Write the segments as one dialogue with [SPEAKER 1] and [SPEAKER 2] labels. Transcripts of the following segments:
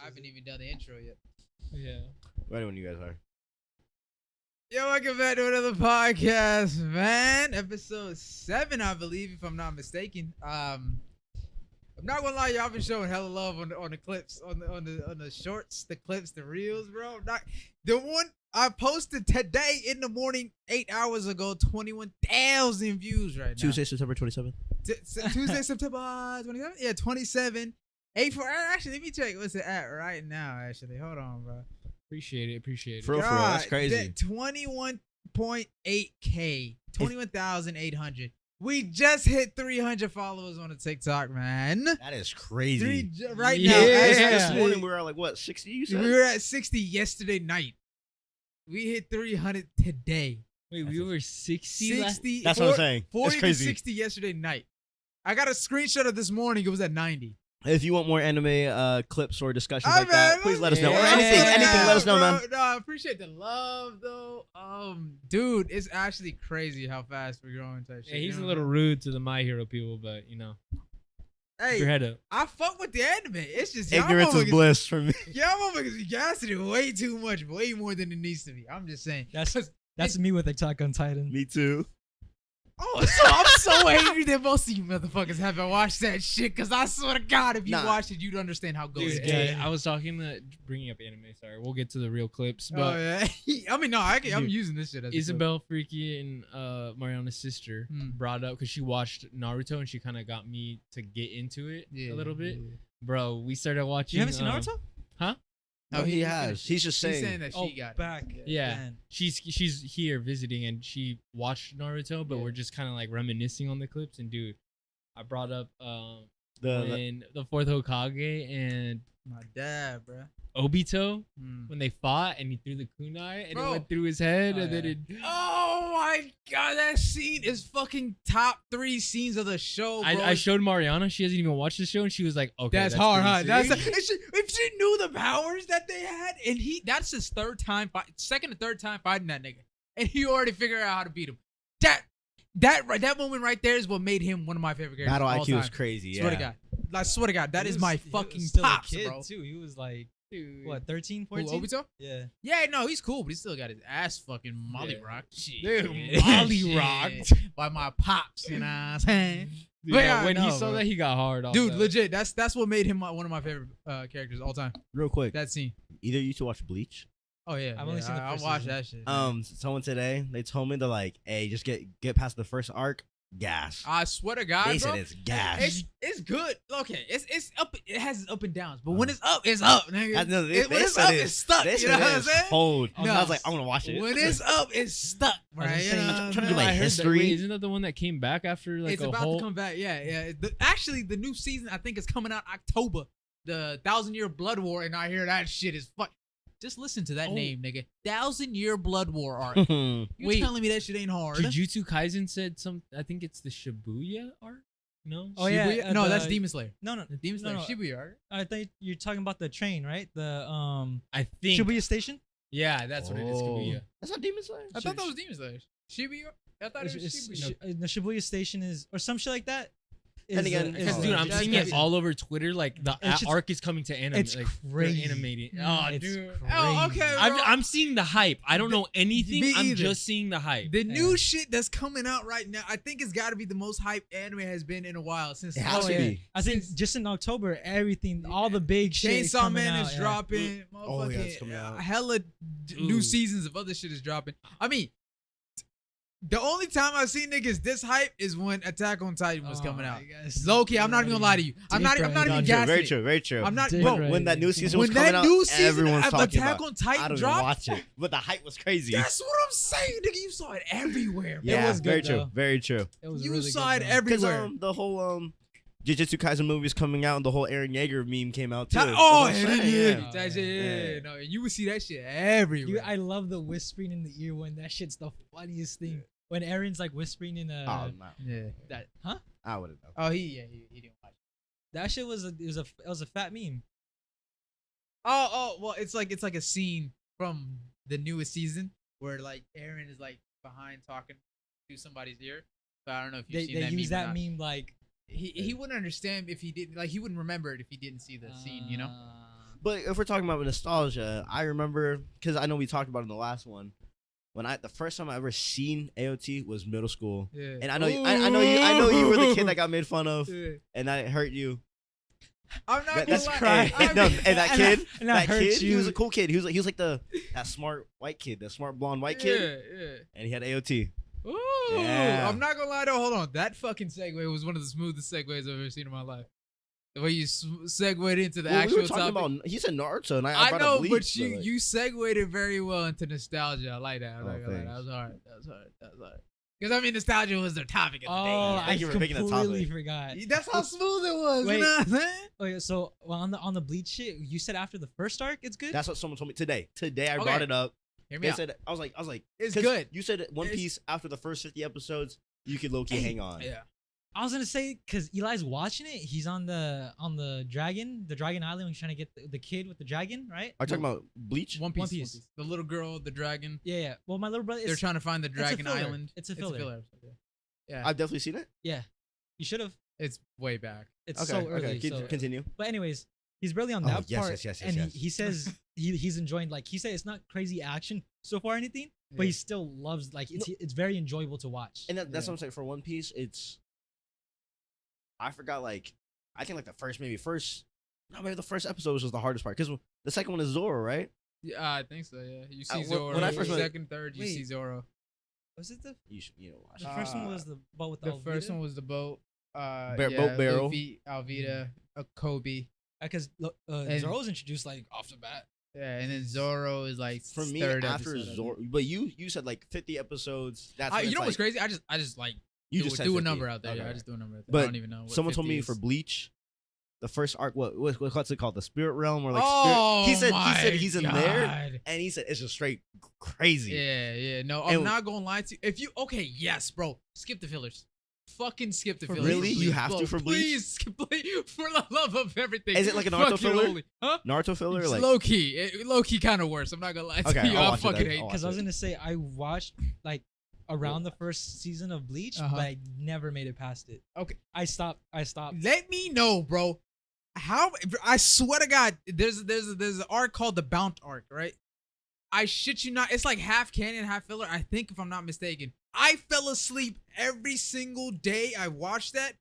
[SPEAKER 1] I haven't even done the intro yet.
[SPEAKER 2] Yeah.
[SPEAKER 3] Right when you guys are.
[SPEAKER 1] Yo, welcome back to another podcast, man. Episode seven, I believe, if I'm not mistaken. Um, I'm not gonna lie, y'all been showing hella love on the, on the clips, on the on the on the shorts, the clips, the reels, bro. I'm Not the one I posted today in the morning, eight hours ago, twenty-one thousand views right now.
[SPEAKER 3] Tuesday, September 27th.
[SPEAKER 1] T- s- Tuesday, September 27th? Yeah, 27. 8 4. uh, Actually, let me check what's it at right now, actually. Hold on, bro.
[SPEAKER 2] Appreciate it. Appreciate it.
[SPEAKER 3] For real, for real. That's
[SPEAKER 1] God,
[SPEAKER 3] crazy.
[SPEAKER 1] that 21.8K. 21,800. We just hit 300 followers on the TikTok, man.
[SPEAKER 3] That is
[SPEAKER 1] Three,
[SPEAKER 3] crazy.
[SPEAKER 1] ju- right
[SPEAKER 2] Yeah.
[SPEAKER 1] now.
[SPEAKER 3] This-
[SPEAKER 1] as
[SPEAKER 3] This
[SPEAKER 1] we
[SPEAKER 3] morning
[SPEAKER 1] speak,
[SPEAKER 3] we were at like what, 60 you
[SPEAKER 1] we
[SPEAKER 3] said?
[SPEAKER 1] were at 60 yesterday night. We hit 300 today.
[SPEAKER 2] Wait,
[SPEAKER 3] That's
[SPEAKER 2] we
[SPEAKER 3] it.
[SPEAKER 2] were 60 last
[SPEAKER 1] Sixty.
[SPEAKER 3] That's what I'm
[SPEAKER 1] four-
[SPEAKER 3] saying. That's
[SPEAKER 1] 40 to
[SPEAKER 3] crazy.
[SPEAKER 1] 60 yesterday night. I got a screenshot of this morning. It was at 90.
[SPEAKER 3] If you want more anime uh, clips or discussions
[SPEAKER 1] All
[SPEAKER 3] like
[SPEAKER 1] right,
[SPEAKER 3] that, please let us know. Or
[SPEAKER 2] yeah.
[SPEAKER 3] anything,
[SPEAKER 2] Yeah.
[SPEAKER 3] anything, let us know,
[SPEAKER 1] bro.
[SPEAKER 3] man.
[SPEAKER 1] No, I appreciate the love though. Um, dude, it's actually crazy how fast we're growing. Type shit.
[SPEAKER 2] Yeah, he's
[SPEAKER 1] you
[SPEAKER 2] a
[SPEAKER 1] know?
[SPEAKER 2] little rude to the My Hero people, but you know, keep your
[SPEAKER 1] Hey,
[SPEAKER 2] head up.
[SPEAKER 1] I fuck with the anime. It's just y'all
[SPEAKER 3] Ignorance is
[SPEAKER 1] motherfuckers-
[SPEAKER 3] bliss for me.
[SPEAKER 1] Y'all motherfuckers be gassing it way too much, way more than it needs to be. I'm just saying.
[SPEAKER 4] That's
[SPEAKER 1] 'Cause-
[SPEAKER 4] that's me with Attack on Titan.
[SPEAKER 3] me too.
[SPEAKER 1] Oh, so I'm so angry that most of you motherfuckers haven't watched that shit. Cause I swear to God, if you
[SPEAKER 3] Nah.
[SPEAKER 1] watched it, you'd understand how
[SPEAKER 2] Dude,
[SPEAKER 1] goes.
[SPEAKER 4] guy.
[SPEAKER 2] hey, I was talking to bringing up anime. Sorry, we'll get to the real clips. But
[SPEAKER 1] Oh yeah. I mean, no, I can, I'm
[SPEAKER 2] Dude,
[SPEAKER 1] using this shit as a joke.
[SPEAKER 2] Isabel Freaky and uh, Mariana's sister
[SPEAKER 1] Hmm.
[SPEAKER 2] brought up because she watched Naruto and she kind of got me to get into it a little bit.
[SPEAKER 1] yeah.
[SPEAKER 2] Bro, we started watching.
[SPEAKER 4] You haven't seen
[SPEAKER 2] uh,
[SPEAKER 4] Naruto?
[SPEAKER 1] No,
[SPEAKER 3] No,
[SPEAKER 1] he-
[SPEAKER 3] he,
[SPEAKER 1] he
[SPEAKER 3] has.
[SPEAKER 1] finished
[SPEAKER 3] Oh, He's just saying.
[SPEAKER 1] She's saying that she
[SPEAKER 2] Oh,
[SPEAKER 1] got it.
[SPEAKER 4] Back.
[SPEAKER 2] Yeah.
[SPEAKER 4] then.
[SPEAKER 2] she's she's here visiting and she watched Naruto, but
[SPEAKER 1] Yeah.
[SPEAKER 2] we're just kind of like reminiscing on the clips. And dude, I brought up um
[SPEAKER 3] the,
[SPEAKER 2] when the fourth Hokage and
[SPEAKER 1] My dad, bro.
[SPEAKER 2] Obito when they fought and he threw the kunai and
[SPEAKER 1] Bro.
[SPEAKER 2] it went through his head
[SPEAKER 4] Oh,
[SPEAKER 2] and then
[SPEAKER 4] yeah.
[SPEAKER 2] it.
[SPEAKER 1] Oh my god, that scene is fucking top three scenes of the show, Oh, bro.
[SPEAKER 2] I, I showed Mariana. She hasn't even watched the show, and she was like, "Okay,
[SPEAKER 1] that's, hard, huh?
[SPEAKER 2] pretty
[SPEAKER 1] That's
[SPEAKER 2] sick."
[SPEAKER 1] if, she, if she knew the powers that they had, and he that's his third time fight, second or third time fighting that nigga, and he already figured out how to beat him. That that right, that moment right there is what made him one of my favorite characters.
[SPEAKER 3] battle
[SPEAKER 1] of all
[SPEAKER 3] IQ is
[SPEAKER 1] time.
[SPEAKER 3] crazy. Yeah.
[SPEAKER 1] Swear to God, I swear to God, that
[SPEAKER 4] He
[SPEAKER 1] is
[SPEAKER 4] was-
[SPEAKER 1] my
[SPEAKER 4] he was
[SPEAKER 1] fucking
[SPEAKER 4] still a
[SPEAKER 1] pops,
[SPEAKER 4] kid,
[SPEAKER 1] bro.
[SPEAKER 4] Too. He was like
[SPEAKER 2] Dude.
[SPEAKER 4] what 13,
[SPEAKER 1] Who,
[SPEAKER 4] 14?
[SPEAKER 1] Obito?
[SPEAKER 4] Yeah.
[SPEAKER 1] Yeah, no, he's cool, but he still got his ass fucking molly
[SPEAKER 2] Yeah.
[SPEAKER 1] rocked. Shit.
[SPEAKER 2] Dude, molly rocked.
[SPEAKER 1] Shit. by my pops, you know what I'm saying?
[SPEAKER 2] Dude,
[SPEAKER 1] But
[SPEAKER 2] no,
[SPEAKER 1] yeah, I
[SPEAKER 2] when he
[SPEAKER 1] know,
[SPEAKER 2] saw
[SPEAKER 1] bro.
[SPEAKER 2] that, he got hard. off
[SPEAKER 1] Dude,
[SPEAKER 2] that.
[SPEAKER 1] legit, that's that's what made him my, one of my favorite uh, characters of all time.
[SPEAKER 3] Real quick,
[SPEAKER 1] That scene.
[SPEAKER 3] either you two watch Bleach.
[SPEAKER 1] Oh yeah,
[SPEAKER 4] I've only
[SPEAKER 1] yeah,
[SPEAKER 4] seen the
[SPEAKER 1] I, I
[SPEAKER 4] first
[SPEAKER 1] watched
[SPEAKER 4] season.
[SPEAKER 1] that shit. man.
[SPEAKER 3] Um, someone today they told me they're like, hey, just get get past the first arc, gas.
[SPEAKER 1] I swear to God,
[SPEAKER 3] they
[SPEAKER 1] bro,
[SPEAKER 3] said it's gas.
[SPEAKER 1] it's it's good. Okay, it's it's up. It has its up and downs, but when it's up, it's up, nigga.
[SPEAKER 3] Uh-huh. I know, they-
[SPEAKER 1] It- when
[SPEAKER 3] they
[SPEAKER 1] it's
[SPEAKER 3] said
[SPEAKER 1] up,
[SPEAKER 3] it-
[SPEAKER 1] it's stuck.
[SPEAKER 3] they
[SPEAKER 1] You
[SPEAKER 3] said
[SPEAKER 1] know what
[SPEAKER 3] it
[SPEAKER 1] I'm
[SPEAKER 3] is
[SPEAKER 1] saying?
[SPEAKER 3] cold.
[SPEAKER 2] Oh,
[SPEAKER 3] I
[SPEAKER 2] no.
[SPEAKER 3] was like, I'm gonna watch it.
[SPEAKER 1] When it's up, it's stuck,
[SPEAKER 4] was
[SPEAKER 1] right?
[SPEAKER 4] gonna
[SPEAKER 1] You
[SPEAKER 4] say,
[SPEAKER 1] know
[SPEAKER 4] you
[SPEAKER 1] what I'm
[SPEAKER 3] trying to do
[SPEAKER 1] saying?
[SPEAKER 3] like
[SPEAKER 2] I heard that-
[SPEAKER 3] history.
[SPEAKER 2] wait, isn't that the one that came back after like
[SPEAKER 1] it's
[SPEAKER 2] a
[SPEAKER 1] about
[SPEAKER 2] whole?
[SPEAKER 1] to come back. Yeah, yeah. The- actually, the new season I think is coming out October. The Thousand Year Blood War, and I hear that shit is fuck. Just listen to that
[SPEAKER 2] Oh.
[SPEAKER 1] name, nigga. Thousand Year Blood War art. You
[SPEAKER 2] Wait.
[SPEAKER 1] telling me that shit ain't hard?
[SPEAKER 2] Jujutsu Kaisen said some. I think it's the Shibuya art. No.
[SPEAKER 4] Oh, yeah,
[SPEAKER 1] Shibuya-
[SPEAKER 4] uh,
[SPEAKER 1] no,
[SPEAKER 4] the-
[SPEAKER 1] that's Demon Slayer.
[SPEAKER 4] No, no.
[SPEAKER 1] The Demon Slayer
[SPEAKER 4] no, no.
[SPEAKER 1] Shibuya art.
[SPEAKER 4] I thought you're talking about the train, right? The um
[SPEAKER 2] I think.
[SPEAKER 4] Shibuya Station.
[SPEAKER 2] Yeah, that's what it is. Shibuya.
[SPEAKER 1] Oh.
[SPEAKER 3] That's not Demon Slayer.
[SPEAKER 1] I thought that was Demon Slayer. Shibuya. I thought it was
[SPEAKER 4] It's-
[SPEAKER 1] Shibuya.
[SPEAKER 4] it's- Shi- uh, the Shibuya Station is or some shit like that.
[SPEAKER 3] And
[SPEAKER 4] is,
[SPEAKER 3] again,
[SPEAKER 4] uh,
[SPEAKER 2] Because
[SPEAKER 4] is,
[SPEAKER 2] dude,
[SPEAKER 4] uh,
[SPEAKER 2] I'm
[SPEAKER 1] That's
[SPEAKER 2] seeing
[SPEAKER 1] crazy.
[SPEAKER 2] it all over Twitter. Like the
[SPEAKER 4] It's just-
[SPEAKER 2] arc is coming to anime.
[SPEAKER 4] it's
[SPEAKER 2] like, they're
[SPEAKER 4] crazy. Mm,
[SPEAKER 2] animating. Oh,
[SPEAKER 4] It's
[SPEAKER 2] dude.
[SPEAKER 1] Oh,
[SPEAKER 4] crazy.
[SPEAKER 1] okay.
[SPEAKER 2] I'm,
[SPEAKER 1] bro.
[SPEAKER 2] I'm seeing the hype. I don't know anything.
[SPEAKER 1] me
[SPEAKER 2] I'm
[SPEAKER 1] either.
[SPEAKER 2] just seeing the hype.
[SPEAKER 1] the new shit that's coming out right now, I think it's got to be the most hype anime has been in a while since.
[SPEAKER 3] It has
[SPEAKER 4] Oh,
[SPEAKER 3] to
[SPEAKER 4] yeah.
[SPEAKER 3] be.
[SPEAKER 4] I think just in October, everything, all the big shit.
[SPEAKER 1] Chainsaw
[SPEAKER 4] coming
[SPEAKER 1] Man
[SPEAKER 4] out,
[SPEAKER 1] is
[SPEAKER 4] yeah.
[SPEAKER 1] dropping.
[SPEAKER 3] Oh, yeah, it's
[SPEAKER 1] motherfucking,
[SPEAKER 3] coming
[SPEAKER 1] uh,
[SPEAKER 3] out.
[SPEAKER 1] Hella d- new
[SPEAKER 2] Ooh.
[SPEAKER 1] seasons of other shit is dropping. I mean, the only time I've seen niggas this hype is when Attack on Titan was
[SPEAKER 4] Oh
[SPEAKER 1] coming
[SPEAKER 4] my
[SPEAKER 1] out.
[SPEAKER 4] God,
[SPEAKER 1] Low key, I'm not even gonna lie to you. I'm not. I'm
[SPEAKER 4] Different.
[SPEAKER 1] not
[SPEAKER 3] No,
[SPEAKER 1] even
[SPEAKER 3] true, very
[SPEAKER 1] gassing.
[SPEAKER 3] true. Very true.
[SPEAKER 1] it. I'm not.
[SPEAKER 4] Dude,
[SPEAKER 1] Bro,
[SPEAKER 4] right.
[SPEAKER 3] when that new season
[SPEAKER 1] when
[SPEAKER 3] was coming
[SPEAKER 1] that
[SPEAKER 3] out,
[SPEAKER 1] new season
[SPEAKER 3] everyone's
[SPEAKER 1] of
[SPEAKER 3] talking
[SPEAKER 1] Attack
[SPEAKER 3] about.
[SPEAKER 1] on
[SPEAKER 3] it. I
[SPEAKER 1] Titan
[SPEAKER 3] don't even
[SPEAKER 1] dropped,
[SPEAKER 3] watch it, but the hype was crazy.
[SPEAKER 1] that's what I'm saying, nigga. You saw it everywhere. bro.
[SPEAKER 3] yeah,
[SPEAKER 4] was good,
[SPEAKER 3] very
[SPEAKER 4] though.
[SPEAKER 3] true. Very true.
[SPEAKER 4] It was
[SPEAKER 1] you
[SPEAKER 4] really
[SPEAKER 1] saw
[SPEAKER 4] good,
[SPEAKER 1] it
[SPEAKER 4] though.
[SPEAKER 3] Because
[SPEAKER 1] everywhere.
[SPEAKER 3] um, the whole um, Jujutsu Kaisen movie is coming out, and the whole Aaron Yeager meme came out too.
[SPEAKER 1] Ta-
[SPEAKER 3] That's
[SPEAKER 1] oh,
[SPEAKER 3] what I'm
[SPEAKER 1] yeah,
[SPEAKER 3] saying,
[SPEAKER 1] yeah, that's
[SPEAKER 4] Yeah.
[SPEAKER 1] it.
[SPEAKER 3] Yeah.
[SPEAKER 1] No, you would see that shit everywhere.
[SPEAKER 4] Dude, I love the whispering in the ear one. That shit's the funniest thing. When Aaron's like whispering in a
[SPEAKER 3] Oh, no.
[SPEAKER 1] yeah.
[SPEAKER 4] that, huh?
[SPEAKER 3] I wouldn't know.
[SPEAKER 1] Oh, he yeah, he, he didn't watch. it.
[SPEAKER 4] That shit was a it was a it was a fat meme.
[SPEAKER 1] Oh, oh, well, it's like it's like a scene from the newest season where like Aaron is like behind talking to somebody's ear. But I don't know if you've
[SPEAKER 4] They
[SPEAKER 1] seen
[SPEAKER 4] they
[SPEAKER 1] that
[SPEAKER 4] use
[SPEAKER 1] meme. or
[SPEAKER 4] that
[SPEAKER 1] not.
[SPEAKER 4] meme like
[SPEAKER 3] Uh,
[SPEAKER 4] Uh,
[SPEAKER 1] He he wouldn't understand if he didn't like he wouldn't remember it if he didn't see the scene. You know.
[SPEAKER 3] But if we're talking about nostalgia, I remember because I know we talked about it in the last one. When I the first time I ever seen AOT was middle school,
[SPEAKER 1] Yeah.
[SPEAKER 3] and I know you, I, I know you, I know you were the kid that got made fun of,
[SPEAKER 1] yeah.
[SPEAKER 3] and that hurt you.
[SPEAKER 1] I'm not gonna
[SPEAKER 3] That- that's
[SPEAKER 1] lie.
[SPEAKER 3] crying.
[SPEAKER 1] I
[SPEAKER 3] no,
[SPEAKER 1] mean-
[SPEAKER 3] and that
[SPEAKER 4] I-
[SPEAKER 3] kid,
[SPEAKER 4] and I
[SPEAKER 3] that
[SPEAKER 4] hurt
[SPEAKER 3] kid, he
[SPEAKER 4] you.
[SPEAKER 3] was a cool kid. He was he was like the that smart white kid, that smart blonde white kid,
[SPEAKER 1] Yeah, yeah.
[SPEAKER 3] and he had AOT.
[SPEAKER 1] Ooh,
[SPEAKER 3] Yeah.
[SPEAKER 1] I'm not gonna lie though. Hold on, that fucking segue was one of the smoothest segues I've ever seen in my life. The way you s- segued into the
[SPEAKER 3] Well,
[SPEAKER 1] actual
[SPEAKER 3] we were talking
[SPEAKER 1] topic.
[SPEAKER 3] about he said Naruto, and I, I,
[SPEAKER 1] I
[SPEAKER 3] brought
[SPEAKER 1] know,
[SPEAKER 3] up Bleach,
[SPEAKER 1] but you
[SPEAKER 3] like,
[SPEAKER 1] you segued it very well into nostalgia. I like that. I'm
[SPEAKER 3] Oh,
[SPEAKER 1] not gonna lie. That
[SPEAKER 3] thanks.
[SPEAKER 1] was hard. That was hard. That was hard. Because I mean, nostalgia was their topic of the
[SPEAKER 4] Oh,
[SPEAKER 3] Thank
[SPEAKER 4] I
[SPEAKER 3] you for picking that
[SPEAKER 4] completely
[SPEAKER 3] topic.
[SPEAKER 4] forgot.
[SPEAKER 1] day. That's how smooth it was.
[SPEAKER 4] Wait.
[SPEAKER 1] You know what I'm saying?
[SPEAKER 4] Okay, so well, on the on the bleach shit, you said after the first arc, it's good.
[SPEAKER 3] that's what someone told me today. Today I
[SPEAKER 1] Okay.
[SPEAKER 3] brought it up.
[SPEAKER 1] Hear me
[SPEAKER 3] They
[SPEAKER 1] out.
[SPEAKER 3] said I was like I was like
[SPEAKER 1] It's
[SPEAKER 3] 'cause
[SPEAKER 1] good.
[SPEAKER 3] You said One
[SPEAKER 1] It's-
[SPEAKER 3] Piece after the first fifty episodes, you could low key hang on.
[SPEAKER 1] Yeah.
[SPEAKER 4] I was gonna say because Eli's watching it. He's on the on the dragon, the dragon island. when He's trying to get the, the kid with the dragon, right?
[SPEAKER 3] Are you talking about Bleach?
[SPEAKER 1] One piece,
[SPEAKER 4] One Piece.
[SPEAKER 1] The little girl, the dragon.
[SPEAKER 4] Yeah, yeah. Well, my little brother.
[SPEAKER 1] They're
[SPEAKER 4] It's,
[SPEAKER 1] trying to find the
[SPEAKER 4] a
[SPEAKER 1] dragon
[SPEAKER 4] filler.
[SPEAKER 1] island.
[SPEAKER 4] It's a filler.
[SPEAKER 1] episode, yeah. Yeah.
[SPEAKER 3] I've definitely seen it.
[SPEAKER 4] you should have.
[SPEAKER 1] it's way back.
[SPEAKER 4] It's
[SPEAKER 3] Okay,
[SPEAKER 4] so early.
[SPEAKER 3] okay, keep,
[SPEAKER 4] so-
[SPEAKER 3] continue.
[SPEAKER 4] but anyways, he's barely on
[SPEAKER 3] Oh,
[SPEAKER 4] that
[SPEAKER 3] yes,
[SPEAKER 4] part,
[SPEAKER 3] yes, yes, yes,
[SPEAKER 4] and
[SPEAKER 3] yes.
[SPEAKER 4] He, he says he, he's enjoying. Like he said, it's not crazy action so far or anything, but
[SPEAKER 1] Yeah.
[SPEAKER 4] he still loves. Like it's it's very enjoyable to watch.
[SPEAKER 3] And that, that's
[SPEAKER 1] Yeah.
[SPEAKER 3] what I'm saying. For One Piece, it's I forgot like I think like the first maybe first no maybe the first episode was just the hardest part because the second one is Zoro right?
[SPEAKER 1] Yeah, I think so. Yeah, you
[SPEAKER 3] Uh,
[SPEAKER 1] see
[SPEAKER 3] wh-
[SPEAKER 1] Zoro.
[SPEAKER 3] when
[SPEAKER 4] I
[SPEAKER 1] you
[SPEAKER 4] first
[SPEAKER 1] see
[SPEAKER 3] went-
[SPEAKER 1] second, third, you see
[SPEAKER 4] Wait.
[SPEAKER 1] Zoro.
[SPEAKER 4] was it the
[SPEAKER 3] You should you know watch.
[SPEAKER 4] the first one
[SPEAKER 1] Uh,
[SPEAKER 4] was the boat with the,
[SPEAKER 1] The first one
[SPEAKER 4] Alvida?
[SPEAKER 1] was the boat. Uh,
[SPEAKER 3] Bar-
[SPEAKER 1] yeah,
[SPEAKER 3] boat barrel.
[SPEAKER 1] Luffy, Alvida, uh, Kobe.
[SPEAKER 4] because uh,
[SPEAKER 1] And-
[SPEAKER 4] Zoro's introduced like off the bat.
[SPEAKER 1] Yeah, and then Zoro is like
[SPEAKER 3] For me,
[SPEAKER 1] third
[SPEAKER 3] after
[SPEAKER 1] episode, I
[SPEAKER 3] Zoro, but you you said like 50 episodes.
[SPEAKER 1] think.
[SPEAKER 3] That's
[SPEAKER 1] I,
[SPEAKER 3] when
[SPEAKER 1] you
[SPEAKER 3] it's
[SPEAKER 1] know what's
[SPEAKER 3] like-
[SPEAKER 1] crazy? I just I just like
[SPEAKER 3] You
[SPEAKER 1] do,
[SPEAKER 3] just said
[SPEAKER 1] do a
[SPEAKER 3] 50.
[SPEAKER 1] number out there. Yeah,
[SPEAKER 3] Okay.
[SPEAKER 1] I just do a number. Out there. I
[SPEAKER 3] But
[SPEAKER 1] don't even know. What
[SPEAKER 3] Someone told
[SPEAKER 1] 50
[SPEAKER 3] me
[SPEAKER 1] is.
[SPEAKER 3] for Bleach, the first arc. What, what what's it called? The Spirit Realm or like?
[SPEAKER 1] oh,
[SPEAKER 3] spirit, he said he said
[SPEAKER 1] my
[SPEAKER 3] he's in there,
[SPEAKER 1] God.
[SPEAKER 3] and he said it's just straight crazy.
[SPEAKER 1] Yeah, yeah. No, I'm
[SPEAKER 3] And-
[SPEAKER 1] not gonna lie to you. If you okay, yes, bro. Skip the fillers. Fucking skip the
[SPEAKER 4] For
[SPEAKER 1] fillers.
[SPEAKER 4] Really?
[SPEAKER 1] please,
[SPEAKER 3] You have to
[SPEAKER 1] bro.
[SPEAKER 3] for Bleach?
[SPEAKER 1] Please, skip- please, for the love of everything.
[SPEAKER 3] Is it like an
[SPEAKER 1] Fuck
[SPEAKER 3] Naruto
[SPEAKER 1] you,
[SPEAKER 3] filler?
[SPEAKER 1] Oli. Huh?
[SPEAKER 3] Naruto filler
[SPEAKER 1] It's
[SPEAKER 3] like
[SPEAKER 1] low key, it, low key, kind of worse. I'm not gonna lie to
[SPEAKER 3] Okay,
[SPEAKER 1] you.
[SPEAKER 3] I'll
[SPEAKER 1] I
[SPEAKER 3] watch it
[SPEAKER 1] fucking
[SPEAKER 3] then.
[SPEAKER 1] hate.
[SPEAKER 3] I'll
[SPEAKER 4] Because I was
[SPEAKER 3] watch
[SPEAKER 4] gonna say I watched like around the first season of Bleach,
[SPEAKER 1] Uh-huh.
[SPEAKER 4] but I never made it past it.
[SPEAKER 1] Okay.
[SPEAKER 4] I stopped. I stopped.
[SPEAKER 1] Let me know, bro. How I swear to God, there's there's there's an arc called the Bount arc, right? I shit you not, it's like half canon, half filler. I think if I'm not mistaken, I fell asleep every single day I watched that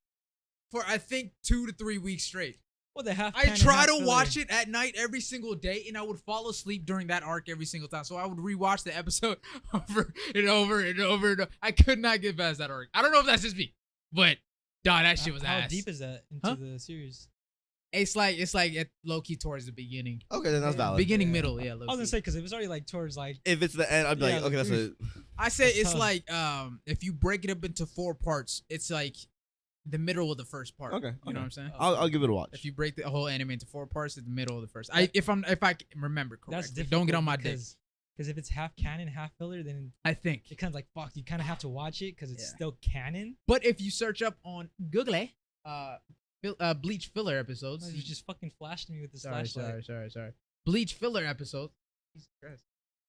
[SPEAKER 1] for I think two to three weeks straight.
[SPEAKER 4] Well, the half.
[SPEAKER 1] I try to watch it at night every single day, and I would fall asleep during that arc every single time. So I would rewatch the episode over and over and over and over. I could not get past that arc. I don't know if that's just me, but dog, that shit was
[SPEAKER 4] How
[SPEAKER 1] ass.
[SPEAKER 4] deep is that into
[SPEAKER 1] Huh?
[SPEAKER 4] the series?
[SPEAKER 1] It's like it's like at low key towards the beginning,
[SPEAKER 3] okay, then that's
[SPEAKER 4] Yeah.
[SPEAKER 3] valid.
[SPEAKER 1] beginning,
[SPEAKER 4] yeah.
[SPEAKER 1] middle, yeah. Low
[SPEAKER 4] I was gonna say because it was already like towards like
[SPEAKER 3] if it's the end, I'd be
[SPEAKER 4] Yeah,
[SPEAKER 3] like, okay, that's
[SPEAKER 4] like,
[SPEAKER 3] a
[SPEAKER 1] I say
[SPEAKER 4] That's
[SPEAKER 1] it's
[SPEAKER 4] tough.
[SPEAKER 1] like um if you break it up into four parts, it's like the middle of the first part.
[SPEAKER 3] okay. Oh.
[SPEAKER 1] you know what
[SPEAKER 3] okay.
[SPEAKER 1] I'm saying?
[SPEAKER 3] I'll, I'll give it a watch.
[SPEAKER 1] If you break the whole anime into four parts, it's the middle of the first. I if I'm if I can remember
[SPEAKER 4] that's
[SPEAKER 1] correctly,
[SPEAKER 4] different.
[SPEAKER 1] don't get on my dick.
[SPEAKER 4] Because if it's half canon, half filler, then
[SPEAKER 1] I think
[SPEAKER 4] it kind of like fuck. You kind of have to watch it because it's
[SPEAKER 1] Yeah.
[SPEAKER 4] still canon.
[SPEAKER 1] But if you search up on Google, uh, fil- uh bleach filler episodes.
[SPEAKER 4] You just fucking flashed me with this
[SPEAKER 1] Mm. sorry,
[SPEAKER 4] flashlight.
[SPEAKER 1] sorry, sorry, sorry. Bleach filler episodes. Jesus Christ.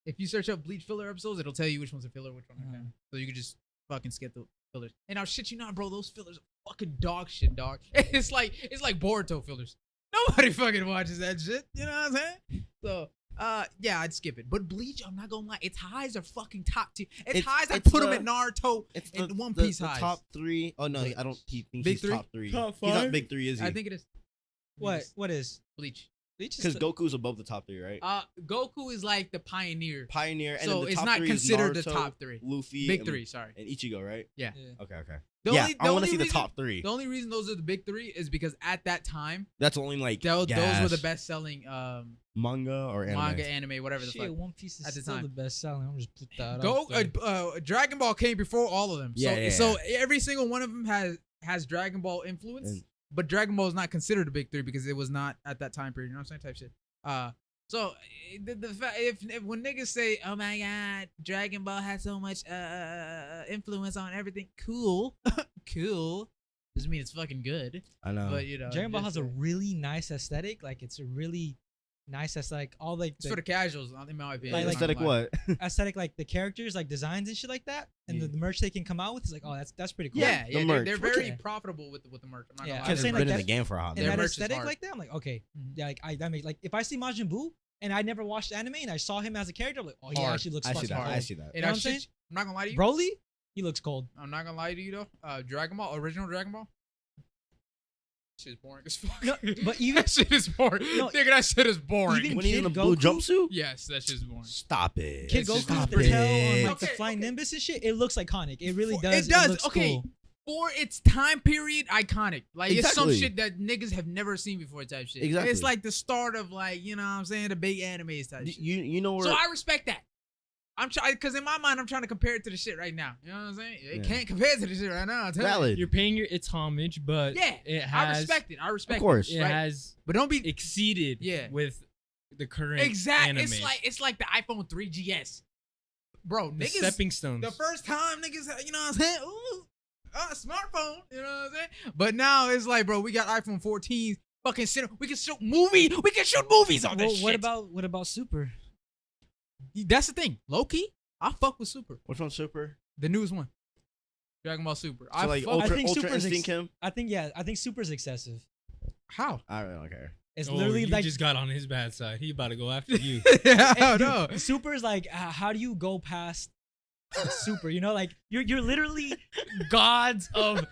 [SPEAKER 1] If you search up bleach filler episodes, it'll tell you which ones are filler, which ones are canon. So you can just fucking skip the fillers. And I'll shit you not, bro. Those fillers are fucking dog shit, dog. It's like it's like Boruto fillers. Nobody fucking watches that shit. You know what I'm saying? So. Uh yeah, I'd skip it. But Bleach, I'm not gonna lie, its highs are fucking top tier. Its,
[SPEAKER 3] It's-
[SPEAKER 1] highs, I
[SPEAKER 3] it's
[SPEAKER 1] put them
[SPEAKER 3] the-
[SPEAKER 1] at Naruto.
[SPEAKER 3] It's
[SPEAKER 1] And One
[SPEAKER 3] the,
[SPEAKER 1] Piece
[SPEAKER 3] the
[SPEAKER 1] highs.
[SPEAKER 3] top three. Oh no, I don't he think
[SPEAKER 1] Big
[SPEAKER 3] he's
[SPEAKER 1] three?
[SPEAKER 3] top three.
[SPEAKER 5] Top
[SPEAKER 3] He's not
[SPEAKER 5] five?
[SPEAKER 3] big three, is he?
[SPEAKER 1] I think it is.
[SPEAKER 4] What? What is?
[SPEAKER 1] Bleach?
[SPEAKER 4] Bleach is
[SPEAKER 3] because
[SPEAKER 4] the-
[SPEAKER 3] Goku's above the top three, right?
[SPEAKER 1] Uh, Goku is like the pioneer,
[SPEAKER 3] Pioneer, and then
[SPEAKER 1] so
[SPEAKER 3] the
[SPEAKER 1] it's
[SPEAKER 3] top
[SPEAKER 1] not
[SPEAKER 3] three is
[SPEAKER 1] considered the
[SPEAKER 3] Naruto,
[SPEAKER 1] top three.
[SPEAKER 3] Luffy,
[SPEAKER 1] Big
[SPEAKER 3] and-
[SPEAKER 1] three, sorry.
[SPEAKER 3] and Ichigo, right?
[SPEAKER 4] yeah.
[SPEAKER 3] Okay, okay.
[SPEAKER 1] The
[SPEAKER 3] yeah,
[SPEAKER 1] only,
[SPEAKER 3] I want
[SPEAKER 1] only
[SPEAKER 3] to see the
[SPEAKER 1] reason-
[SPEAKER 3] top three.
[SPEAKER 1] The only reason those are the big three is because at that time,
[SPEAKER 3] That's only like
[SPEAKER 1] tho- those were
[SPEAKER 3] gas,
[SPEAKER 1] the best selling um
[SPEAKER 3] manga or anime.
[SPEAKER 1] manga, anime, whatever the
[SPEAKER 4] Shit,
[SPEAKER 1] fuck.
[SPEAKER 4] One Piece is
[SPEAKER 1] At the
[SPEAKER 4] still
[SPEAKER 1] time.
[SPEAKER 4] the best selling. I'm just put that
[SPEAKER 1] Go,
[SPEAKER 4] out
[SPEAKER 1] uh,
[SPEAKER 4] there.
[SPEAKER 1] uh, Dragon Ball came before all of them.
[SPEAKER 3] Yeah,
[SPEAKER 1] so,
[SPEAKER 3] yeah,
[SPEAKER 1] so every single one of them has has Dragon Ball influence,
[SPEAKER 3] And-
[SPEAKER 1] but Dragon Ball is not considered a big three because it was not at that time period. You know what I'm saying? Type shit. Uh, so eh, the, the fact if, if when niggas say, "Oh my God, Dragon Ball has so much uh influence on everything," cool, cool. Doesn't mean it's fucking good,
[SPEAKER 4] Oh.
[SPEAKER 3] I know.
[SPEAKER 1] but you know.
[SPEAKER 4] Dragon Ball
[SPEAKER 1] just,
[SPEAKER 4] has a
[SPEAKER 1] uh,
[SPEAKER 4] really nice aesthetic. Like it's a really nice aesthetic. All like
[SPEAKER 1] It's for
[SPEAKER 4] the
[SPEAKER 1] the casuals, in my opinion.
[SPEAKER 4] Like-
[SPEAKER 1] I'm not
[SPEAKER 3] aesthetic
[SPEAKER 1] gonna lie.
[SPEAKER 3] what?
[SPEAKER 4] aesthetic, like the characters, like designs and shit like that, and
[SPEAKER 2] Yeah.
[SPEAKER 4] the, the merch they can come out with is like, oh, that's that's pretty cool.
[SPEAKER 1] Yeah,
[SPEAKER 3] The
[SPEAKER 1] yeah, they're,
[SPEAKER 3] merch.
[SPEAKER 1] they're very
[SPEAKER 4] Okay.
[SPEAKER 1] profitable with with the merch. I'm not
[SPEAKER 4] Yeah.
[SPEAKER 1] gonna lie.
[SPEAKER 4] I'm
[SPEAKER 3] Because
[SPEAKER 1] They're
[SPEAKER 3] they've
[SPEAKER 4] saying,
[SPEAKER 3] been
[SPEAKER 1] very-
[SPEAKER 4] like,
[SPEAKER 3] in the
[SPEAKER 4] that's-
[SPEAKER 3] game for a hot
[SPEAKER 4] and
[SPEAKER 1] Their
[SPEAKER 4] that
[SPEAKER 1] merch
[SPEAKER 3] minute.
[SPEAKER 1] is
[SPEAKER 4] aesthetic
[SPEAKER 1] hard. Mm-hmm.
[SPEAKER 4] like that, I'm like, okay, yeah, like I that makes like if I see Majin Buu and I never watched anime and I saw him as a character, I'm like, oh, he
[SPEAKER 1] Hard.
[SPEAKER 4] actually looks
[SPEAKER 3] I see
[SPEAKER 4] fucking
[SPEAKER 3] that.
[SPEAKER 4] cold.
[SPEAKER 3] I see that.
[SPEAKER 1] and
[SPEAKER 4] know
[SPEAKER 1] I
[SPEAKER 4] what I'm
[SPEAKER 1] shit
[SPEAKER 4] saying?
[SPEAKER 1] you- I'm not gonna lie to you.
[SPEAKER 4] Broly, he looks cold.
[SPEAKER 1] I'm not gonna lie to you though. Uh, Dragon Ball, original Dragon Ball. Shit's boring as fuck.
[SPEAKER 4] No, but even
[SPEAKER 1] that shit is boring.
[SPEAKER 4] No,
[SPEAKER 1] Nigga, that shit is boring.
[SPEAKER 4] even-
[SPEAKER 3] When he's in the
[SPEAKER 4] Kid
[SPEAKER 3] blue
[SPEAKER 4] Goku?
[SPEAKER 3] jumpsuit?
[SPEAKER 1] yes, that shit's boring.
[SPEAKER 3] Stop it.
[SPEAKER 4] Kid
[SPEAKER 1] It's just
[SPEAKER 4] Goku's
[SPEAKER 1] not
[SPEAKER 4] Patel on
[SPEAKER 3] big.
[SPEAKER 4] like the
[SPEAKER 1] Okay,
[SPEAKER 4] flying
[SPEAKER 1] okay.
[SPEAKER 4] Nimbus and shit. It looks iconic. It really
[SPEAKER 1] It
[SPEAKER 4] does.
[SPEAKER 1] does,
[SPEAKER 4] looks
[SPEAKER 1] okay.
[SPEAKER 4] cool.
[SPEAKER 1] For its time period, iconic. Like it's some
[SPEAKER 3] Exactly.
[SPEAKER 1] shit that niggas have never seen before, type shit.
[SPEAKER 3] Exactly.
[SPEAKER 1] It's like the start of like you know what I'm saying the big animes type shit.
[SPEAKER 3] you you know where
[SPEAKER 1] So I respect that. I'm trying because in my mind I'm trying to compare it to the shit right now. You know what I'm saying? It
[SPEAKER 3] Yeah.
[SPEAKER 1] can't compare to the shit right now. i
[SPEAKER 3] valid.
[SPEAKER 2] You're paying your its homage, but
[SPEAKER 1] Yeah,
[SPEAKER 2] it has
[SPEAKER 1] I respect it. I respect
[SPEAKER 3] of course.
[SPEAKER 2] it
[SPEAKER 1] right?
[SPEAKER 2] has
[SPEAKER 1] it. But don't be
[SPEAKER 2] exceeded
[SPEAKER 1] Yeah.
[SPEAKER 2] with the current
[SPEAKER 1] exact.
[SPEAKER 2] anime.
[SPEAKER 1] It's like it's like the iPhone 3GS, bro.
[SPEAKER 2] the
[SPEAKER 1] niggas,
[SPEAKER 2] stepping stones.
[SPEAKER 1] the first time niggas, you know what I'm saying? Ooh, uh, smartphone. You know what I'm saying? But now it's like, bro, we got iPhone 14. Fucking center. We can shoot movie. We can shoot movies on
[SPEAKER 4] Well,
[SPEAKER 1] this
[SPEAKER 4] what
[SPEAKER 1] shit.
[SPEAKER 4] about what about Super?
[SPEAKER 1] That's the thing. Loki. I fuck with Super.
[SPEAKER 3] Which one's super?
[SPEAKER 1] The newest one. Dragon Ball Super. I
[SPEAKER 3] So like
[SPEAKER 1] fuck
[SPEAKER 2] oh-
[SPEAKER 3] Ultra,
[SPEAKER 4] think
[SPEAKER 3] Ultra
[SPEAKER 4] Super's ex-
[SPEAKER 3] Instinct him?
[SPEAKER 4] I think yeah, I think Super's excessive.
[SPEAKER 1] how?
[SPEAKER 3] I really don't care.
[SPEAKER 4] It's
[SPEAKER 2] oh,
[SPEAKER 4] literally
[SPEAKER 2] you
[SPEAKER 4] like
[SPEAKER 2] just got on his bad side. He about to go after you.
[SPEAKER 1] yeah,
[SPEAKER 4] Hey,
[SPEAKER 1] I
[SPEAKER 4] dude,
[SPEAKER 1] know.
[SPEAKER 4] Super's like, uh, how do you go past Super? You know, like you're you're literally gods of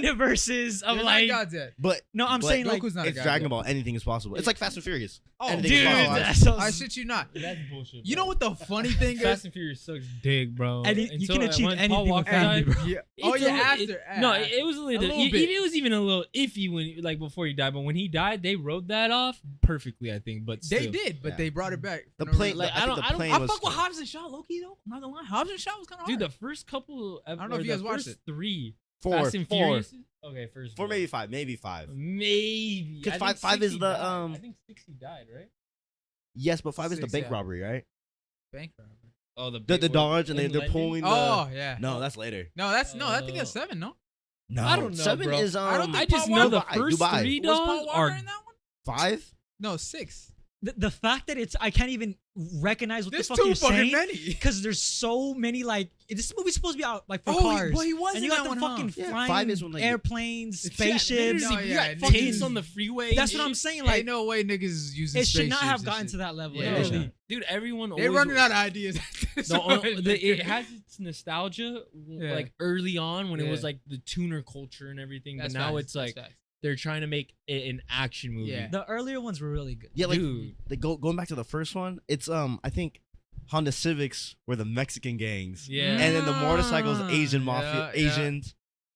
[SPEAKER 4] universes of
[SPEAKER 1] You're not
[SPEAKER 4] like.
[SPEAKER 1] gods yet.
[SPEAKER 3] But
[SPEAKER 4] No, I'm
[SPEAKER 3] but
[SPEAKER 4] saying like,
[SPEAKER 1] Goku's not a
[SPEAKER 3] it's
[SPEAKER 1] god.
[SPEAKER 3] Dragon
[SPEAKER 1] yet.
[SPEAKER 3] Ball. Anything is possible. It's like Fast and Furious.
[SPEAKER 1] Oh,
[SPEAKER 3] Anything
[SPEAKER 4] dude,
[SPEAKER 3] is
[SPEAKER 1] dude.
[SPEAKER 3] possible.
[SPEAKER 1] I-
[SPEAKER 4] that's so
[SPEAKER 1] I
[SPEAKER 4] s-
[SPEAKER 1] shit you not.
[SPEAKER 2] That's bullshit.
[SPEAKER 1] You know what the funny thing is?
[SPEAKER 2] Fast and Furious sucks dick, bro.
[SPEAKER 4] And it- you
[SPEAKER 2] Until
[SPEAKER 4] can
[SPEAKER 2] that
[SPEAKER 4] achieve
[SPEAKER 2] one Paul
[SPEAKER 4] anything with
[SPEAKER 2] Walker
[SPEAKER 4] family,
[SPEAKER 2] died,
[SPEAKER 4] bro.
[SPEAKER 1] Yeah.
[SPEAKER 2] it's
[SPEAKER 1] Oh
[SPEAKER 2] a
[SPEAKER 1] yeah,
[SPEAKER 2] little-
[SPEAKER 1] after.
[SPEAKER 2] it- no, it, it was
[SPEAKER 1] A
[SPEAKER 2] a little.
[SPEAKER 1] little
[SPEAKER 2] it,
[SPEAKER 1] bit.
[SPEAKER 2] it was even a little iffy when, like, before he died. But when he died, they rode that off perfectly, I think. But
[SPEAKER 1] they
[SPEAKER 2] still.
[SPEAKER 1] did, but
[SPEAKER 3] Yeah.
[SPEAKER 1] they brought it back.
[SPEAKER 3] The
[SPEAKER 1] for
[SPEAKER 3] plane-
[SPEAKER 1] reason.
[SPEAKER 2] Like,
[SPEAKER 3] I
[SPEAKER 2] I,
[SPEAKER 3] think
[SPEAKER 2] don't,
[SPEAKER 3] the
[SPEAKER 2] I don't,
[SPEAKER 3] plane
[SPEAKER 1] I
[SPEAKER 3] was
[SPEAKER 1] fuck with
[SPEAKER 3] cool.
[SPEAKER 1] Hobbs and Shaw, Loki though. I'm not gonna lie, Hobbs and Shaw was kind of
[SPEAKER 2] dude.
[SPEAKER 1] hard.
[SPEAKER 2] The first couple, I
[SPEAKER 1] don't know if you guys watched
[SPEAKER 2] first
[SPEAKER 1] it.
[SPEAKER 2] Three
[SPEAKER 3] Four,
[SPEAKER 2] Fast and
[SPEAKER 3] four,
[SPEAKER 2] Furious. Um, Okay, first
[SPEAKER 3] four,
[SPEAKER 2] one.
[SPEAKER 3] maybe five, maybe five.
[SPEAKER 2] Maybe
[SPEAKER 3] 'Cause
[SPEAKER 2] I think
[SPEAKER 3] five- five
[SPEAKER 2] 60
[SPEAKER 3] is the,
[SPEAKER 2] died.
[SPEAKER 3] um,
[SPEAKER 2] I think sixty died, right?
[SPEAKER 3] Yes, but five is the
[SPEAKER 1] Six,
[SPEAKER 3] bank
[SPEAKER 1] yeah.
[SPEAKER 3] robbery, right?
[SPEAKER 1] bank
[SPEAKER 2] Oh, the
[SPEAKER 3] The,
[SPEAKER 2] big
[SPEAKER 3] the
[SPEAKER 2] one.
[SPEAKER 3] Dodge and they,
[SPEAKER 2] In
[SPEAKER 3] they're
[SPEAKER 2] Legend?
[SPEAKER 3] pulling. The,
[SPEAKER 1] Oh yeah.
[SPEAKER 3] no, that's later.
[SPEAKER 1] No, that's no. I think that's
[SPEAKER 2] Uh,
[SPEAKER 1] seven. No.
[SPEAKER 3] No,
[SPEAKER 2] I don't know,
[SPEAKER 3] Seven
[SPEAKER 2] bro.
[SPEAKER 3] is um.
[SPEAKER 1] I don't
[SPEAKER 2] I
[SPEAKER 1] think
[SPEAKER 2] just
[SPEAKER 1] Paul
[SPEAKER 2] know the
[SPEAKER 3] Walker-
[SPEAKER 2] first
[SPEAKER 3] Dubai.
[SPEAKER 2] three
[SPEAKER 1] Was Paul
[SPEAKER 2] dogs
[SPEAKER 1] Walker
[SPEAKER 2] are
[SPEAKER 1] in that one?
[SPEAKER 3] five.
[SPEAKER 1] No, six.
[SPEAKER 4] the, the fact that it's I can't even recognize what
[SPEAKER 1] There's
[SPEAKER 4] the fuck
[SPEAKER 1] too
[SPEAKER 4] you're
[SPEAKER 1] fucking
[SPEAKER 4] saying
[SPEAKER 1] many.
[SPEAKER 4] because there's so many like this movie's supposed to be out like for
[SPEAKER 1] Oh, he-
[SPEAKER 4] cars.
[SPEAKER 1] well, he was in
[SPEAKER 4] and you got
[SPEAKER 1] that
[SPEAKER 4] the
[SPEAKER 1] one, huh?
[SPEAKER 4] fucking
[SPEAKER 3] Yeah,
[SPEAKER 4] flying
[SPEAKER 3] five is when, like,
[SPEAKER 4] airplanes,
[SPEAKER 2] Yeah,
[SPEAKER 4] spaceships.
[SPEAKER 1] No,
[SPEAKER 2] literally,
[SPEAKER 1] yeah,
[SPEAKER 2] you
[SPEAKER 1] niggas-
[SPEAKER 2] got fucking on the freeway.
[SPEAKER 4] That's what
[SPEAKER 2] It-
[SPEAKER 4] I'm saying.
[SPEAKER 1] Like,
[SPEAKER 4] Like
[SPEAKER 1] Ain't no way niggas is using.
[SPEAKER 4] it should not
[SPEAKER 1] spaceships
[SPEAKER 4] have
[SPEAKER 1] and
[SPEAKER 4] gotten
[SPEAKER 1] shit.
[SPEAKER 4] to that level.
[SPEAKER 1] Yeah,
[SPEAKER 2] Yeah,
[SPEAKER 1] they
[SPEAKER 4] really.
[SPEAKER 1] shouldn't.
[SPEAKER 2] dude. Everyone
[SPEAKER 1] They're
[SPEAKER 2] always
[SPEAKER 1] running out of ideas. That's
[SPEAKER 2] the,
[SPEAKER 1] what
[SPEAKER 2] on-
[SPEAKER 1] it
[SPEAKER 2] the,
[SPEAKER 1] is.
[SPEAKER 2] it has its nostalgia w
[SPEAKER 1] Yeah.
[SPEAKER 2] like early on when it was
[SPEAKER 1] Yeah.
[SPEAKER 2] like the tuner culture and everything
[SPEAKER 1] That's
[SPEAKER 2] but now
[SPEAKER 1] facts,
[SPEAKER 2] it's
[SPEAKER 1] that's
[SPEAKER 2] like
[SPEAKER 1] facts.
[SPEAKER 2] they're trying to make it an action movie
[SPEAKER 1] Yeah.
[SPEAKER 4] The earlier ones were really good.
[SPEAKER 3] Yeah, like
[SPEAKER 2] dude
[SPEAKER 3] the go, going back to the first one. It's um. I think Honda Civics were the Mexican gangs,
[SPEAKER 2] yeah
[SPEAKER 3] and then the motorcycles
[SPEAKER 1] Ah,
[SPEAKER 3] Asian mafia,
[SPEAKER 1] yeah, yeah.
[SPEAKER 3] Asians,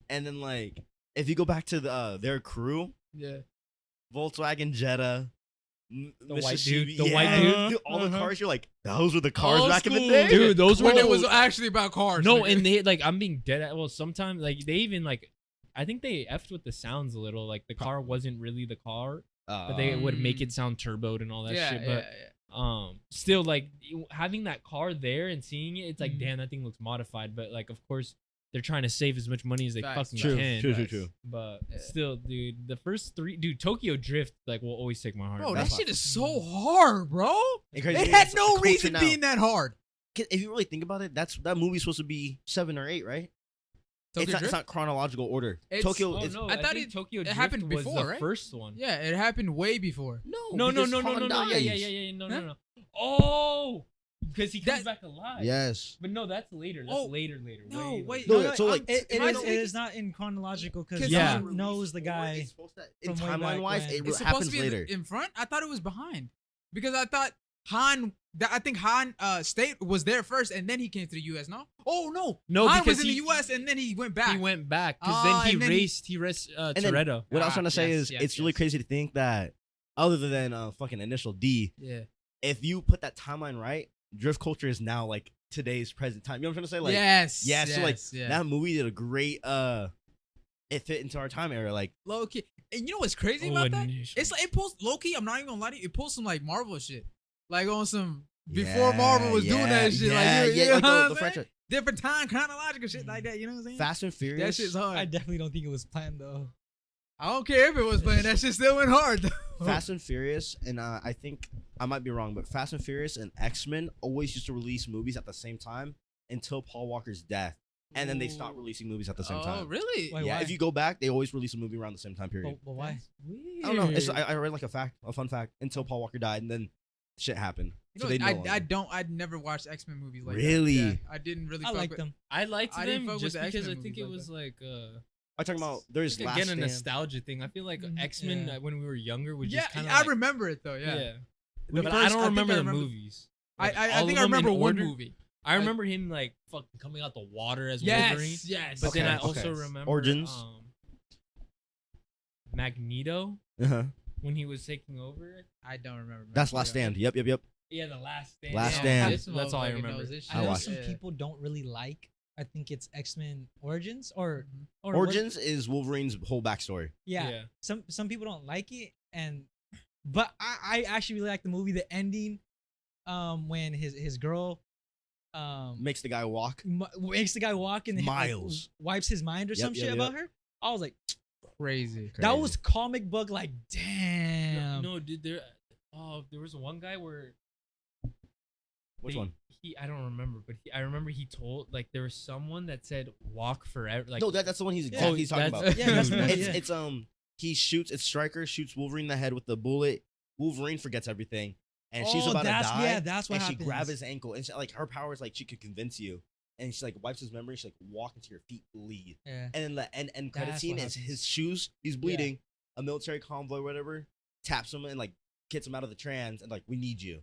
[SPEAKER 3] and then like if you go back to the uh, their crew,
[SPEAKER 1] yeah.
[SPEAKER 3] Volkswagen Jetta.
[SPEAKER 2] The white dude- the white
[SPEAKER 4] dude.
[SPEAKER 3] all the
[SPEAKER 2] Uh-huh.
[SPEAKER 3] cars. You're like, those were the cars
[SPEAKER 1] Old
[SPEAKER 3] back in the
[SPEAKER 1] school.
[SPEAKER 3] day,
[SPEAKER 2] Dude, those were
[SPEAKER 1] When
[SPEAKER 2] the-
[SPEAKER 1] it was
[SPEAKER 4] Uh,
[SPEAKER 1] actually about cars.
[SPEAKER 2] no
[SPEAKER 1] nigga.
[SPEAKER 2] and they like i'm being dead at well sometimes like they even like i think they effed with the sounds a little like the car wasn't really the car but they would make
[SPEAKER 1] Um,
[SPEAKER 2] it sound turboed and all that
[SPEAKER 1] yeah,
[SPEAKER 2] shit
[SPEAKER 1] yeah,
[SPEAKER 2] but
[SPEAKER 1] yeah.
[SPEAKER 2] um still like you- having that car there and seeing it it's like
[SPEAKER 1] Mhm.
[SPEAKER 2] damn that thing looks modified but like of course they're trying to save as much money as they
[SPEAKER 1] Facts,
[SPEAKER 2] fucking
[SPEAKER 1] true,
[SPEAKER 2] can
[SPEAKER 3] true, true,
[SPEAKER 2] Facts.
[SPEAKER 3] true.
[SPEAKER 2] but
[SPEAKER 1] Yeah.
[SPEAKER 2] still dude the first three dude tokyo drift like will always take my heart
[SPEAKER 1] Bro, that
[SPEAKER 2] back.
[SPEAKER 3] That's
[SPEAKER 1] shit
[SPEAKER 3] why-
[SPEAKER 1] is so hard, bro.
[SPEAKER 3] It
[SPEAKER 1] It had no reason being that hard.
[SPEAKER 3] If you really think about it, that's that movie's supposed to be seven or eight, right? it's, not, it's not chronological order.
[SPEAKER 1] It's-
[SPEAKER 3] Tokyo
[SPEAKER 2] oh,
[SPEAKER 3] is
[SPEAKER 2] no,
[SPEAKER 1] I
[SPEAKER 2] I,
[SPEAKER 1] thought
[SPEAKER 2] thought
[SPEAKER 1] it-
[SPEAKER 2] tokyo
[SPEAKER 1] it
[SPEAKER 2] drift
[SPEAKER 1] happened
[SPEAKER 2] was
[SPEAKER 1] before,
[SPEAKER 2] the
[SPEAKER 1] right?
[SPEAKER 2] first one
[SPEAKER 1] yeah, it happened way before.
[SPEAKER 3] no,
[SPEAKER 2] no no
[SPEAKER 3] because
[SPEAKER 2] no no no
[SPEAKER 3] Han
[SPEAKER 2] no yeah yeah
[SPEAKER 3] dies.
[SPEAKER 2] yeah yeah no
[SPEAKER 1] Huh?
[SPEAKER 2] no no oh because he comes
[SPEAKER 1] That-
[SPEAKER 2] back alive
[SPEAKER 3] Yes.
[SPEAKER 2] but no that's later that's
[SPEAKER 1] Oh,
[SPEAKER 2] later later
[SPEAKER 1] no,
[SPEAKER 2] way
[SPEAKER 1] wait,
[SPEAKER 2] later.
[SPEAKER 3] No, so,
[SPEAKER 1] I'm-
[SPEAKER 3] like,
[SPEAKER 4] It, it,
[SPEAKER 1] am I
[SPEAKER 4] is,
[SPEAKER 1] the
[SPEAKER 4] it
[SPEAKER 1] weakest?
[SPEAKER 4] is not in chronological because
[SPEAKER 1] Because
[SPEAKER 2] Yeah.
[SPEAKER 4] yeah. knows the guy.
[SPEAKER 3] In
[SPEAKER 4] from way back
[SPEAKER 3] timeline wise,
[SPEAKER 4] when.
[SPEAKER 3] it
[SPEAKER 1] it's supposed to
[SPEAKER 3] happens
[SPEAKER 1] be
[SPEAKER 3] later.
[SPEAKER 1] in front. I thought it was behind because I thought Han. That I think Han uh, State was there first, and then he came to the U.S. No, oh no,
[SPEAKER 2] No,
[SPEAKER 1] Han was
[SPEAKER 2] because
[SPEAKER 1] in
[SPEAKER 2] he-
[SPEAKER 1] the U.S. and then he went back.
[SPEAKER 2] he went back because
[SPEAKER 1] Ah,
[SPEAKER 2] then he
[SPEAKER 1] and then he-
[SPEAKER 2] raced he raced uh
[SPEAKER 3] And then-
[SPEAKER 2] toretto
[SPEAKER 3] what I was
[SPEAKER 1] Ah,
[SPEAKER 3] trying to say
[SPEAKER 1] yes,
[SPEAKER 3] is,
[SPEAKER 1] yes,
[SPEAKER 3] it's really
[SPEAKER 1] yes.
[SPEAKER 3] crazy to think that other than uh, fucking initial D,
[SPEAKER 1] yeah,
[SPEAKER 3] if you put that timeline right, drift culture is now like today's present time. You know what I'm trying to say? Like
[SPEAKER 1] yes,
[SPEAKER 3] yeah, so, like,
[SPEAKER 1] yes, yeah.
[SPEAKER 3] that movie did a great. uh It fit into our time era. Like
[SPEAKER 1] low key. And you know what's crazy
[SPEAKER 2] Oh,
[SPEAKER 1] about that?
[SPEAKER 2] initial.
[SPEAKER 1] It's like it pulls low key. I'm not even gonna lie to you. It pulls some like Marvel shit, like on some before Marvel was doing that shit.
[SPEAKER 3] Yeah,
[SPEAKER 1] like, you,
[SPEAKER 3] yeah,
[SPEAKER 1] you
[SPEAKER 3] like
[SPEAKER 1] know what
[SPEAKER 3] the-
[SPEAKER 1] I'm
[SPEAKER 3] the
[SPEAKER 1] saying?
[SPEAKER 3] franchise.
[SPEAKER 1] different Mm. time chronological shit like that. You know what I'm saying?
[SPEAKER 3] Fast and Furious.
[SPEAKER 1] that shit's hard.
[SPEAKER 4] I definitely don't think it was planned though.
[SPEAKER 1] I don't care if it was playing. That shit still went hard. though.
[SPEAKER 3] Fast and Furious, and uh, I think I might be wrong, but Fast and Furious and X Men always used to release movies at the same time until Paul Walker's death, and then they stopped releasing movies at the same
[SPEAKER 1] oh,
[SPEAKER 3] time.
[SPEAKER 1] really?
[SPEAKER 4] Wait,
[SPEAKER 3] yeah,
[SPEAKER 4] why? Oh,
[SPEAKER 3] if you go back, they always release a movie around the same time period.
[SPEAKER 1] Oh,
[SPEAKER 4] But, but why?
[SPEAKER 2] Weird.
[SPEAKER 3] I don't know. It's, I, I read like a fact, a fun fact, until Paul Walker died, and then shit happened.
[SPEAKER 1] You
[SPEAKER 3] so
[SPEAKER 1] know,
[SPEAKER 3] they no
[SPEAKER 1] I,
[SPEAKER 3] longer-
[SPEAKER 1] I don't. I never watched X Men movies like
[SPEAKER 3] Really?
[SPEAKER 1] that. Yeah, I didn't really.
[SPEAKER 4] I
[SPEAKER 1] fuck
[SPEAKER 4] like
[SPEAKER 1] with-
[SPEAKER 4] them.
[SPEAKER 2] I liked
[SPEAKER 1] I didn't
[SPEAKER 2] them
[SPEAKER 1] fuck with
[SPEAKER 2] just
[SPEAKER 1] the
[SPEAKER 2] because I
[SPEAKER 1] X-Men
[SPEAKER 2] think
[SPEAKER 1] movies
[SPEAKER 2] it
[SPEAKER 1] like
[SPEAKER 2] was like uh,
[SPEAKER 3] I'm talking about there's
[SPEAKER 2] like,
[SPEAKER 3] last
[SPEAKER 2] again a
[SPEAKER 3] stand.
[SPEAKER 2] nostalgia thing. I feel like
[SPEAKER 1] Mm,
[SPEAKER 4] Mhm.
[SPEAKER 2] X Men
[SPEAKER 4] Yeah.
[SPEAKER 2] when we were younger would
[SPEAKER 1] Yeah,
[SPEAKER 2] just kind of.
[SPEAKER 1] I
[SPEAKER 2] like,
[SPEAKER 1] remember it though. Yeah.
[SPEAKER 3] The
[SPEAKER 2] But
[SPEAKER 3] first-
[SPEAKER 2] I don't
[SPEAKER 1] I think
[SPEAKER 2] remember
[SPEAKER 1] I
[SPEAKER 2] the
[SPEAKER 1] remember-
[SPEAKER 2] movies.
[SPEAKER 1] I
[SPEAKER 2] Like,
[SPEAKER 1] I,
[SPEAKER 2] all
[SPEAKER 1] I think
[SPEAKER 2] of
[SPEAKER 1] I
[SPEAKER 2] them in
[SPEAKER 1] remember one
[SPEAKER 2] order.
[SPEAKER 1] movie.
[SPEAKER 2] I
[SPEAKER 1] I-
[SPEAKER 2] remember him like fucking coming out the water as Wolverine.
[SPEAKER 1] Yes. Yes.
[SPEAKER 2] But then
[SPEAKER 3] Okay,
[SPEAKER 2] I also
[SPEAKER 3] okay.
[SPEAKER 2] remember
[SPEAKER 3] Origins.
[SPEAKER 2] Um, Magneto
[SPEAKER 3] Uh-huh.
[SPEAKER 2] when he was taking over.
[SPEAKER 1] I don't remember.
[SPEAKER 3] That's Last Stand. Yep, yep, yep.
[SPEAKER 2] Yeah, the last stand.
[SPEAKER 3] Last
[SPEAKER 2] Yeah,
[SPEAKER 3] Stand.
[SPEAKER 2] That's, that's all I remember.
[SPEAKER 4] I
[SPEAKER 3] I
[SPEAKER 4] know
[SPEAKER 3] watched
[SPEAKER 4] some people don't really like. I think it's X Men Origins or or what-
[SPEAKER 3] Origins is Wolverine's whole backstory.
[SPEAKER 4] yeah. Some some people don't like it, and but I I actually really like the movie. The ending, um, when his his girl, um,
[SPEAKER 3] Makes the guy walk.
[SPEAKER 4] mi- makes the guy walk and then, like,
[SPEAKER 3] Miles.
[SPEAKER 4] wipes his mind or
[SPEAKER 3] Yep,
[SPEAKER 4] some
[SPEAKER 3] yep,
[SPEAKER 4] shit
[SPEAKER 3] yep.
[SPEAKER 4] about her. I was like,
[SPEAKER 1] Crazy.
[SPEAKER 4] that
[SPEAKER 3] Crazy.
[SPEAKER 4] was comic book. Like,
[SPEAKER 3] Um,
[SPEAKER 4] damn.
[SPEAKER 2] No, dude, there. Oh, there was one guy where
[SPEAKER 3] which
[SPEAKER 2] they-
[SPEAKER 3] one?
[SPEAKER 2] he I don't remember, but he, I remember he told like there was someone that said walk forever. Like Oh,
[SPEAKER 3] no, that, that's the one he's
[SPEAKER 4] Yeah.
[SPEAKER 3] exactly he's talking
[SPEAKER 2] that's-
[SPEAKER 3] about.
[SPEAKER 4] Yeah, that's
[SPEAKER 2] Dude,
[SPEAKER 4] the one,
[SPEAKER 3] it's
[SPEAKER 4] yeah.
[SPEAKER 3] it's um he shoots it's striker shoots Wolverine in the head with the bullet. Wolverine forgets everything, and she's
[SPEAKER 4] Oh,
[SPEAKER 3] about to
[SPEAKER 4] that's,
[SPEAKER 3] die.
[SPEAKER 4] Yeah, that's what
[SPEAKER 3] and
[SPEAKER 4] happens.
[SPEAKER 3] she grabs his ankle, and she, like her power is like she could convince you, and she like wipes his memory. She like walk into your feet, bleed,
[SPEAKER 4] Yeah.
[SPEAKER 3] and then the end end credit
[SPEAKER 4] That's
[SPEAKER 3] scene
[SPEAKER 4] what
[SPEAKER 3] is
[SPEAKER 4] happens.
[SPEAKER 3] his shoes. He's bleeding. A military convoy, whatever, taps him and like gets him out of the trans, and like we need you.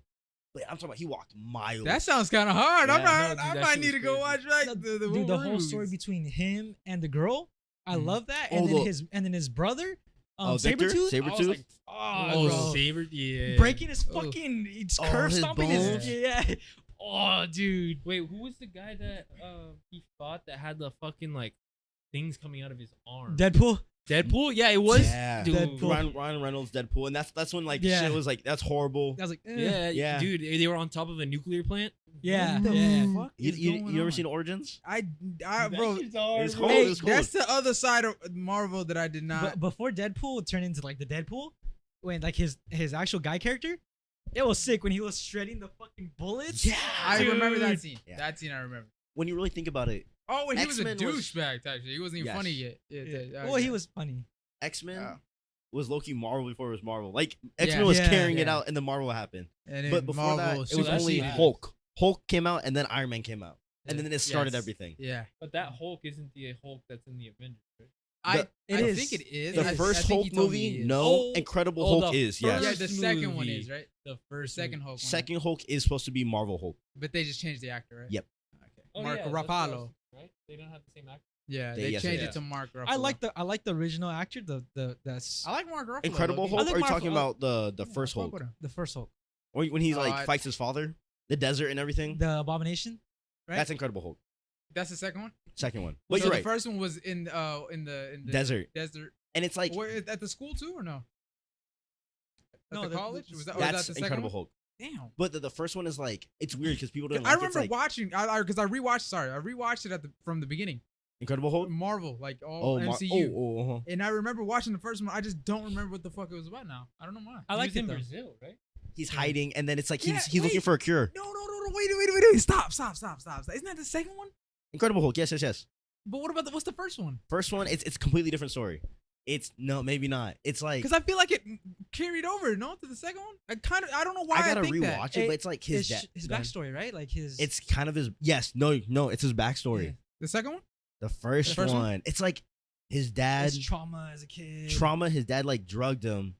[SPEAKER 3] But I'm talking about he walked miles.
[SPEAKER 1] That sounds kind of hard. I'm
[SPEAKER 2] Yeah,
[SPEAKER 1] not.
[SPEAKER 2] no, dude,
[SPEAKER 1] I
[SPEAKER 2] that
[SPEAKER 1] might
[SPEAKER 2] shit
[SPEAKER 1] need
[SPEAKER 2] was
[SPEAKER 1] to go watch
[SPEAKER 2] crazy.
[SPEAKER 1] like
[SPEAKER 4] No,
[SPEAKER 1] the, the
[SPEAKER 4] dude, the whole
[SPEAKER 1] Wolverine
[SPEAKER 4] story
[SPEAKER 1] movies.
[SPEAKER 4] between him and the girl. I
[SPEAKER 1] Mhm.
[SPEAKER 4] love that.
[SPEAKER 3] Oh,
[SPEAKER 4] And then
[SPEAKER 3] the-
[SPEAKER 4] his and then his brother, um,
[SPEAKER 3] oh, Victor,
[SPEAKER 4] Sabretooth,
[SPEAKER 2] I was
[SPEAKER 3] Sabretooth,
[SPEAKER 2] like,
[SPEAKER 4] Oh,
[SPEAKER 2] oh,
[SPEAKER 4] bro.
[SPEAKER 2] saber, yeah.
[SPEAKER 4] breaking his
[SPEAKER 1] Ugh.
[SPEAKER 4] fucking it's
[SPEAKER 3] Oh,
[SPEAKER 4] curve
[SPEAKER 3] his
[SPEAKER 4] stomping
[SPEAKER 1] bones.
[SPEAKER 4] his yeah. Oh, dude.
[SPEAKER 2] Wait, who was the guy that uh, he fought that had the fucking like things coming out of his arm?
[SPEAKER 4] Deadpool.
[SPEAKER 2] Deadpool? Yeah, it was.
[SPEAKER 3] Yeah.
[SPEAKER 2] Dude.
[SPEAKER 4] Deadpool.
[SPEAKER 3] Ryan, Ryan Reynolds, Deadpool, and that's that's when like
[SPEAKER 4] Yeah.
[SPEAKER 3] shit was like that's horrible.
[SPEAKER 4] I was like, eh.
[SPEAKER 2] Yeah,
[SPEAKER 3] Yeah.
[SPEAKER 2] dude, they were on top of a nuclear plant.
[SPEAKER 4] yeah,
[SPEAKER 1] What the
[SPEAKER 4] yeah.
[SPEAKER 1] fuck
[SPEAKER 3] you
[SPEAKER 1] is
[SPEAKER 3] you,
[SPEAKER 1] going
[SPEAKER 3] you ever
[SPEAKER 1] on?
[SPEAKER 3] seen Origins?
[SPEAKER 1] I,
[SPEAKER 3] Ah,
[SPEAKER 1] I
[SPEAKER 2] That
[SPEAKER 1] bro.
[SPEAKER 2] shit's hard,
[SPEAKER 3] it's
[SPEAKER 2] bro.
[SPEAKER 3] hard.
[SPEAKER 1] Hey,
[SPEAKER 3] it's cool.
[SPEAKER 1] that's the other side of Marvel that I did
[SPEAKER 4] But
[SPEAKER 1] not.
[SPEAKER 4] before Deadpool turned into like the Deadpool, when like his his actual guy character, it was sick when he was shredding the fucking bullets.
[SPEAKER 1] I remember that
[SPEAKER 2] Dude.
[SPEAKER 1] scene.
[SPEAKER 3] Yeah.
[SPEAKER 1] That scene I remember.
[SPEAKER 3] When you really think about it,
[SPEAKER 1] Oh, wait, he was
[SPEAKER 3] X-Men
[SPEAKER 1] a
[SPEAKER 3] was-
[SPEAKER 1] douchebag. Actually, he wasn't even
[SPEAKER 3] Yes.
[SPEAKER 1] funny yet. Yeah,
[SPEAKER 4] Yeah.
[SPEAKER 1] yeah,
[SPEAKER 4] Well,
[SPEAKER 1] okay.
[SPEAKER 4] he was funny.
[SPEAKER 3] X Men
[SPEAKER 1] Yeah.
[SPEAKER 3] was Loki Marvel before it was Marvel. Like
[SPEAKER 1] Yeah.
[SPEAKER 3] X Men was
[SPEAKER 4] Yeah.
[SPEAKER 3] carrying it
[SPEAKER 1] Yeah.
[SPEAKER 3] out, and then Marvel happened.
[SPEAKER 1] And then
[SPEAKER 3] But before
[SPEAKER 1] Marvel
[SPEAKER 3] that, it was
[SPEAKER 1] superseded
[SPEAKER 2] that's
[SPEAKER 3] only
[SPEAKER 2] bad.
[SPEAKER 3] Hulk. Hulk came out, and then Iron Man came out, and
[SPEAKER 1] Yeah.
[SPEAKER 3] then it started
[SPEAKER 1] Yes.
[SPEAKER 3] everything.
[SPEAKER 1] Yeah,
[SPEAKER 2] But that Hulk isn't the Hulk that's in the Avengers. Right?
[SPEAKER 1] I, I
[SPEAKER 3] The-
[SPEAKER 4] It is.
[SPEAKER 1] think it is.
[SPEAKER 3] The
[SPEAKER 1] I- I
[SPEAKER 3] first
[SPEAKER 1] think
[SPEAKER 3] Hulk
[SPEAKER 1] he told me
[SPEAKER 3] movie,
[SPEAKER 1] it is.
[SPEAKER 3] no.
[SPEAKER 2] Oh,
[SPEAKER 3] Incredible
[SPEAKER 2] oh,
[SPEAKER 3] Hulk
[SPEAKER 2] the
[SPEAKER 3] is yes.
[SPEAKER 1] Yeah, the
[SPEAKER 2] First
[SPEAKER 1] second one
[SPEAKER 2] movie.
[SPEAKER 1] is right.
[SPEAKER 2] The first
[SPEAKER 1] Second
[SPEAKER 2] movie.
[SPEAKER 1] Hulk. one.
[SPEAKER 3] Second Hulk is supposed to be Marvel Hulk.
[SPEAKER 1] But they just changed the actor, right?
[SPEAKER 3] Yep.
[SPEAKER 1] Okay.
[SPEAKER 2] Oh,
[SPEAKER 1] Mark
[SPEAKER 2] yeah, that's what I was
[SPEAKER 1] Rapallo.
[SPEAKER 2] thinking, Right? They don't have the same actor.
[SPEAKER 1] Yeah,
[SPEAKER 3] They-
[SPEAKER 1] they
[SPEAKER 3] yes,
[SPEAKER 1] changed
[SPEAKER 2] yeah.
[SPEAKER 1] it to Mark Ruffalo.
[SPEAKER 4] I like the I like the original actor, the the that's
[SPEAKER 1] I like Mark Ruffalo.
[SPEAKER 3] Incredible
[SPEAKER 1] low-key.
[SPEAKER 3] Hulk.
[SPEAKER 4] think
[SPEAKER 3] Are you
[SPEAKER 4] Marvel-
[SPEAKER 3] talking about the the
[SPEAKER 1] Yeah,
[SPEAKER 3] first
[SPEAKER 1] I fuck
[SPEAKER 3] Hulk?
[SPEAKER 1] with him.
[SPEAKER 4] the first Hulk,
[SPEAKER 3] Or when he
[SPEAKER 1] Oh,
[SPEAKER 3] like
[SPEAKER 1] I-
[SPEAKER 3] fights his father, the desert and everything.
[SPEAKER 4] the Abomination. right?
[SPEAKER 3] That's Incredible Hulk.
[SPEAKER 1] That's the second one.
[SPEAKER 3] Second one. But
[SPEAKER 1] so
[SPEAKER 3] you're
[SPEAKER 1] the
[SPEAKER 3] right.
[SPEAKER 1] first one was in uh in the in the
[SPEAKER 3] desert,
[SPEAKER 1] desert.
[SPEAKER 3] and it's like
[SPEAKER 1] Where- at the school too or no? At
[SPEAKER 4] No,
[SPEAKER 1] the
[SPEAKER 4] the-
[SPEAKER 1] college was oh, that, or was
[SPEAKER 3] that's
[SPEAKER 1] that the
[SPEAKER 3] Incredible
[SPEAKER 1] second
[SPEAKER 3] Hulk.
[SPEAKER 1] one? Damn.
[SPEAKER 3] But the, the first one is like it's weird because people don't.
[SPEAKER 1] I
[SPEAKER 3] like it. It's
[SPEAKER 1] remember
[SPEAKER 3] like,
[SPEAKER 1] watching, I because I, rewatched. Sorry, I rewatched it at the from the beginning.
[SPEAKER 3] Incredible Hulk.
[SPEAKER 1] Marvel, like all
[SPEAKER 3] Oh, Mar-
[SPEAKER 1] MCU.
[SPEAKER 3] oh, oh, uh-huh.
[SPEAKER 1] And I remember watching the first one. I just don't remember what the fuck it was about now. I don't know why.
[SPEAKER 4] I
[SPEAKER 2] He
[SPEAKER 4] like
[SPEAKER 2] was
[SPEAKER 4] it
[SPEAKER 2] in
[SPEAKER 4] though.
[SPEAKER 2] Brazil, right?
[SPEAKER 3] he's hiding, and then it's like he's
[SPEAKER 1] Yeah,
[SPEAKER 3] he's looking
[SPEAKER 1] wait.
[SPEAKER 3] for a cure.
[SPEAKER 1] No, no, no, no. Wait, wait, wait, wait. Stop, stop, stop, stop. stop. Isn't that the second one?
[SPEAKER 3] Incredible Hulk. Yes, yes, yes.
[SPEAKER 1] But what about the, what's the first one?
[SPEAKER 3] First one, it's it's completely different story. It's no, maybe not. It's like
[SPEAKER 1] Because I feel like it carried over, no, to the second one. I kind of, I don't know why
[SPEAKER 3] I
[SPEAKER 1] I,
[SPEAKER 3] gotta
[SPEAKER 1] think
[SPEAKER 3] rewatch
[SPEAKER 1] that.
[SPEAKER 3] it,
[SPEAKER 4] It-
[SPEAKER 3] but it's like
[SPEAKER 4] his
[SPEAKER 3] his
[SPEAKER 4] sh-
[SPEAKER 3] dad.
[SPEAKER 4] his backstory, right? Like his
[SPEAKER 3] It's kind of his yes, no, no. It's his backstory.
[SPEAKER 4] Yeah.
[SPEAKER 1] The second one?
[SPEAKER 3] The first,
[SPEAKER 1] The first
[SPEAKER 3] one,
[SPEAKER 1] one?
[SPEAKER 3] it's like his dad
[SPEAKER 4] his trauma as a kid.
[SPEAKER 3] trauma. His dad like drugged him.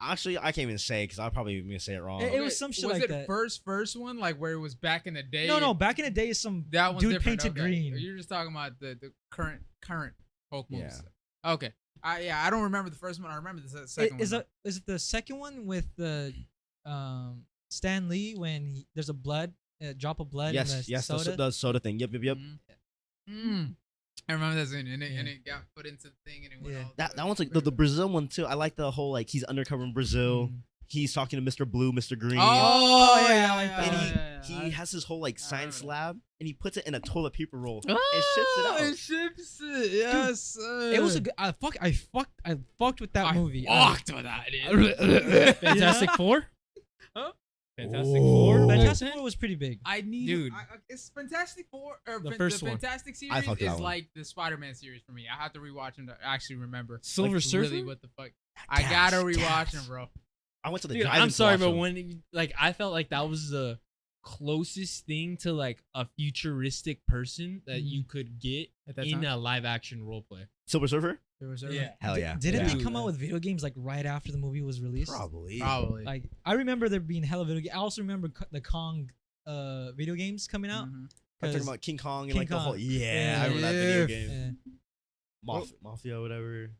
[SPEAKER 3] Actually, I can't even say because I'll probably even say it wrong.
[SPEAKER 4] It- it
[SPEAKER 1] Okay,
[SPEAKER 4] was some shit
[SPEAKER 1] was
[SPEAKER 4] like
[SPEAKER 1] it
[SPEAKER 4] that.
[SPEAKER 1] First, first one, like where it was back in the day.
[SPEAKER 4] No, no. Back in the day, is some
[SPEAKER 1] that one's
[SPEAKER 4] dude
[SPEAKER 1] different.
[SPEAKER 4] painted
[SPEAKER 1] okay.
[SPEAKER 4] green.
[SPEAKER 1] You're just talking about the, the current current Hulk movies.
[SPEAKER 3] Yeah.
[SPEAKER 1] Okay, I yeah, I don't remember the first one. I remember the se-
[SPEAKER 4] I-
[SPEAKER 1] second
[SPEAKER 4] is
[SPEAKER 1] one.
[SPEAKER 4] it is it the second one with the um Stan Lee when he, there's a blood a drop of blood in
[SPEAKER 3] yes,
[SPEAKER 4] the
[SPEAKER 3] yes,
[SPEAKER 4] soda?
[SPEAKER 3] The, the soda thing. Yep, yep, yep.
[SPEAKER 1] Mhm. Mm. I remember that scene, and it, and
[SPEAKER 4] Yeah.
[SPEAKER 1] it got put into the thing, and it went
[SPEAKER 4] Yeah.
[SPEAKER 1] all
[SPEAKER 4] Mm.
[SPEAKER 3] That that one's like the, the Brazil one too. I like the whole like he's undercover in Brazil.
[SPEAKER 1] Mhm.
[SPEAKER 3] he's talking to Mr. Blue, Mr. Green.
[SPEAKER 1] Oh,
[SPEAKER 4] yeah,
[SPEAKER 1] yeah,
[SPEAKER 4] I like
[SPEAKER 1] yeah,
[SPEAKER 3] and he,
[SPEAKER 1] yeah,
[SPEAKER 3] he
[SPEAKER 1] yeah, yeah.
[SPEAKER 3] has his whole like
[SPEAKER 1] I
[SPEAKER 3] science
[SPEAKER 1] remember
[SPEAKER 3] lab and he puts it in a toilet paper roll.
[SPEAKER 1] Oh,
[SPEAKER 3] it
[SPEAKER 1] It ships it. Yes,
[SPEAKER 4] It was a
[SPEAKER 1] sir.
[SPEAKER 4] good. I fuck. I fucked. I fucked with that
[SPEAKER 2] I
[SPEAKER 4] movie. Mm. I-
[SPEAKER 2] Fucked with that. dude. Fantastic Four.
[SPEAKER 1] Huh?
[SPEAKER 2] Fantastic
[SPEAKER 3] Ooh.
[SPEAKER 2] Four.
[SPEAKER 4] Fantastic Four was pretty big.
[SPEAKER 1] I need.
[SPEAKER 2] Dude.
[SPEAKER 1] I, I- it's Fantastic Four or
[SPEAKER 2] The
[SPEAKER 1] fan-
[SPEAKER 2] first
[SPEAKER 1] the
[SPEAKER 2] one.
[SPEAKER 1] Fantastic
[SPEAKER 3] I
[SPEAKER 1] series
[SPEAKER 3] fucked that
[SPEAKER 1] is
[SPEAKER 3] one.
[SPEAKER 1] like the Spider-Man series for me. I have to rewatch them to actually remember.
[SPEAKER 2] Silver
[SPEAKER 1] like,
[SPEAKER 2] Surfer.
[SPEAKER 1] Really, what the fuck? I gotta rewatch them, bro.
[SPEAKER 3] I went to the
[SPEAKER 2] Dude,
[SPEAKER 3] drive-in
[SPEAKER 2] I'm
[SPEAKER 3] to
[SPEAKER 2] sorry,
[SPEAKER 3] watch
[SPEAKER 2] but
[SPEAKER 3] him.
[SPEAKER 2] when it- like I felt like that was the closest thing to like a futuristic person that you could get
[SPEAKER 1] At
[SPEAKER 2] in a live action role play.
[SPEAKER 3] Silver Surfer?
[SPEAKER 1] yeah,
[SPEAKER 3] Hell
[SPEAKER 4] Di-
[SPEAKER 3] yeah.
[SPEAKER 4] Didn't
[SPEAKER 2] Yeah.
[SPEAKER 4] they come out with video games like right after the movie was released?
[SPEAKER 3] Probably.
[SPEAKER 1] probably.
[SPEAKER 4] Like I remember there being hella video. Ga- I also remember co- the Kong uh video games coming out.
[SPEAKER 1] Mhm.
[SPEAKER 3] I'm talking
[SPEAKER 4] 'cause-
[SPEAKER 3] about King Kong and
[SPEAKER 4] King
[SPEAKER 3] like the whole
[SPEAKER 4] Kong.
[SPEAKER 3] yeah, I
[SPEAKER 4] Yeah.
[SPEAKER 3] remember that video
[SPEAKER 2] Mm-hmm.
[SPEAKER 1] Yeah.
[SPEAKER 3] game.
[SPEAKER 4] yeah.
[SPEAKER 3] Mafia, Mafia, whatever.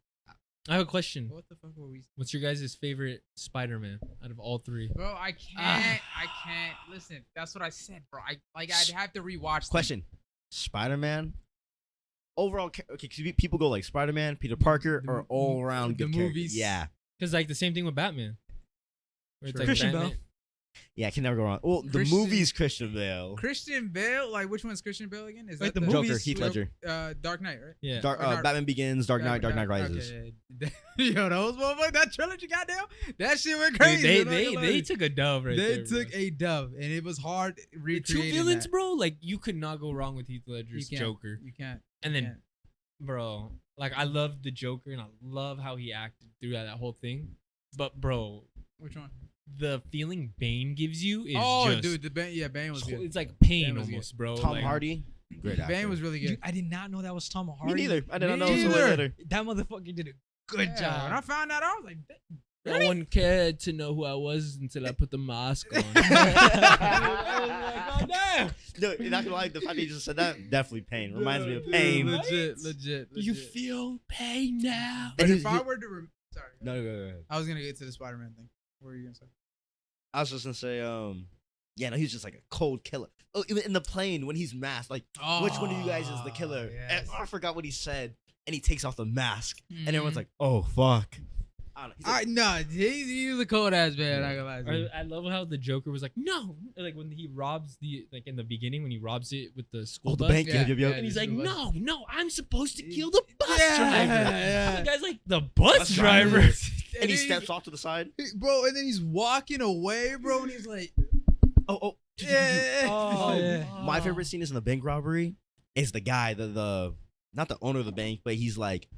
[SPEAKER 2] I have a question.
[SPEAKER 1] What the fuck were we?
[SPEAKER 2] What's your guys' favorite Spider Man out of all three?
[SPEAKER 1] Bro, I
[SPEAKER 3] Ah.
[SPEAKER 1] can't. I can't. Listen, that's what I said, bro. I like. I'd have to rewatch. them.
[SPEAKER 3] Question: Spider Man. Overall, cha- okay, 'cause pe- people go like Spider Man, Peter Parker,
[SPEAKER 1] The
[SPEAKER 3] are
[SPEAKER 1] mo-
[SPEAKER 3] all around
[SPEAKER 1] the
[SPEAKER 3] good characters.
[SPEAKER 1] movies.
[SPEAKER 3] Yeah,
[SPEAKER 2] Because like the same thing with Batman. Where
[SPEAKER 1] True.
[SPEAKER 4] Christian Bale.
[SPEAKER 3] yeah, can never go wrong. Well, the
[SPEAKER 1] Christian-
[SPEAKER 3] movies, Christian Bale,
[SPEAKER 1] Christian Bale. Like, which one's Christian Bale again? Is
[SPEAKER 4] Like
[SPEAKER 1] that the
[SPEAKER 4] the movie-
[SPEAKER 3] Joker,
[SPEAKER 4] movies-
[SPEAKER 3] Heath Ledger,
[SPEAKER 1] uh, Dark Knight, right?
[SPEAKER 2] Yeah.
[SPEAKER 3] Dark,
[SPEAKER 1] Or
[SPEAKER 3] uh,
[SPEAKER 1] Dark-
[SPEAKER 3] Batman Begins, Dark Knight, Dark Knight
[SPEAKER 1] okay,
[SPEAKER 3] Rises.
[SPEAKER 1] yeah, yeah. Yo, those motherfuckers, that trilogy, goddamn, that shit went
[SPEAKER 2] Dude,
[SPEAKER 1] crazy.
[SPEAKER 2] they
[SPEAKER 1] I'm not
[SPEAKER 2] they,
[SPEAKER 1] gonna lie to
[SPEAKER 2] they
[SPEAKER 1] you.
[SPEAKER 2] took a dove right
[SPEAKER 1] They
[SPEAKER 2] there.
[SPEAKER 1] took
[SPEAKER 2] bro.
[SPEAKER 1] a dub, and it was hard
[SPEAKER 2] The two
[SPEAKER 1] recreating
[SPEAKER 2] villains,
[SPEAKER 1] that.
[SPEAKER 2] bro. Like you could not go wrong with Heath
[SPEAKER 1] You
[SPEAKER 2] Ledger's
[SPEAKER 1] can't.
[SPEAKER 2] Joker,
[SPEAKER 1] You can't.
[SPEAKER 2] and then
[SPEAKER 1] can't.
[SPEAKER 2] bro, like I love the Joker and I love how he acted through that, that whole thing. But bro,
[SPEAKER 1] Which one?
[SPEAKER 2] the feeling Bane gives you is
[SPEAKER 1] oh,
[SPEAKER 2] just
[SPEAKER 1] dude, the Bane. Yeah, Bane was
[SPEAKER 2] tw-
[SPEAKER 1] good.
[SPEAKER 2] it's like pain
[SPEAKER 1] Bane was good.
[SPEAKER 2] almost, bro.
[SPEAKER 3] Tom
[SPEAKER 2] like,
[SPEAKER 3] Hardy, great actor.
[SPEAKER 1] Oh Bane was really
[SPEAKER 4] You-
[SPEAKER 1] good.
[SPEAKER 4] I did not know that was Tom
[SPEAKER 3] Me
[SPEAKER 4] Hardy.
[SPEAKER 3] neither. I didn't
[SPEAKER 1] Me
[SPEAKER 3] know until way
[SPEAKER 1] neither.
[SPEAKER 3] later.
[SPEAKER 4] That motherfucker did a good
[SPEAKER 1] Yeah,
[SPEAKER 4] job.
[SPEAKER 1] When I found that, out, I was like, "Damn."
[SPEAKER 2] No one cared to know who I was until I put the mask on.
[SPEAKER 1] I was like, "Oh, damn."
[SPEAKER 3] No, not gonna lie, the fact that you just said that definitely pain reminds me of
[SPEAKER 1] Dude,
[SPEAKER 3] pain.
[SPEAKER 2] Right?
[SPEAKER 1] Legit, legit, legit.
[SPEAKER 2] you feel pain now.
[SPEAKER 1] But
[SPEAKER 3] And
[SPEAKER 1] if
[SPEAKER 3] he-
[SPEAKER 1] I
[SPEAKER 3] he-
[SPEAKER 1] were to, rem- sorry,
[SPEAKER 3] No, no, no, no.
[SPEAKER 1] I was gonna get to the Spider-Man thing. What were you gonna say?
[SPEAKER 3] I was just gonna say, um, yeah, no, he's just like a cold killer. Oh, even in the plane when he's masked, like which one of you guys
[SPEAKER 1] Oh,
[SPEAKER 3] is the killer? And I forgot what he said, and he takes off the mask, and everyone's like, oh fuck. I don't know. He's
[SPEAKER 1] Mm-hmm. I
[SPEAKER 3] like,
[SPEAKER 1] no, he's he's a cold ass man. I gotta lie. to you.
[SPEAKER 2] I, I love how the Joker was like, no, like when he robs the like in the beginning when he robs it with the school
[SPEAKER 3] oh, the
[SPEAKER 2] bus,
[SPEAKER 3] bank,
[SPEAKER 1] Yeah,
[SPEAKER 3] yeah, yeah,
[SPEAKER 1] yeah.
[SPEAKER 2] and he's
[SPEAKER 1] the
[SPEAKER 2] like,
[SPEAKER 1] school
[SPEAKER 2] no,
[SPEAKER 1] bus.
[SPEAKER 2] no, I'm supposed to kill the bus
[SPEAKER 1] Yeah,
[SPEAKER 2] driver.
[SPEAKER 1] yeah.
[SPEAKER 2] The guy's like, the bus,
[SPEAKER 3] Bus driver."
[SPEAKER 2] driver.
[SPEAKER 3] And he
[SPEAKER 1] then
[SPEAKER 3] steps off to the side.
[SPEAKER 1] he's- bro, and then he's walking away, bro, and he's like,
[SPEAKER 3] Oh, oh.
[SPEAKER 1] yeah.
[SPEAKER 4] Oh, yeah.
[SPEAKER 3] My
[SPEAKER 1] Mm.
[SPEAKER 3] favorite scene is in the bank robbery. Is the guy, the the not the owner of the bank, but he's like,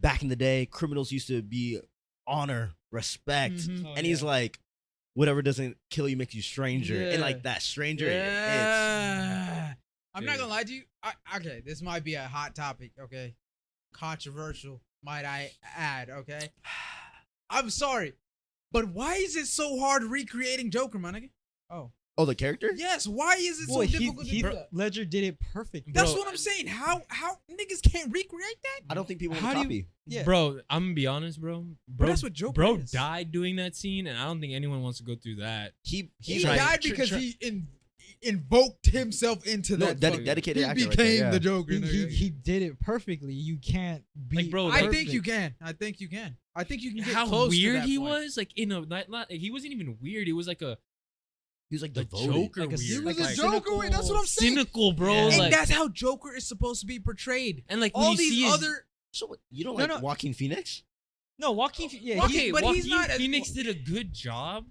[SPEAKER 3] back in the day, criminals used to be honor, respect,
[SPEAKER 1] Mhm.
[SPEAKER 2] Oh,
[SPEAKER 3] and he's like, whatever doesn't kill you makes you stranger, and
[SPEAKER 1] Yeah.
[SPEAKER 3] like that stranger, it- it's
[SPEAKER 1] Yeah. I'm not
[SPEAKER 2] Dude.
[SPEAKER 1] gonna lie to you. I, okay, this might be a hot topic. Okay, controversial, might I add? Okay, I'm sorry, but why is it so hard recreating Joker, my nigga? Oh,
[SPEAKER 3] oh the character.
[SPEAKER 1] yes. Why is it so
[SPEAKER 4] Boy, he,
[SPEAKER 1] difficult
[SPEAKER 4] he
[SPEAKER 1] to do that?
[SPEAKER 4] Ledger did it perfect.
[SPEAKER 1] That's
[SPEAKER 2] Bro,
[SPEAKER 1] what I'm saying. How how niggas can't recreate that?
[SPEAKER 3] I don't think people
[SPEAKER 4] How
[SPEAKER 3] want to
[SPEAKER 4] do you-
[SPEAKER 3] copy.
[SPEAKER 4] Yeah.
[SPEAKER 2] Bro, I'm gonna be honest, bro. Bro,
[SPEAKER 1] that's what Joker
[SPEAKER 2] bro
[SPEAKER 1] is.
[SPEAKER 2] died doing that scene, and I don't think anyone wants to go through that.
[SPEAKER 3] He
[SPEAKER 1] He
[SPEAKER 3] he's
[SPEAKER 2] tried-
[SPEAKER 3] like,
[SPEAKER 1] died
[SPEAKER 2] tr-
[SPEAKER 1] because
[SPEAKER 2] tr-
[SPEAKER 1] he in, invoked himself into
[SPEAKER 3] no,
[SPEAKER 1] that.
[SPEAKER 3] ded-
[SPEAKER 1] fucking- he
[SPEAKER 3] dedicated
[SPEAKER 1] became
[SPEAKER 3] actor. right there, yeah.
[SPEAKER 1] the Joker.
[SPEAKER 4] He, he,
[SPEAKER 1] nigga.
[SPEAKER 4] he did it perfectly. You can't be.
[SPEAKER 2] Like, bro,
[SPEAKER 1] I
[SPEAKER 2] Oh, like-
[SPEAKER 1] think you can. I think you can. I think you can get
[SPEAKER 2] How
[SPEAKER 1] close to
[SPEAKER 2] weird
[SPEAKER 1] that
[SPEAKER 2] he
[SPEAKER 1] point.
[SPEAKER 2] was, like in a not, not he wasn't even weird. He was like a
[SPEAKER 3] he was like
[SPEAKER 2] the
[SPEAKER 3] devoted.
[SPEAKER 2] Joker
[SPEAKER 4] Like a-
[SPEAKER 1] He
[SPEAKER 2] weird,
[SPEAKER 1] was
[SPEAKER 2] like,
[SPEAKER 1] a
[SPEAKER 2] like,
[SPEAKER 1] Joker. wait, that's what I'm saying.
[SPEAKER 2] cynical, bro.
[SPEAKER 1] And
[SPEAKER 2] Like,
[SPEAKER 1] that's how Joker is supposed to be portrayed.
[SPEAKER 2] and like when
[SPEAKER 1] All
[SPEAKER 2] you see
[SPEAKER 1] these
[SPEAKER 2] his-
[SPEAKER 1] other
[SPEAKER 3] So what, you don't
[SPEAKER 4] No,
[SPEAKER 3] like
[SPEAKER 4] no.
[SPEAKER 3] Joaquin Phoenix?
[SPEAKER 4] no, Joaquin. Ph- Yeah,
[SPEAKER 1] Joaquin-
[SPEAKER 4] he,
[SPEAKER 2] okay,
[SPEAKER 1] but
[SPEAKER 2] Joaquin
[SPEAKER 1] he's not as-
[SPEAKER 2] Phoenix did a good job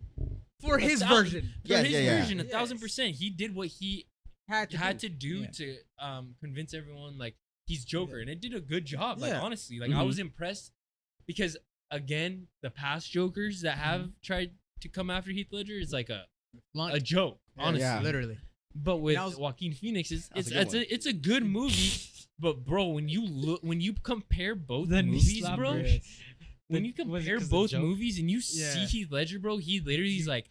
[SPEAKER 1] for
[SPEAKER 2] A
[SPEAKER 1] his
[SPEAKER 2] thousand-
[SPEAKER 1] version
[SPEAKER 2] for
[SPEAKER 3] Yeah,
[SPEAKER 2] his
[SPEAKER 3] yeah, yeah.
[SPEAKER 2] version. A thousand
[SPEAKER 1] Yes.
[SPEAKER 2] percent, he did what he
[SPEAKER 1] had to.
[SPEAKER 2] had
[SPEAKER 1] do.
[SPEAKER 2] to do
[SPEAKER 1] Yeah.
[SPEAKER 2] to um convince everyone like he's Joker, and it did a good job. Like
[SPEAKER 1] Yeah.
[SPEAKER 2] honestly, like I
[SPEAKER 3] Mhm.
[SPEAKER 2] was impressed because again, the past Jokers
[SPEAKER 1] Mm-hmm.
[SPEAKER 2] that have tried to come after Heath Ledger is like a
[SPEAKER 1] Blunt.
[SPEAKER 2] a joke, honestly.
[SPEAKER 3] Yeah.
[SPEAKER 1] literally.
[SPEAKER 2] But with
[SPEAKER 1] That was-
[SPEAKER 2] Joaquin Phoenix, it's
[SPEAKER 3] That's
[SPEAKER 2] it's
[SPEAKER 3] a
[SPEAKER 2] a
[SPEAKER 3] good
[SPEAKER 2] it's,
[SPEAKER 3] one.
[SPEAKER 2] a, it's a good movie. But bro, when you look when you compare both
[SPEAKER 4] the
[SPEAKER 2] movies,
[SPEAKER 4] slap
[SPEAKER 2] bro,
[SPEAKER 4] wrist.
[SPEAKER 2] when
[SPEAKER 4] The-
[SPEAKER 2] you
[SPEAKER 4] was it
[SPEAKER 2] compare
[SPEAKER 4] 'cause the
[SPEAKER 2] both
[SPEAKER 4] joke?
[SPEAKER 2] movies and you
[SPEAKER 1] Yeah.
[SPEAKER 2] see Heath Ledger, bro, he literally is like,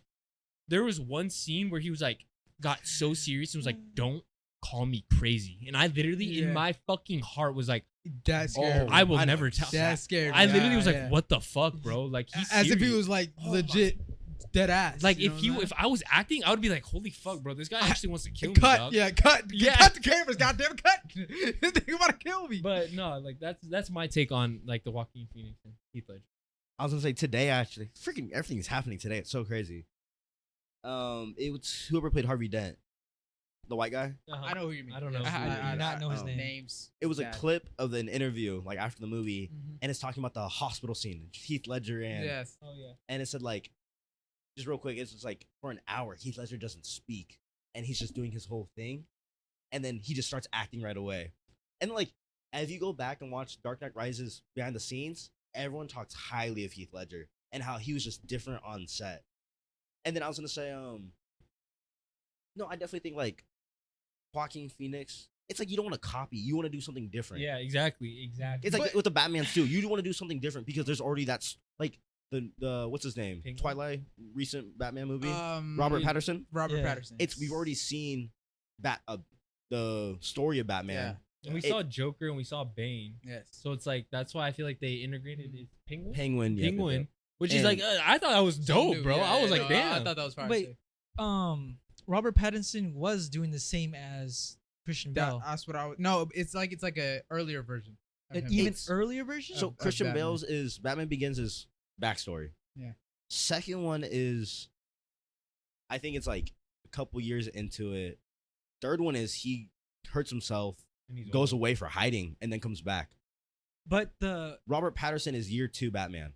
[SPEAKER 2] there was one scene where he was like, got so serious and was like, don't call me crazy. And I literally
[SPEAKER 1] Yeah.
[SPEAKER 2] in my fucking heart was like,
[SPEAKER 1] That's
[SPEAKER 3] Oh,
[SPEAKER 1] scary.
[SPEAKER 2] I will
[SPEAKER 3] I know.
[SPEAKER 2] never tell.
[SPEAKER 1] That's scary.
[SPEAKER 2] I literally
[SPEAKER 1] Yeah,
[SPEAKER 2] was like,
[SPEAKER 1] yeah.
[SPEAKER 2] what the fuck, bro? Like he's
[SPEAKER 1] As if he
[SPEAKER 2] serious.
[SPEAKER 1] was like
[SPEAKER 3] Oh my-
[SPEAKER 1] legit dead ass.
[SPEAKER 2] like
[SPEAKER 1] you
[SPEAKER 2] if
[SPEAKER 1] know
[SPEAKER 2] he
[SPEAKER 1] what I'm
[SPEAKER 2] if I was acting, I would be like, holy fuck, bro, this guy
[SPEAKER 1] I-
[SPEAKER 2] actually wants to kill
[SPEAKER 1] saying?
[SPEAKER 2] me.
[SPEAKER 1] cut,
[SPEAKER 2] dog.
[SPEAKER 1] yeah, cut,
[SPEAKER 2] Yeah.
[SPEAKER 1] cut the cameras, goddamn, cut. Think about to kill me.
[SPEAKER 2] But no, like that's that's my take on like the Joaquin Phoenix and Heath Ledger.
[SPEAKER 3] I was gonna say today actually. Freaking everything is happening today. It's so crazy. Um, it was whoever played Harvey Dent, the white guy.
[SPEAKER 2] Uh-huh.
[SPEAKER 1] I know who you mean.
[SPEAKER 4] I don't know
[SPEAKER 1] I,
[SPEAKER 4] who you
[SPEAKER 1] I,
[SPEAKER 4] mean.
[SPEAKER 1] I,
[SPEAKER 4] Not know his
[SPEAKER 1] I-
[SPEAKER 4] name.
[SPEAKER 1] Names.
[SPEAKER 3] It was a
[SPEAKER 1] Yeah.
[SPEAKER 3] clip of an interview like after the movie,
[SPEAKER 1] Mhm.
[SPEAKER 3] and it's talking about the hospital scene, Heath Ledger and
[SPEAKER 1] Yes.
[SPEAKER 4] Oh yeah.
[SPEAKER 3] and it said like, just real quick, it's just like for an hour Heath Ledger doesn't speak, and he's just doing his whole thing, and then he just starts acting right away, and like if you go back and watch Dark Knight Rises behind the scenes, everyone talks highly of Heath Ledger and how he was just different on set, and then I was gonna say um, no, I definitely think like, Joaquin Phoenix, it's like you don't want to copy, you want to do something different.
[SPEAKER 2] Yeah, exactly, exactly.
[SPEAKER 3] It's like
[SPEAKER 1] But-
[SPEAKER 3] with the Batman too. You want to do something different because there's already that's like the the what's his name
[SPEAKER 2] Penguin?
[SPEAKER 3] Twilight recent Batman movie
[SPEAKER 1] Um,
[SPEAKER 3] Robert
[SPEAKER 2] yeah.
[SPEAKER 3] Patterson.
[SPEAKER 1] Robert
[SPEAKER 4] Yeah.
[SPEAKER 1] Patterson.
[SPEAKER 3] It's we've already seen bat uh, the story of Batman.
[SPEAKER 2] and we
[SPEAKER 3] it-
[SPEAKER 2] saw Joker and we saw Bane,
[SPEAKER 1] Yes.
[SPEAKER 2] so it's like that's why I feel like they integrated it. Penguin,
[SPEAKER 3] Penguin, yeah,
[SPEAKER 2] Penguin, which
[SPEAKER 3] And-
[SPEAKER 2] is like uh, I thought that was dope,
[SPEAKER 1] Dude,
[SPEAKER 2] bro.
[SPEAKER 1] yeah,
[SPEAKER 2] I was
[SPEAKER 1] yeah,
[SPEAKER 2] like,
[SPEAKER 1] no, I,
[SPEAKER 2] damn.
[SPEAKER 1] I thought that was fire.
[SPEAKER 4] Wait,
[SPEAKER 1] too.
[SPEAKER 4] Um, Robert Pattinson was doing the same as Christian
[SPEAKER 1] That-
[SPEAKER 4] Bell.
[SPEAKER 1] that's what I was. No, it's like it's like a earlier version. of
[SPEAKER 4] An E,
[SPEAKER 1] him.
[SPEAKER 4] even
[SPEAKER 3] It's-
[SPEAKER 4] earlier version.
[SPEAKER 3] So
[SPEAKER 1] Of- of
[SPEAKER 3] Christian
[SPEAKER 1] Batman.
[SPEAKER 3] Bale's is Batman Begins is backstory.
[SPEAKER 1] Yeah.
[SPEAKER 3] Second one is, I think it's like a couple years into it. Third one is he hurts himself,
[SPEAKER 2] And he's
[SPEAKER 3] goes
[SPEAKER 2] old.
[SPEAKER 3] away for hiding, and then comes back.
[SPEAKER 4] But the
[SPEAKER 3] Robert Patterson is year two Batman.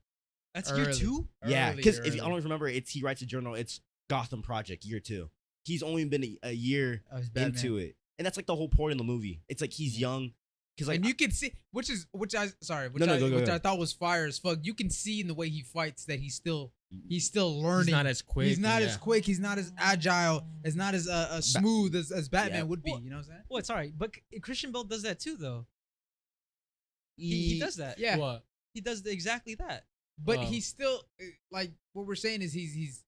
[SPEAKER 4] that's year
[SPEAKER 1] Early.
[SPEAKER 4] two.
[SPEAKER 3] Yeah,
[SPEAKER 1] Early,
[SPEAKER 3] because if you, I
[SPEAKER 1] early.
[SPEAKER 3] don't remember, it's he writes a journal. It's Gotham Project Year Two. He's only been a, a year
[SPEAKER 1] Of his Batman.
[SPEAKER 3] into it, and that's like the whole point in the movie. It's like he's young, because like
[SPEAKER 1] and you can see, which is which I sorry, which,
[SPEAKER 3] No, no,
[SPEAKER 1] I,
[SPEAKER 3] go, go,
[SPEAKER 1] which
[SPEAKER 3] go.
[SPEAKER 1] I thought was fire as fuck. You can see in the way he fights that he's still he's still learning.
[SPEAKER 2] He's not as quick.
[SPEAKER 1] He's not
[SPEAKER 2] yeah.
[SPEAKER 1] as quick. He's not as agile. It's not as uh, uh, smooth as, as Batman
[SPEAKER 3] Yeah.
[SPEAKER 1] would be.
[SPEAKER 4] Well-
[SPEAKER 1] You know what I'm saying?
[SPEAKER 4] Well, it's alright, but C- Christian Bell does that too, though. He,
[SPEAKER 3] he,
[SPEAKER 4] he does that.
[SPEAKER 1] Yeah,
[SPEAKER 2] What?
[SPEAKER 4] he does the, exactly that.
[SPEAKER 1] but
[SPEAKER 2] Wow.
[SPEAKER 1] he's still uh, like what we're saying is he's he's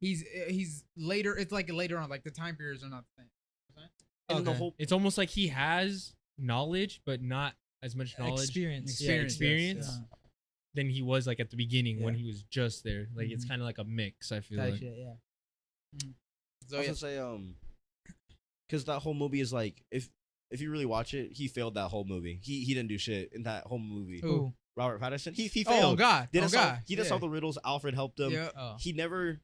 [SPEAKER 1] he's uh, he's later. It's like later on, like the time periods are not the same.
[SPEAKER 3] and then the
[SPEAKER 4] Okay.
[SPEAKER 3] whole
[SPEAKER 2] It's almost like he has knowledge, but not as much knowledge
[SPEAKER 4] Experience.
[SPEAKER 2] Yeah, experience.
[SPEAKER 1] yes,
[SPEAKER 2] than he was like at the beginning when he was just there. Like it's
[SPEAKER 1] Mhm.
[SPEAKER 2] kind of like a mix. I feel
[SPEAKER 1] yeah. Type
[SPEAKER 2] like.
[SPEAKER 1] shit, yeah. Mhm. So
[SPEAKER 3] I was
[SPEAKER 1] yeah,
[SPEAKER 3] gonna say um, because that whole movie is like if if you really watch it, he failed that whole movie. He he didn't do shit in that whole movie.
[SPEAKER 1] Who?
[SPEAKER 3] Robert Patterson, he he failed.
[SPEAKER 1] oh god,
[SPEAKER 3] Didn't
[SPEAKER 1] oh
[SPEAKER 3] solve,
[SPEAKER 1] god,
[SPEAKER 3] he didn't
[SPEAKER 1] yeah.
[SPEAKER 3] solve the um, riddles. Alfred helped him.
[SPEAKER 1] Yeah.
[SPEAKER 4] Oh.
[SPEAKER 3] He never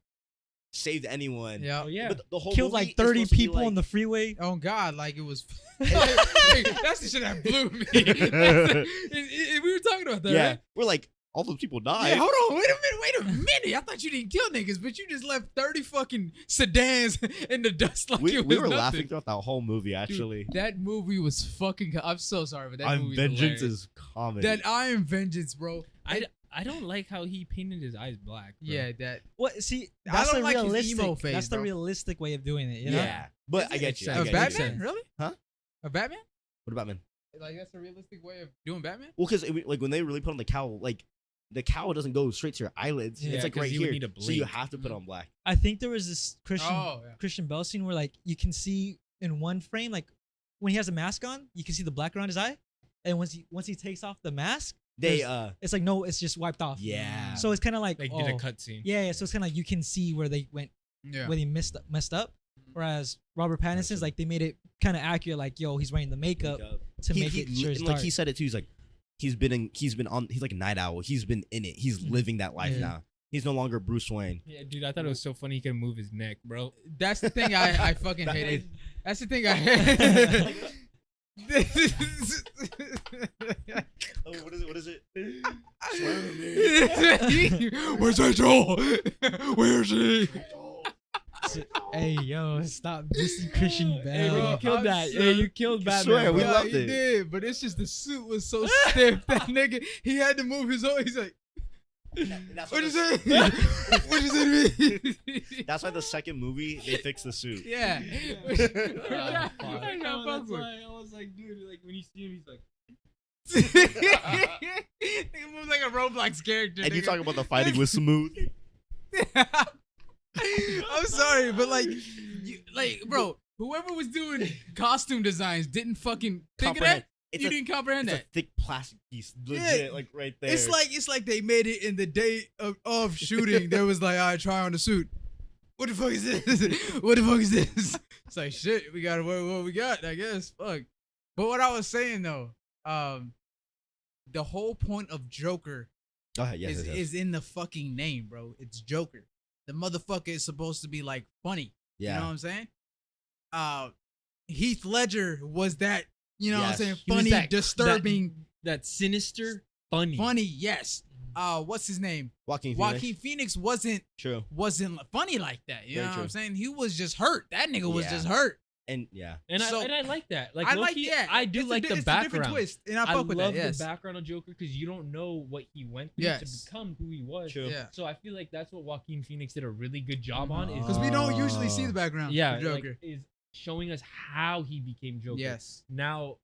[SPEAKER 3] saved anyone.
[SPEAKER 1] Yeah.
[SPEAKER 2] Oh yeah.
[SPEAKER 3] But the- the whole
[SPEAKER 4] Killed
[SPEAKER 3] movie
[SPEAKER 4] like
[SPEAKER 3] is
[SPEAKER 4] 30
[SPEAKER 3] supposed to be,
[SPEAKER 4] people on
[SPEAKER 3] like-
[SPEAKER 4] the freeway.
[SPEAKER 1] Oh God! Like it was. Hey, that's the shit that blew me. That's- it- it- we were talking about that,
[SPEAKER 3] yeah.
[SPEAKER 1] right?
[SPEAKER 3] We're like all those people
[SPEAKER 1] Yeah,
[SPEAKER 3] died.
[SPEAKER 1] hold on, wait a minute, wait a minute. I thought you didn't kill niggas, but you just left thirty fucking sedans in the dust like
[SPEAKER 3] we,
[SPEAKER 1] it was
[SPEAKER 3] we were
[SPEAKER 1] nothing.
[SPEAKER 3] laughing throughout that whole movie actually
[SPEAKER 1] That movie was fucking. I'm so sorry, but that
[SPEAKER 3] i'm
[SPEAKER 1] movie.
[SPEAKER 3] vengeance is comedy
[SPEAKER 1] that I am vengeance, bro.
[SPEAKER 2] I, I don't like how he painted his eyes black. bro.
[SPEAKER 1] Yeah, that
[SPEAKER 4] What? See,
[SPEAKER 1] I
[SPEAKER 4] that's
[SPEAKER 1] don't
[SPEAKER 4] the
[SPEAKER 1] like his
[SPEAKER 4] realistic.
[SPEAKER 1] emo phase,
[SPEAKER 4] that's the
[SPEAKER 1] bro.
[SPEAKER 4] realistic way of doing it. You know?
[SPEAKER 3] yeah but i get you I
[SPEAKER 2] Of
[SPEAKER 1] a
[SPEAKER 3] get you.
[SPEAKER 2] makes
[SPEAKER 1] Batman,
[SPEAKER 2] sense.
[SPEAKER 1] really?
[SPEAKER 3] Huh?
[SPEAKER 1] A Batman?
[SPEAKER 3] what about man
[SPEAKER 1] Like that's a realistic way of doing Batman?
[SPEAKER 3] well because like when they really put on the cowl like the cowl doesn't go straight to your eyelids
[SPEAKER 4] Yeah,
[SPEAKER 3] it's like
[SPEAKER 2] 'cause
[SPEAKER 3] right
[SPEAKER 2] you
[SPEAKER 3] here
[SPEAKER 2] would need to
[SPEAKER 3] so you
[SPEAKER 2] blink.
[SPEAKER 3] have to put on black
[SPEAKER 4] I think there was this Christian
[SPEAKER 1] Oh, yeah.
[SPEAKER 4] Christian Bell scene where like you can see in one frame, like when he has a mask on, you can see the black around his eye, and once he once he takes off the mask,
[SPEAKER 3] they
[SPEAKER 4] There's-
[SPEAKER 3] uh
[SPEAKER 4] it's like no, it's just wiped off.
[SPEAKER 3] yeah
[SPEAKER 4] So it's kind of like,
[SPEAKER 2] Like
[SPEAKER 4] oh,
[SPEAKER 2] did a cutscene.
[SPEAKER 4] Yeah, yeah. So it's kind of like you can see where they went,
[SPEAKER 1] Yeah.
[SPEAKER 4] where they messed up, messed up.
[SPEAKER 1] Mhm.
[SPEAKER 4] Whereas Robert Pattinson's
[SPEAKER 3] Pattinson.
[SPEAKER 4] like they made it kind of accurate, like yo, he's wearing the makeup to
[SPEAKER 3] He-
[SPEAKER 4] make
[SPEAKER 3] he-
[SPEAKER 4] it sure it's
[SPEAKER 3] and like
[SPEAKER 4] dark.
[SPEAKER 3] he said it too he's like he's been in he's been on he's like a night owl he's been in it he's
[SPEAKER 4] Mhm.
[SPEAKER 3] living that life
[SPEAKER 4] Yeah.
[SPEAKER 3] now he's no longer bruce wayne
[SPEAKER 2] Yeah, dude, I thought it was so funny he could move his neck, bro.
[SPEAKER 1] That's the thing I, I fucking
[SPEAKER 3] That
[SPEAKER 1] hated.
[SPEAKER 3] is-
[SPEAKER 1] That's the thing I hated. This is-
[SPEAKER 3] oh, what is it what is it
[SPEAKER 1] Where's Rachel? Where's she?
[SPEAKER 4] hey yo, stop dissing Christian Bell.
[SPEAKER 2] Hey, bro, you killed
[SPEAKER 1] I'm
[SPEAKER 2] that.
[SPEAKER 1] so-
[SPEAKER 2] yeah, you killed Batman.
[SPEAKER 3] swear, we
[SPEAKER 2] bro.
[SPEAKER 1] Yeah,
[SPEAKER 3] loved
[SPEAKER 1] he
[SPEAKER 3] it.
[SPEAKER 1] did, but it's just the suit was so stiff. That nigga, he had to move his own. He's like, what you say? what you say to me?
[SPEAKER 3] That's why the second movie they fix the suit.
[SPEAKER 1] yeah.
[SPEAKER 2] Yeah,
[SPEAKER 1] Which-
[SPEAKER 2] I
[SPEAKER 1] which
[SPEAKER 2] know,
[SPEAKER 1] I
[SPEAKER 2] that's
[SPEAKER 1] fuck with.
[SPEAKER 2] why I was like, dude, like when you see him, he's like,
[SPEAKER 1] Nigga moves like a Roblox character.
[SPEAKER 3] And you
[SPEAKER 1] nigga.
[SPEAKER 3] talk about the fighting was smooth.
[SPEAKER 1] I'm sorry, but like, you, like, bro, whoever was doing costume designs didn't fucking think of that.
[SPEAKER 3] Comprehend. It's,
[SPEAKER 1] you
[SPEAKER 3] a,
[SPEAKER 1] didn't comprehend
[SPEAKER 3] it's a
[SPEAKER 1] that.
[SPEAKER 3] thick plastic piece, legit, like right there.
[SPEAKER 1] It's like it's like they made it in the day of, of shooting. there was like, all right, try on the suit. What the fuck is this? what the fuck is this? It's like shit. We gotta wear what we got, I guess. Fuck. But what I was saying though, um, the whole point of Joker
[SPEAKER 3] Go ahead. Yes,
[SPEAKER 1] is,
[SPEAKER 3] yes, yes.
[SPEAKER 1] is in the fucking name, bro. It's Joker. The motherfucker is supposed to be like funny.
[SPEAKER 3] yeah.
[SPEAKER 1] You know what I'm saying? Uh, Heath Ledger was that. You know
[SPEAKER 3] Yes.
[SPEAKER 1] what I'm saying?
[SPEAKER 2] was
[SPEAKER 1] Funny,
[SPEAKER 2] that- that-
[SPEAKER 1] disturbing,
[SPEAKER 2] That sinister, funny.
[SPEAKER 1] funny. Yes. Uh, what's his name?
[SPEAKER 3] Joaquin Phoenix.
[SPEAKER 1] Joaquin Phoenix wasn't
[SPEAKER 3] True.
[SPEAKER 1] wasn't funny like that. You
[SPEAKER 3] Very
[SPEAKER 1] know what
[SPEAKER 3] true.
[SPEAKER 1] I'm saying? He was just hurt. That nigga was
[SPEAKER 3] Yeah.
[SPEAKER 1] just hurt.
[SPEAKER 3] And yeah.
[SPEAKER 2] And I
[SPEAKER 1] So-
[SPEAKER 2] and I like that. Like
[SPEAKER 1] I like
[SPEAKER 2] low-key,
[SPEAKER 1] that.
[SPEAKER 2] I do
[SPEAKER 1] It's a
[SPEAKER 2] like
[SPEAKER 1] di-
[SPEAKER 2] the
[SPEAKER 1] it's a different
[SPEAKER 2] background.
[SPEAKER 1] twist, and I
[SPEAKER 2] I,
[SPEAKER 1] fuck
[SPEAKER 2] love
[SPEAKER 1] with that. Yes.
[SPEAKER 2] the background of Joker because you don't know what he went through
[SPEAKER 1] Yes.
[SPEAKER 2] to become who he was.
[SPEAKER 3] True.
[SPEAKER 1] Yeah.
[SPEAKER 2] So I feel like that's what Joaquin Phoenix did a really good job on. Is
[SPEAKER 1] Because we don't usually see the
[SPEAKER 3] Oh.
[SPEAKER 1] background.
[SPEAKER 2] yeah,
[SPEAKER 1] Yeah. For Joker.
[SPEAKER 2] Like, is showing us how he became Joker.
[SPEAKER 1] yes.
[SPEAKER 2] Now,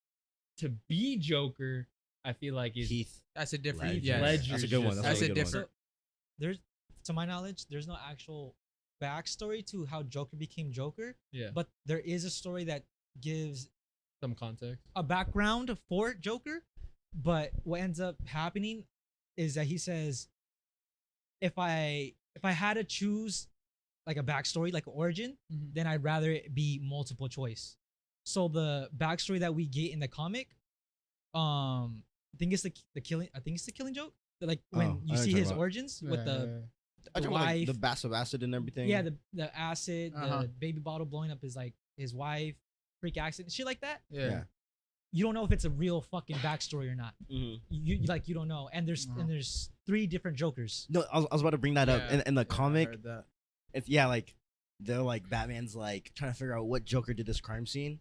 [SPEAKER 2] to be Joker, I feel like is
[SPEAKER 3] Heath
[SPEAKER 1] That's a different.
[SPEAKER 3] Ledger.
[SPEAKER 1] Yes.
[SPEAKER 2] Ledger.
[SPEAKER 3] That's a good one.
[SPEAKER 2] just-
[SPEAKER 3] That's,
[SPEAKER 1] That's
[SPEAKER 3] a
[SPEAKER 1] a
[SPEAKER 3] good
[SPEAKER 1] different.
[SPEAKER 4] There's, to my knowledge, there's no actual backstory to how Joker became Joker.
[SPEAKER 2] Yeah.
[SPEAKER 4] But there is a story that gives
[SPEAKER 2] some context.
[SPEAKER 4] a background for Joker, but what ends up happening is that he says, "If I if I had to choose like a backstory, like an origin,
[SPEAKER 1] Mhm.
[SPEAKER 4] then I'd rather it be multiple choice." So the backstory that we get in the comic, um, I think it's the the killing. I think it's the Killing Joke. That, Like when
[SPEAKER 3] Oh, I know
[SPEAKER 4] you
[SPEAKER 3] what
[SPEAKER 4] see
[SPEAKER 3] you're
[SPEAKER 4] his
[SPEAKER 3] talking about.
[SPEAKER 4] origins with the
[SPEAKER 3] I
[SPEAKER 4] The
[SPEAKER 3] talking about, like,
[SPEAKER 4] wife.
[SPEAKER 3] the bass of acid and everything.
[SPEAKER 4] yeah the, the acid,
[SPEAKER 1] Uh-huh.
[SPEAKER 4] the baby bottle blowing up his like his wife, freak accident, shit like that.
[SPEAKER 1] Yeah.
[SPEAKER 3] Yeah.
[SPEAKER 4] You don't know if it's a real fucking backstory or not.
[SPEAKER 3] Mhm.
[SPEAKER 4] you you- like you don't know and there's
[SPEAKER 1] No.
[SPEAKER 3] Uh-huh.
[SPEAKER 4] and there's three different jokers
[SPEAKER 3] No, I was, I was about to bring that up.
[SPEAKER 1] Yeah.
[SPEAKER 3] In, in the
[SPEAKER 1] Yeah, I
[SPEAKER 3] comic,
[SPEAKER 1] heard that.
[SPEAKER 3] it's yeah, like they're like Batman's like trying to figure out what Joker did this crime scene,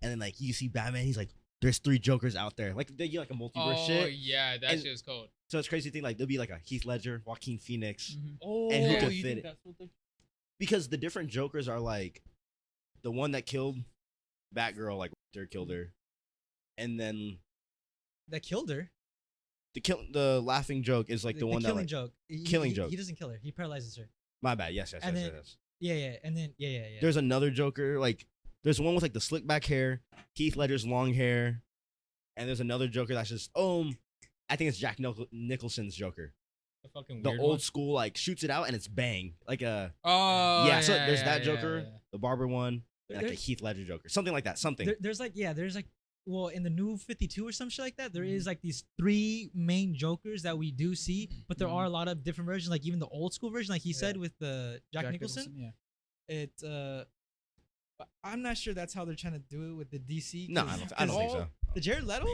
[SPEAKER 3] and then like you see Batman, he's like, "There's three Jokers out there." Like they get like a multiverse shit.
[SPEAKER 2] Oh, yeah, that
[SPEAKER 3] And-
[SPEAKER 2] shit's cold.
[SPEAKER 3] So it's crazy to think like there'll be like a Heath Ledger, Joaquin Phoenix,
[SPEAKER 1] Mm-hmm.
[SPEAKER 2] Oh,
[SPEAKER 3] And
[SPEAKER 1] who
[SPEAKER 2] you
[SPEAKER 1] could
[SPEAKER 2] think
[SPEAKER 3] fit it?
[SPEAKER 2] that's what they're-
[SPEAKER 3] because the different Jokers are like the one that killed Batgirl, like Richter killed
[SPEAKER 4] Mm-hmm.
[SPEAKER 3] her, and then
[SPEAKER 4] that killed her.
[SPEAKER 3] the kill the laughing joke is like the, one that
[SPEAKER 4] killing
[SPEAKER 3] like,
[SPEAKER 4] joke. He-
[SPEAKER 3] Killing
[SPEAKER 4] he-
[SPEAKER 3] Joke.
[SPEAKER 4] He doesn't kill her. He paralyzes her.
[SPEAKER 3] my bad, yes, yes, yes,
[SPEAKER 4] And
[SPEAKER 3] yes,
[SPEAKER 4] then-
[SPEAKER 3] yes.
[SPEAKER 4] Yeah, yeah, and then yeah, yeah, yeah.
[SPEAKER 3] There's another Joker, like there's one with like the slick back hair, Heath Ledger's long hair, and there's another Joker that's just um, I think it's Jack Nich- Nicholson's Joker,
[SPEAKER 2] the fucking
[SPEAKER 3] the
[SPEAKER 2] weird
[SPEAKER 3] old
[SPEAKER 2] one?
[SPEAKER 3] school like shoots it out and it's bang, like a
[SPEAKER 1] Oh.
[SPEAKER 3] yeah, so there's
[SPEAKER 1] yeah,
[SPEAKER 3] that
[SPEAKER 1] yeah,
[SPEAKER 3] Joker,
[SPEAKER 1] yeah.
[SPEAKER 3] the barber one, and, like a
[SPEAKER 4] There's-
[SPEAKER 3] Heath Ledger Joker, something like that, something.
[SPEAKER 4] There- there's like yeah, there's like well in the new 52 or some shit like that. There
[SPEAKER 3] Mm-hmm.
[SPEAKER 4] is
[SPEAKER 1] Mhm.
[SPEAKER 4] like these three main jokers that we do see, but there
[SPEAKER 3] Mm-hmm.
[SPEAKER 1] Mhm.
[SPEAKER 4] are a lot of different versions. Like even the old school version, like he said with the Jack, Nicholson.
[SPEAKER 1] Yeah.
[SPEAKER 4] It uh, I- I'm not sure that's how they're trying to do it with the DC.
[SPEAKER 3] no,
[SPEAKER 4] 'cause-
[SPEAKER 3] I don't, I don't
[SPEAKER 4] 'cause
[SPEAKER 3] think so.
[SPEAKER 4] The Jared Leto.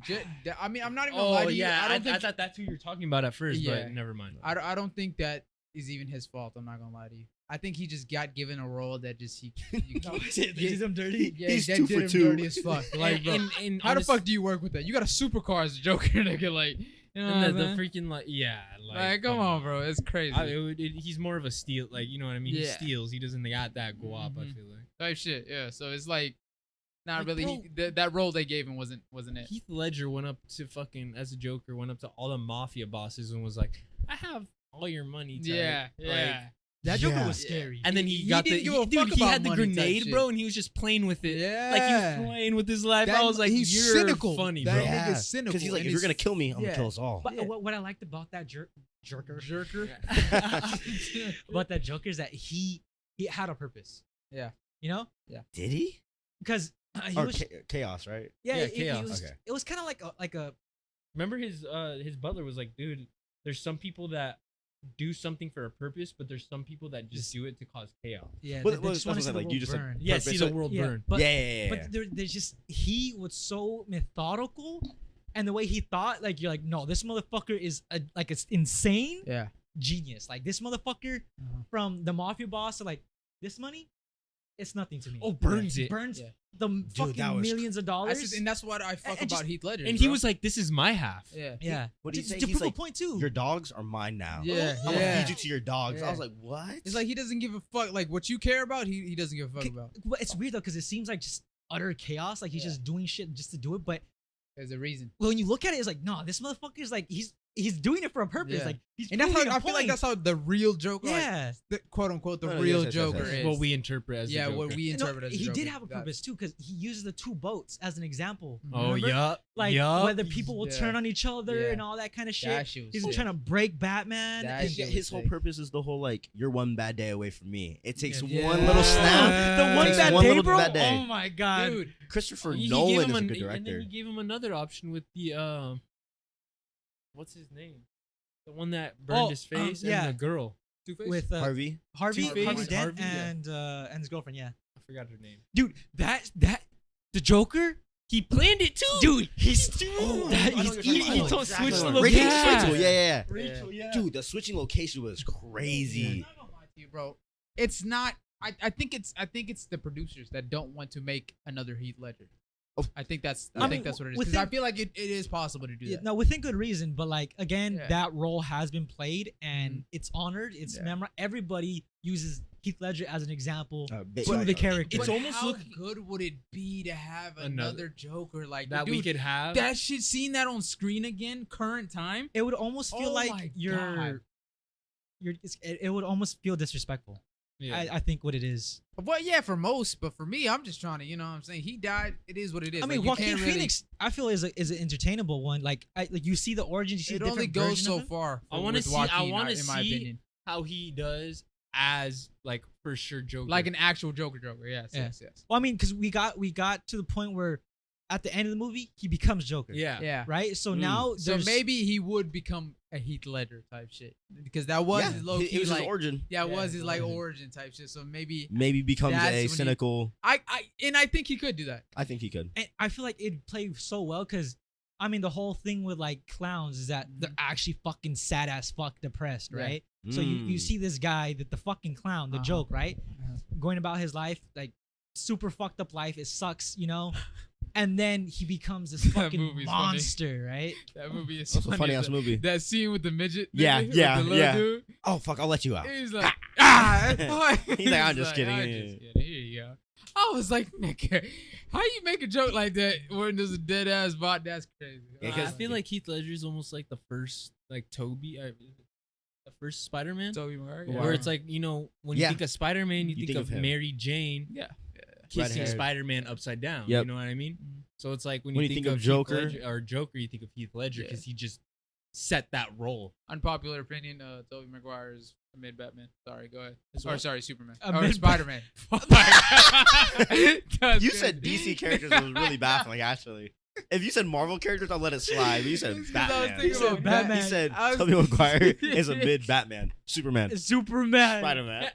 [SPEAKER 1] J- th- I mean, I'm not even gonna
[SPEAKER 2] Oh
[SPEAKER 1] lie to
[SPEAKER 2] yeah,
[SPEAKER 1] you.
[SPEAKER 2] I,
[SPEAKER 1] I don't think
[SPEAKER 2] I thought that's who you're talking about at first,
[SPEAKER 1] Yeah.
[SPEAKER 2] but never mind.
[SPEAKER 1] I, don't- I don't think that is even his fault. I'm not gonna lie to you. I think he just got given a role that just he. You,
[SPEAKER 4] No, did
[SPEAKER 1] yeah,
[SPEAKER 4] him dirty.
[SPEAKER 1] yeah,
[SPEAKER 3] He's
[SPEAKER 1] that
[SPEAKER 3] two
[SPEAKER 1] did
[SPEAKER 3] for
[SPEAKER 1] him
[SPEAKER 3] two.
[SPEAKER 1] dirty as fuck. Like,
[SPEAKER 2] And-
[SPEAKER 1] bro,
[SPEAKER 2] and- and
[SPEAKER 1] how
[SPEAKER 2] honest-
[SPEAKER 1] the fuck do you work with that? You got a supercar as a Joker, nigga. Like, you know, what
[SPEAKER 2] and
[SPEAKER 1] I'm
[SPEAKER 2] the, the
[SPEAKER 1] saying?
[SPEAKER 2] freaking like yeah, like, um,
[SPEAKER 1] like, come on, bro, it's crazy
[SPEAKER 2] I, it, would- it, he's more of a steal, like you know what I mean. He
[SPEAKER 1] Yeah.
[SPEAKER 2] steals. He doesn't got that guap. I
[SPEAKER 1] Mhm.
[SPEAKER 2] feel like
[SPEAKER 1] type shit. Yeah, so it's like, not
[SPEAKER 2] Like,
[SPEAKER 1] really.
[SPEAKER 2] bro-
[SPEAKER 1] he, th- that role they gave him wasn't wasn't it.
[SPEAKER 2] Heath Ledger went up to fucking as a Joker, went up to all the mafia bosses and was like, "I have all your money." Type.
[SPEAKER 1] yeah,
[SPEAKER 2] Like,
[SPEAKER 1] yeah.
[SPEAKER 4] That Joker
[SPEAKER 3] Yeah.
[SPEAKER 4] was
[SPEAKER 1] Yeah.
[SPEAKER 4] scary.
[SPEAKER 2] and then he,
[SPEAKER 1] He
[SPEAKER 2] got
[SPEAKER 1] didn't
[SPEAKER 2] the
[SPEAKER 1] give
[SPEAKER 2] he-
[SPEAKER 1] a
[SPEAKER 2] dude.
[SPEAKER 1] fuck
[SPEAKER 2] He had
[SPEAKER 1] about
[SPEAKER 2] the
[SPEAKER 1] money type
[SPEAKER 2] grenade,
[SPEAKER 1] shit.
[SPEAKER 2] bro, and he was just playing with it.
[SPEAKER 1] yeah.
[SPEAKER 2] Like he was playing with his life.
[SPEAKER 1] That-
[SPEAKER 2] I was like,
[SPEAKER 1] he's
[SPEAKER 2] "You're
[SPEAKER 1] cynical.
[SPEAKER 2] funny,
[SPEAKER 1] That
[SPEAKER 2] bro."
[SPEAKER 1] nigga's cynical.
[SPEAKER 3] Because he's like,
[SPEAKER 1] and
[SPEAKER 3] if you're
[SPEAKER 1] it's-
[SPEAKER 3] gonna kill me, I'm
[SPEAKER 1] yeah.
[SPEAKER 3] gonna kill us all.
[SPEAKER 4] But
[SPEAKER 1] Yeah.
[SPEAKER 4] what, what I liked about that jerk jerker
[SPEAKER 1] jerker.
[SPEAKER 4] about that Joker is that he he had a purpose.
[SPEAKER 1] Yeah.
[SPEAKER 4] You know,
[SPEAKER 3] Did he?
[SPEAKER 4] because uh, he
[SPEAKER 3] Or
[SPEAKER 4] was
[SPEAKER 3] cha- chaos, right?
[SPEAKER 4] yeah,
[SPEAKER 2] yeah,
[SPEAKER 4] it, it
[SPEAKER 2] chaos.
[SPEAKER 4] was
[SPEAKER 3] Okay.
[SPEAKER 4] it was kind of like a like a
[SPEAKER 2] Remember his uh his butler was like, "Dude, there's some people that." Do something for a purpose, but there's some people that just do it to cause chaos.
[SPEAKER 4] yeah.
[SPEAKER 3] Well,
[SPEAKER 4] they- they
[SPEAKER 3] well, that's
[SPEAKER 4] just
[SPEAKER 3] what
[SPEAKER 4] wanna
[SPEAKER 3] I'm
[SPEAKER 4] see
[SPEAKER 3] saying,
[SPEAKER 4] the
[SPEAKER 3] like, you
[SPEAKER 4] world
[SPEAKER 3] just, like,
[SPEAKER 4] burn.
[SPEAKER 2] Yeah,
[SPEAKER 3] Purpose,
[SPEAKER 2] see the
[SPEAKER 3] like-
[SPEAKER 2] world
[SPEAKER 4] yeah,
[SPEAKER 2] burn.
[SPEAKER 4] But,
[SPEAKER 3] yeah, yeah, yeah, yeah.
[SPEAKER 4] but there, there's just he was so methodical, and the way he thought, like you're like, no, this motherfucker is a, like it's insane
[SPEAKER 1] Yeah.
[SPEAKER 4] genius. Like this motherfucker
[SPEAKER 1] Uh-huh.
[SPEAKER 4] from the mafia boss, to, like this money, it's nothing to me.
[SPEAKER 2] Oh, burns it.
[SPEAKER 4] burns
[SPEAKER 1] Yeah.
[SPEAKER 4] the m-
[SPEAKER 3] Dude, that
[SPEAKER 4] fucking
[SPEAKER 3] was cr-
[SPEAKER 4] millions of
[SPEAKER 1] I
[SPEAKER 4] dollars.
[SPEAKER 1] said, and that's what I fuck about
[SPEAKER 4] and just-
[SPEAKER 1] Heath Ledger.
[SPEAKER 2] And he
[SPEAKER 1] bro.
[SPEAKER 2] was like, "This is my half."
[SPEAKER 1] yeah,
[SPEAKER 4] yeah,
[SPEAKER 3] What do you
[SPEAKER 4] to,
[SPEAKER 3] say?
[SPEAKER 4] to
[SPEAKER 3] He's
[SPEAKER 4] prove
[SPEAKER 3] like,
[SPEAKER 4] a point too.
[SPEAKER 3] your dogs are mine now.
[SPEAKER 1] yeah,
[SPEAKER 3] I'm
[SPEAKER 1] yeah.
[SPEAKER 3] gonna feed you to your dogs. I
[SPEAKER 1] Yeah.
[SPEAKER 3] was like, what?
[SPEAKER 1] It's like he doesn't give a fuck. Like what you care about, he, he doesn't give a fuck
[SPEAKER 4] K-
[SPEAKER 1] about.
[SPEAKER 4] But it's weird though, because it seems like just utter chaos. Like he's
[SPEAKER 1] Yeah.
[SPEAKER 4] just doing shit just to do it. But
[SPEAKER 1] There's a reason.
[SPEAKER 4] when you look at it, it's like, nah, this motherfucker is like he's he's doing it for a purpose.
[SPEAKER 1] Yeah.
[SPEAKER 4] Like he's
[SPEAKER 1] And that's how I
[SPEAKER 4] proving a
[SPEAKER 1] feel like
[SPEAKER 4] point.
[SPEAKER 1] that's how the real Joker, like,
[SPEAKER 4] yeah.
[SPEAKER 1] the, quote unquote, the
[SPEAKER 3] No, no,
[SPEAKER 1] real
[SPEAKER 3] Oh, yes, yes, yes,
[SPEAKER 1] Joker
[SPEAKER 3] yes.
[SPEAKER 1] is.
[SPEAKER 2] What we interpret as the
[SPEAKER 1] yeah,
[SPEAKER 2] Joker.
[SPEAKER 1] what we
[SPEAKER 4] You know,
[SPEAKER 1] interpret as the
[SPEAKER 4] he did
[SPEAKER 1] Joker.
[SPEAKER 4] have a
[SPEAKER 1] Got it.
[SPEAKER 4] purpose too, because he uses the two boats as an example.
[SPEAKER 2] Oh
[SPEAKER 4] Remember?
[SPEAKER 2] yeah,
[SPEAKER 4] Like
[SPEAKER 2] yup.
[SPEAKER 4] whether people will
[SPEAKER 1] Mm-hmm. Yeah.
[SPEAKER 4] turn on each other
[SPEAKER 1] Yeah.
[SPEAKER 4] and all that kind of shit.
[SPEAKER 1] That shit was
[SPEAKER 4] he's
[SPEAKER 1] sick.
[SPEAKER 4] trying to break Batman.
[SPEAKER 1] That
[SPEAKER 4] and-
[SPEAKER 1] shit
[SPEAKER 3] his,
[SPEAKER 1] was
[SPEAKER 3] whole
[SPEAKER 1] sick.
[SPEAKER 3] purpose is the whole like, you're one bad day away from me. It takes
[SPEAKER 1] Yeah.
[SPEAKER 3] one little snap.
[SPEAKER 4] The one
[SPEAKER 3] Takes
[SPEAKER 4] bad
[SPEAKER 3] one
[SPEAKER 4] day,
[SPEAKER 3] little
[SPEAKER 4] bro.
[SPEAKER 3] bad day.
[SPEAKER 4] Oh my god.
[SPEAKER 1] Dude,
[SPEAKER 3] Christopher
[SPEAKER 2] He- he gave
[SPEAKER 3] Nolan is
[SPEAKER 2] him
[SPEAKER 3] a
[SPEAKER 2] an-
[SPEAKER 3] good
[SPEAKER 2] And then
[SPEAKER 3] director.
[SPEAKER 2] he gave him another option with the um, what's his name? The one that burned
[SPEAKER 4] Oh,
[SPEAKER 2] his
[SPEAKER 4] um,
[SPEAKER 2] face
[SPEAKER 4] yeah.
[SPEAKER 2] and the girl.
[SPEAKER 6] Two-Face?
[SPEAKER 4] with uh, Harvey,
[SPEAKER 3] Harvey.
[SPEAKER 4] Harvey,
[SPEAKER 2] Two-Face,
[SPEAKER 4] Harvey Dent
[SPEAKER 2] Harvey, yeah.
[SPEAKER 4] and uh, and his girlfriend. Yeah,
[SPEAKER 2] I forgot her name.
[SPEAKER 4] dude, that that the Joker,
[SPEAKER 2] He planned it too.
[SPEAKER 4] dude, he's
[SPEAKER 3] Oh,
[SPEAKER 4] that,
[SPEAKER 3] I know
[SPEAKER 4] he's
[SPEAKER 3] what you're
[SPEAKER 4] eating.
[SPEAKER 3] talking
[SPEAKER 2] he
[SPEAKER 3] about.
[SPEAKER 2] told
[SPEAKER 3] Exactly.
[SPEAKER 2] switch the
[SPEAKER 3] Ricky
[SPEAKER 2] location.
[SPEAKER 3] Switzel, Yeah, yeah, yeah.
[SPEAKER 2] Rachel,
[SPEAKER 4] yeah.
[SPEAKER 3] Dude, the switching location was crazy.
[SPEAKER 1] I'm not gonna lie to you, bro. It's not. I, I think it's I think it's the producers that don't want to make another Heath Ledger.
[SPEAKER 3] Of-
[SPEAKER 1] I think that's I,
[SPEAKER 4] I
[SPEAKER 1] think
[SPEAKER 4] mean,
[SPEAKER 1] that's what it is.
[SPEAKER 4] with
[SPEAKER 1] Because I
[SPEAKER 4] him-
[SPEAKER 1] feel like it, it is possible to do
[SPEAKER 4] Yeah,
[SPEAKER 1] that.
[SPEAKER 4] no, within good reason, but like again,
[SPEAKER 1] Yeah.
[SPEAKER 4] that role has been played and it's honored. It's
[SPEAKER 1] Yeah.
[SPEAKER 4] memor. Everybody uses Keith Ledger as an example
[SPEAKER 3] Uh, ba-
[SPEAKER 4] to
[SPEAKER 3] like,
[SPEAKER 4] the
[SPEAKER 3] uh,
[SPEAKER 4] character.
[SPEAKER 2] It's
[SPEAKER 1] but
[SPEAKER 2] almost
[SPEAKER 1] how
[SPEAKER 2] look-
[SPEAKER 1] good would it be to have another,
[SPEAKER 2] Another-
[SPEAKER 1] Joker like
[SPEAKER 2] That
[SPEAKER 1] dude,
[SPEAKER 2] we could have.
[SPEAKER 1] that shit seeing that on screen again current time
[SPEAKER 4] it would almost feel
[SPEAKER 1] Oh my
[SPEAKER 4] like you're,
[SPEAKER 1] God.
[SPEAKER 4] you're. it's- It, it would almost feel disrespectful.
[SPEAKER 2] yeah.
[SPEAKER 4] I, I think what it is.
[SPEAKER 1] well yeah for most but for me i'm just trying to you know what i'm saying he died it is what it is
[SPEAKER 4] I mean,
[SPEAKER 1] like, you
[SPEAKER 4] Joaquin
[SPEAKER 1] can't really-
[SPEAKER 4] Phoenix, I feel is a, is an entertainable one. Like, I, like you see the origin, you see
[SPEAKER 1] it
[SPEAKER 4] the
[SPEAKER 1] only
[SPEAKER 4] different
[SPEAKER 1] goes
[SPEAKER 4] version
[SPEAKER 1] so
[SPEAKER 4] of him.
[SPEAKER 1] far
[SPEAKER 2] I
[SPEAKER 1] for-
[SPEAKER 2] wanna
[SPEAKER 1] with
[SPEAKER 2] see- I
[SPEAKER 1] Joaquin,
[SPEAKER 2] wanna
[SPEAKER 1] in my
[SPEAKER 2] see-
[SPEAKER 1] opinion
[SPEAKER 2] How he does as like for sure Joker.
[SPEAKER 1] like an actual joker joker yes
[SPEAKER 4] Yeah.
[SPEAKER 1] yes yes
[SPEAKER 4] Well, I mean, because we got we got to the point where, at the end of the movie, he becomes Joker.
[SPEAKER 2] yeah.
[SPEAKER 1] yeah
[SPEAKER 4] Right. So
[SPEAKER 2] Mm.
[SPEAKER 4] now
[SPEAKER 1] so
[SPEAKER 4] there's-
[SPEAKER 1] maybe he would become a heath ledger type shit because that was
[SPEAKER 3] yeah,
[SPEAKER 1] his low
[SPEAKER 3] it-
[SPEAKER 1] key
[SPEAKER 3] it was
[SPEAKER 1] like
[SPEAKER 3] his origin.
[SPEAKER 1] yeah, it
[SPEAKER 2] Yeah,
[SPEAKER 1] was
[SPEAKER 2] his
[SPEAKER 1] his like
[SPEAKER 2] origin.
[SPEAKER 1] origin type shit. So maybe
[SPEAKER 3] Maybe becomes
[SPEAKER 1] That's when
[SPEAKER 3] a
[SPEAKER 1] he-
[SPEAKER 3] cynical.
[SPEAKER 1] I, I and I think he could do that.
[SPEAKER 3] I think he could.
[SPEAKER 4] and I feel like it played so well because I mean the whole thing with like clowns is that they're actually fucking sad as fuck depressed,
[SPEAKER 1] Mm. Yeah.
[SPEAKER 4] right? So you, you
[SPEAKER 1] Hmm.
[SPEAKER 3] Mm.
[SPEAKER 4] see this guy that the fucking clown, the
[SPEAKER 1] Uh-huh.
[SPEAKER 4] joke, right?
[SPEAKER 1] Uh-huh.
[SPEAKER 4] Going about his life, like super fucked up life. It sucks, you know. And then he becomes this
[SPEAKER 1] That
[SPEAKER 4] fucking
[SPEAKER 1] movie's funny.
[SPEAKER 4] monster, right?
[SPEAKER 1] That movie is
[SPEAKER 3] That's a funny
[SPEAKER 1] as
[SPEAKER 3] ass movie.
[SPEAKER 1] that scene with the midget.
[SPEAKER 3] Yeah,
[SPEAKER 1] nigga, with
[SPEAKER 3] yeah,
[SPEAKER 1] the little
[SPEAKER 3] yeah.
[SPEAKER 1] Dude,
[SPEAKER 3] Oh fuck! I'll let you out.
[SPEAKER 1] he's like, ah, that's why."
[SPEAKER 3] He's like, "I'm just kidding."
[SPEAKER 1] I'm just kidding. Here you go. I was like, nigga, how you make a joke like that when there's a dead ass bot? That's crazy.
[SPEAKER 3] Yeah,
[SPEAKER 2] I
[SPEAKER 3] 'cause-
[SPEAKER 2] feel like Heath Ledger is almost like the first like Toby, uh, the first Spider Man.
[SPEAKER 1] Toby Maguire.
[SPEAKER 3] Wow.
[SPEAKER 2] Where it's like you know when
[SPEAKER 3] Yeah.
[SPEAKER 2] you think of Spider Man, you,
[SPEAKER 3] You
[SPEAKER 2] think,
[SPEAKER 3] think of
[SPEAKER 2] of,
[SPEAKER 3] him.
[SPEAKER 2] Mary Jane.
[SPEAKER 1] Yeah.
[SPEAKER 2] Kissing
[SPEAKER 3] Red-haired.
[SPEAKER 2] Spider Man upside down.
[SPEAKER 3] Yep.
[SPEAKER 2] You know what I mean?
[SPEAKER 1] Mm-hmm.
[SPEAKER 2] So it's like when,
[SPEAKER 3] When
[SPEAKER 2] you think, of,
[SPEAKER 3] Heath
[SPEAKER 2] Joker
[SPEAKER 3] Ledger-
[SPEAKER 2] or Joker, you think of Heath Ledger
[SPEAKER 1] Yeah.
[SPEAKER 2] because he just set that role.
[SPEAKER 1] unpopular opinion. Uh, Toby Maguire is mid Batman. Sorry, go ahead.
[SPEAKER 2] Is
[SPEAKER 1] Or
[SPEAKER 2] what?
[SPEAKER 1] sorry, Superman.
[SPEAKER 4] A
[SPEAKER 1] or
[SPEAKER 4] mid-
[SPEAKER 1] Spider Man.
[SPEAKER 3] You said DC characters was really baffling. Actually, if you said Marvel characters, I'll let it slide. But you said
[SPEAKER 1] It's 'cause I was
[SPEAKER 3] Batman.
[SPEAKER 1] thinking
[SPEAKER 3] You
[SPEAKER 4] about Batman.
[SPEAKER 3] He said
[SPEAKER 1] I was-
[SPEAKER 3] Tobey Maguire is a mid Batman, Superman,
[SPEAKER 4] Superman.
[SPEAKER 3] Spider Man.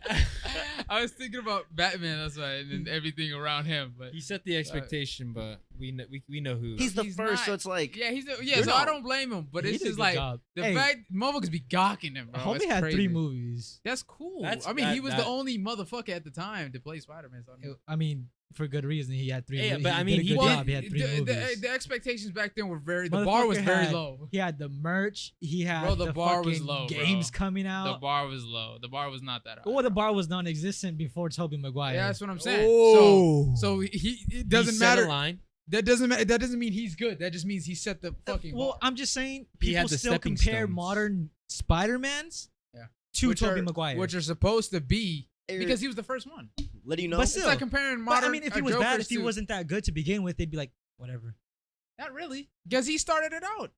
[SPEAKER 1] I was thinking about Batman. That's why, and then everything around him. But
[SPEAKER 2] He set the expectation, but we know we, we know who.
[SPEAKER 3] He's the
[SPEAKER 1] He's
[SPEAKER 3] first,
[SPEAKER 1] not.
[SPEAKER 3] so it's like
[SPEAKER 1] yeah, he's a, yeah.
[SPEAKER 3] You're
[SPEAKER 1] So I
[SPEAKER 3] not-
[SPEAKER 1] don't blame him. But
[SPEAKER 4] He
[SPEAKER 1] it's
[SPEAKER 4] did a
[SPEAKER 1] just
[SPEAKER 4] good
[SPEAKER 1] like
[SPEAKER 4] job.
[SPEAKER 1] the
[SPEAKER 4] Hey.
[SPEAKER 1] fact motherfuckers be gawking him. Bro.
[SPEAKER 4] Homie
[SPEAKER 1] It's
[SPEAKER 4] had
[SPEAKER 1] crazy.
[SPEAKER 4] three movies.
[SPEAKER 1] That's cool.
[SPEAKER 2] That's-
[SPEAKER 1] I mean, he
[SPEAKER 2] that-
[SPEAKER 1] was
[SPEAKER 2] that-
[SPEAKER 1] the only motherfucker at the time to play Spider Man. So I mean-
[SPEAKER 4] I mean, for good reason, he had three.
[SPEAKER 2] Yeah,
[SPEAKER 4] movies.
[SPEAKER 2] but
[SPEAKER 4] he
[SPEAKER 2] I
[SPEAKER 4] did
[SPEAKER 2] mean,
[SPEAKER 4] a
[SPEAKER 2] he
[SPEAKER 4] good
[SPEAKER 2] was-
[SPEAKER 4] job. He had three
[SPEAKER 1] the, the-
[SPEAKER 4] movies.
[SPEAKER 1] the expectations back then were very. The bar was
[SPEAKER 4] Motherfucker
[SPEAKER 1] very
[SPEAKER 4] had-
[SPEAKER 1] low.
[SPEAKER 4] he had the merch. He had
[SPEAKER 1] Bro, the bar was
[SPEAKER 4] fucking
[SPEAKER 1] low, bro.
[SPEAKER 4] games coming
[SPEAKER 1] The
[SPEAKER 4] out.
[SPEAKER 1] bar was low. The bar was not that high.
[SPEAKER 4] Or the bar was non-existent before Toby Maguire.
[SPEAKER 1] Yeah, that's what I'm saying.
[SPEAKER 4] Oh.
[SPEAKER 1] So, so he it
[SPEAKER 2] He
[SPEAKER 1] doesn't
[SPEAKER 2] set a
[SPEAKER 1] matter.
[SPEAKER 2] line.
[SPEAKER 1] That doesn't matter. That doesn't mean he's good. That just means he set the
[SPEAKER 4] Uh,
[SPEAKER 1] fucking.
[SPEAKER 4] well,
[SPEAKER 1] bar.
[SPEAKER 4] I'm just saying
[SPEAKER 2] He had
[SPEAKER 4] people
[SPEAKER 2] the
[SPEAKER 4] still
[SPEAKER 2] stepping
[SPEAKER 4] compare
[SPEAKER 2] stones.
[SPEAKER 4] modern Spider-Mans
[SPEAKER 1] Yeah.
[SPEAKER 4] to
[SPEAKER 1] Which
[SPEAKER 4] Tobey
[SPEAKER 1] are-
[SPEAKER 4] Maguire.
[SPEAKER 1] which are supposed to be
[SPEAKER 3] Eric,
[SPEAKER 1] because he was the first one.
[SPEAKER 3] let you know.
[SPEAKER 4] But
[SPEAKER 1] It's
[SPEAKER 4] still-
[SPEAKER 1] like comparing
[SPEAKER 4] but
[SPEAKER 1] modern.
[SPEAKER 4] I mean, if he
[SPEAKER 1] uh,
[SPEAKER 4] was bad,
[SPEAKER 1] Jokers
[SPEAKER 4] if he
[SPEAKER 1] to-
[SPEAKER 4] wasn't that good to begin with, they'd be like, whatever.
[SPEAKER 1] not really, because he started it out.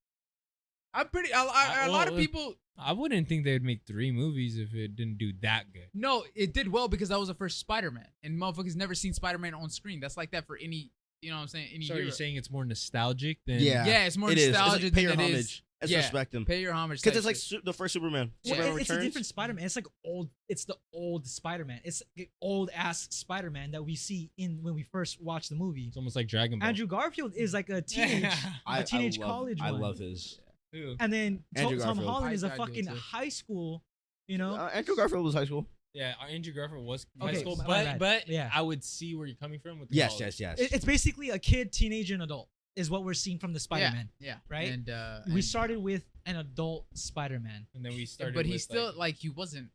[SPEAKER 1] I'm pretty. I, I,
[SPEAKER 2] Uh,
[SPEAKER 1] a lot
[SPEAKER 2] well,
[SPEAKER 1] of
[SPEAKER 2] uh,
[SPEAKER 1] people.
[SPEAKER 2] I wouldn't think they would make three movies if it didn't do that good.
[SPEAKER 1] No, it did well because that was the first Spider-Man, and motherfuckers never seen Spider-Man on screen. That's like that for any. You know what I'm saying? Any.
[SPEAKER 2] So you're
[SPEAKER 1] hero.
[SPEAKER 2] saying it's more nostalgic than
[SPEAKER 3] Yeah.
[SPEAKER 1] Yeah, it's more
[SPEAKER 3] it is. It's
[SPEAKER 1] nostalgia
[SPEAKER 3] like pay your
[SPEAKER 1] than it is-
[SPEAKER 3] homage. Let's
[SPEAKER 1] yeah.
[SPEAKER 3] respect him
[SPEAKER 1] Pay your homage.
[SPEAKER 3] because
[SPEAKER 1] type
[SPEAKER 3] it's like
[SPEAKER 1] shit.
[SPEAKER 3] su- the first Superman.
[SPEAKER 4] Well,
[SPEAKER 3] Superman
[SPEAKER 4] it- it's a
[SPEAKER 3] Returns.
[SPEAKER 4] different Spider-Man. It's like old. It's the old Spider-Man. It's the old ass Spider-Man that we see in when we first watch the movie.
[SPEAKER 2] it's almost like Dragon Ball.
[SPEAKER 4] Andrew Garfield is like a teenage,
[SPEAKER 3] I- I
[SPEAKER 4] a teenage
[SPEAKER 3] love-
[SPEAKER 4] college
[SPEAKER 3] I
[SPEAKER 4] one.
[SPEAKER 3] love his.
[SPEAKER 2] Who?
[SPEAKER 4] And then To-
[SPEAKER 3] Andrew
[SPEAKER 4] Tom
[SPEAKER 3] Garfield.
[SPEAKER 4] Holland is
[SPEAKER 1] I-
[SPEAKER 4] a
[SPEAKER 1] I do
[SPEAKER 4] fucking
[SPEAKER 1] too.
[SPEAKER 4] high school, you know.
[SPEAKER 3] Uh, Andrew Garfield was high school.
[SPEAKER 2] Yeah, Andrew Garfield was
[SPEAKER 4] Okay,
[SPEAKER 2] high school,
[SPEAKER 4] my
[SPEAKER 2] but
[SPEAKER 4] bad.
[SPEAKER 2] but
[SPEAKER 4] Yeah.
[SPEAKER 2] I would see where you're coming from with the
[SPEAKER 3] Yes, yes,
[SPEAKER 2] college.
[SPEAKER 3] yes.
[SPEAKER 4] It- it's basically a kid, teenager, and adult is what we're seeing from the Spider-Man.
[SPEAKER 1] Yeah.
[SPEAKER 4] right?
[SPEAKER 1] And uh,
[SPEAKER 4] We
[SPEAKER 1] and-
[SPEAKER 4] started with an adult Spider-Man.
[SPEAKER 2] And then we started.
[SPEAKER 1] but he
[SPEAKER 2] with,
[SPEAKER 1] still
[SPEAKER 2] like,
[SPEAKER 1] like, he wasn't.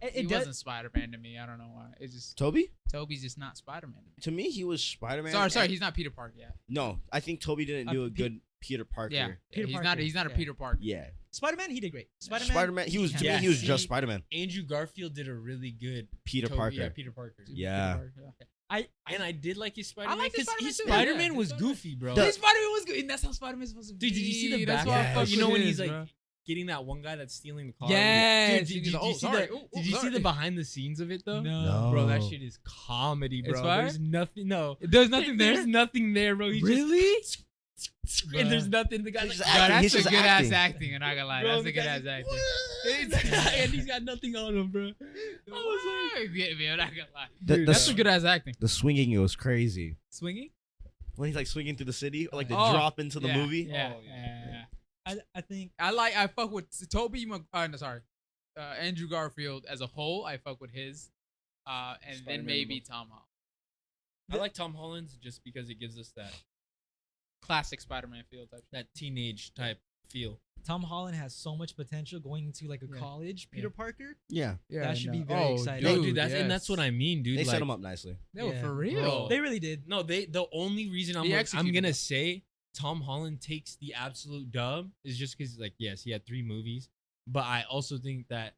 [SPEAKER 4] It,
[SPEAKER 1] he
[SPEAKER 4] it does.
[SPEAKER 1] wasn't Spider Man to me. I don't know why. It's just
[SPEAKER 3] Toby,
[SPEAKER 1] Toby's just not Spider Man.
[SPEAKER 3] to me, he was Spider Man.
[SPEAKER 1] Sorry, sorry, he's not Peter Parker. Yeah,
[SPEAKER 3] no, I think Toby didn't
[SPEAKER 4] Uh,
[SPEAKER 3] do a
[SPEAKER 4] Pe-
[SPEAKER 3] good Peter Parker.
[SPEAKER 1] yeah.
[SPEAKER 4] Peter
[SPEAKER 1] he's not.
[SPEAKER 4] Parker,
[SPEAKER 1] He's not a
[SPEAKER 4] yeah.
[SPEAKER 1] Peter Parker.
[SPEAKER 3] Yeah.
[SPEAKER 4] Spider-Man, he did great. Spider-Man.
[SPEAKER 3] Spider Man. He was to me,
[SPEAKER 2] Yeah.
[SPEAKER 3] he was just
[SPEAKER 2] See?
[SPEAKER 3] Spider Man.
[SPEAKER 2] Andrew Garfield did a really good
[SPEAKER 3] Peter
[SPEAKER 2] Toby-
[SPEAKER 3] Parker.
[SPEAKER 2] Yeah, Peter Parker.
[SPEAKER 1] Peter
[SPEAKER 3] Yeah.
[SPEAKER 1] Parker, yeah.
[SPEAKER 4] I, I
[SPEAKER 2] And I did like his Spider Man
[SPEAKER 1] like his
[SPEAKER 2] because his
[SPEAKER 1] Spider-Man too.
[SPEAKER 2] Spider Man
[SPEAKER 1] Yeah,
[SPEAKER 2] was
[SPEAKER 1] Spider-Man.
[SPEAKER 2] goofy, bro.
[SPEAKER 3] The-
[SPEAKER 1] His Spider Man was good, and that's how Spider Man's supposed to be.
[SPEAKER 2] Dude, did you see the
[SPEAKER 1] That's
[SPEAKER 2] back?
[SPEAKER 1] why I
[SPEAKER 3] Yes.
[SPEAKER 1] fuck
[SPEAKER 2] You know
[SPEAKER 1] with
[SPEAKER 2] when
[SPEAKER 1] it
[SPEAKER 2] he's
[SPEAKER 1] is,
[SPEAKER 2] like
[SPEAKER 1] bro.
[SPEAKER 2] getting that one guy that's stealing the car.
[SPEAKER 1] Yes,
[SPEAKER 2] Dude, did,
[SPEAKER 1] he
[SPEAKER 2] did
[SPEAKER 1] just-
[SPEAKER 2] you
[SPEAKER 1] oh,
[SPEAKER 2] see
[SPEAKER 1] sorry.
[SPEAKER 2] the,
[SPEAKER 1] Oh, oh,
[SPEAKER 2] Did you see
[SPEAKER 1] sorry.
[SPEAKER 2] the behind the scenes of it though?
[SPEAKER 3] No.
[SPEAKER 2] Bro, that shit is comedy,
[SPEAKER 1] It's
[SPEAKER 2] bro.
[SPEAKER 1] fire?
[SPEAKER 2] There's nothing. No.
[SPEAKER 1] There's nothing
[SPEAKER 2] There's
[SPEAKER 1] there.
[SPEAKER 2] nothing there, bro. He just
[SPEAKER 1] Really?
[SPEAKER 2] and there's nothing. The guy's
[SPEAKER 3] He's
[SPEAKER 2] like,
[SPEAKER 3] just acting,
[SPEAKER 1] Yo,
[SPEAKER 3] he's
[SPEAKER 1] that's a
[SPEAKER 3] just
[SPEAKER 1] good
[SPEAKER 3] acting.
[SPEAKER 1] ass acting, and I gotta lie,
[SPEAKER 2] Bro,
[SPEAKER 1] that's
[SPEAKER 2] the
[SPEAKER 1] a good ass
[SPEAKER 2] guy's like,
[SPEAKER 1] acting.
[SPEAKER 2] "What?" and he's got nothing on him, bro. I was like,
[SPEAKER 1] Hey, yeah, man, I gotta lie.
[SPEAKER 3] The-
[SPEAKER 1] Dude,
[SPEAKER 3] the
[SPEAKER 1] that's
[SPEAKER 3] s-
[SPEAKER 1] a good ass acting.
[SPEAKER 3] The swinging it was crazy.
[SPEAKER 1] Swinging
[SPEAKER 3] When he's like swinging through the city, or, like the
[SPEAKER 1] Oh,
[SPEAKER 3] drop into the
[SPEAKER 1] Yeah,
[SPEAKER 3] movie.
[SPEAKER 1] Yeah,
[SPEAKER 3] Oh,
[SPEAKER 1] yeah, yeah.
[SPEAKER 4] I, I think
[SPEAKER 1] I like I fuck with Toby. Mc, uh, no, sorry, uh, Andrew Garfield as a whole. I fuck with his, uh, and
[SPEAKER 3] Spider-Man
[SPEAKER 1] then maybe Tom Holland.
[SPEAKER 2] I like Tom Holland's just because it gives us that
[SPEAKER 1] Classic Spider-Man feel type.
[SPEAKER 2] that teenage type feel.
[SPEAKER 4] Tom Holland has so much potential going to like a
[SPEAKER 1] Yeah.
[SPEAKER 4] college. Peter Parker.
[SPEAKER 3] yeah.
[SPEAKER 6] Yeah,
[SPEAKER 4] That should be very
[SPEAKER 1] Oh,
[SPEAKER 4] exciting.
[SPEAKER 2] No,
[SPEAKER 4] Dude,
[SPEAKER 2] dude, that's and that's what I mean, dude.
[SPEAKER 3] They
[SPEAKER 2] like,
[SPEAKER 3] set him up nicely.
[SPEAKER 1] No,
[SPEAKER 4] Yeah.
[SPEAKER 1] for real.
[SPEAKER 4] They really did.
[SPEAKER 2] No, they the only reason I'm
[SPEAKER 1] He
[SPEAKER 2] like, I'm
[SPEAKER 1] executed
[SPEAKER 2] gonna
[SPEAKER 1] that.
[SPEAKER 2] say Tom Holland takes the absolute dub is just because like yes he had three movies, but I also think that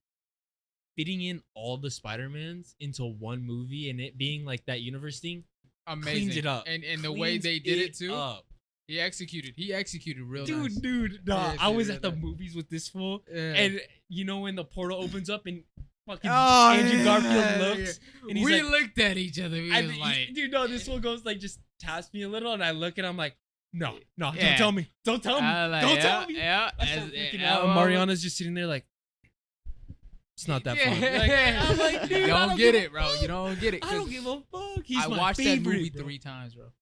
[SPEAKER 2] fitting in all the Spider Mans into one movie and it being like that universe thing,
[SPEAKER 1] Amazing.
[SPEAKER 2] it up.
[SPEAKER 1] And and the way
[SPEAKER 2] cleans
[SPEAKER 1] they did it too,
[SPEAKER 2] up.
[SPEAKER 1] he executed. He executed real
[SPEAKER 2] dude,
[SPEAKER 1] nice.
[SPEAKER 2] dude. Nah,
[SPEAKER 1] Yeah,
[SPEAKER 2] I
[SPEAKER 1] dude,
[SPEAKER 2] was
[SPEAKER 1] real
[SPEAKER 2] at the
[SPEAKER 1] nice.
[SPEAKER 2] movies with this fool,
[SPEAKER 1] Yeah.
[SPEAKER 2] and you know when the portal opens up and fucking
[SPEAKER 6] Oh,
[SPEAKER 2] Andrew
[SPEAKER 6] yeah,
[SPEAKER 2] Garfield looks, and he's
[SPEAKER 1] we
[SPEAKER 2] like,
[SPEAKER 1] looked at each other. We
[SPEAKER 2] I
[SPEAKER 1] was
[SPEAKER 2] mean,
[SPEAKER 1] like,
[SPEAKER 2] he- dude, no, this one goes like just taps me a little, and I look and I'm like, no, no, don't
[SPEAKER 1] Yeah.
[SPEAKER 2] tell me, don't tell me,
[SPEAKER 1] I was like,
[SPEAKER 2] don't
[SPEAKER 1] yeah,
[SPEAKER 2] tell me.
[SPEAKER 1] Yeah,
[SPEAKER 2] I start
[SPEAKER 1] as- uh,
[SPEAKER 2] freaking
[SPEAKER 1] yeah,
[SPEAKER 2] out.
[SPEAKER 1] well,
[SPEAKER 2] Mariana's just sitting there like, it's not that funny. Like, I'm like, dude,
[SPEAKER 1] you
[SPEAKER 2] I
[SPEAKER 1] don't get
[SPEAKER 2] give a
[SPEAKER 1] it, bro.
[SPEAKER 2] fuck.
[SPEAKER 1] You don't get it.
[SPEAKER 2] I
[SPEAKER 1] 'cause
[SPEAKER 2] don't give a fuck. He's
[SPEAKER 1] I
[SPEAKER 2] my
[SPEAKER 1] watched
[SPEAKER 2] favorite,
[SPEAKER 1] that movie
[SPEAKER 2] bro.
[SPEAKER 1] three times, bro.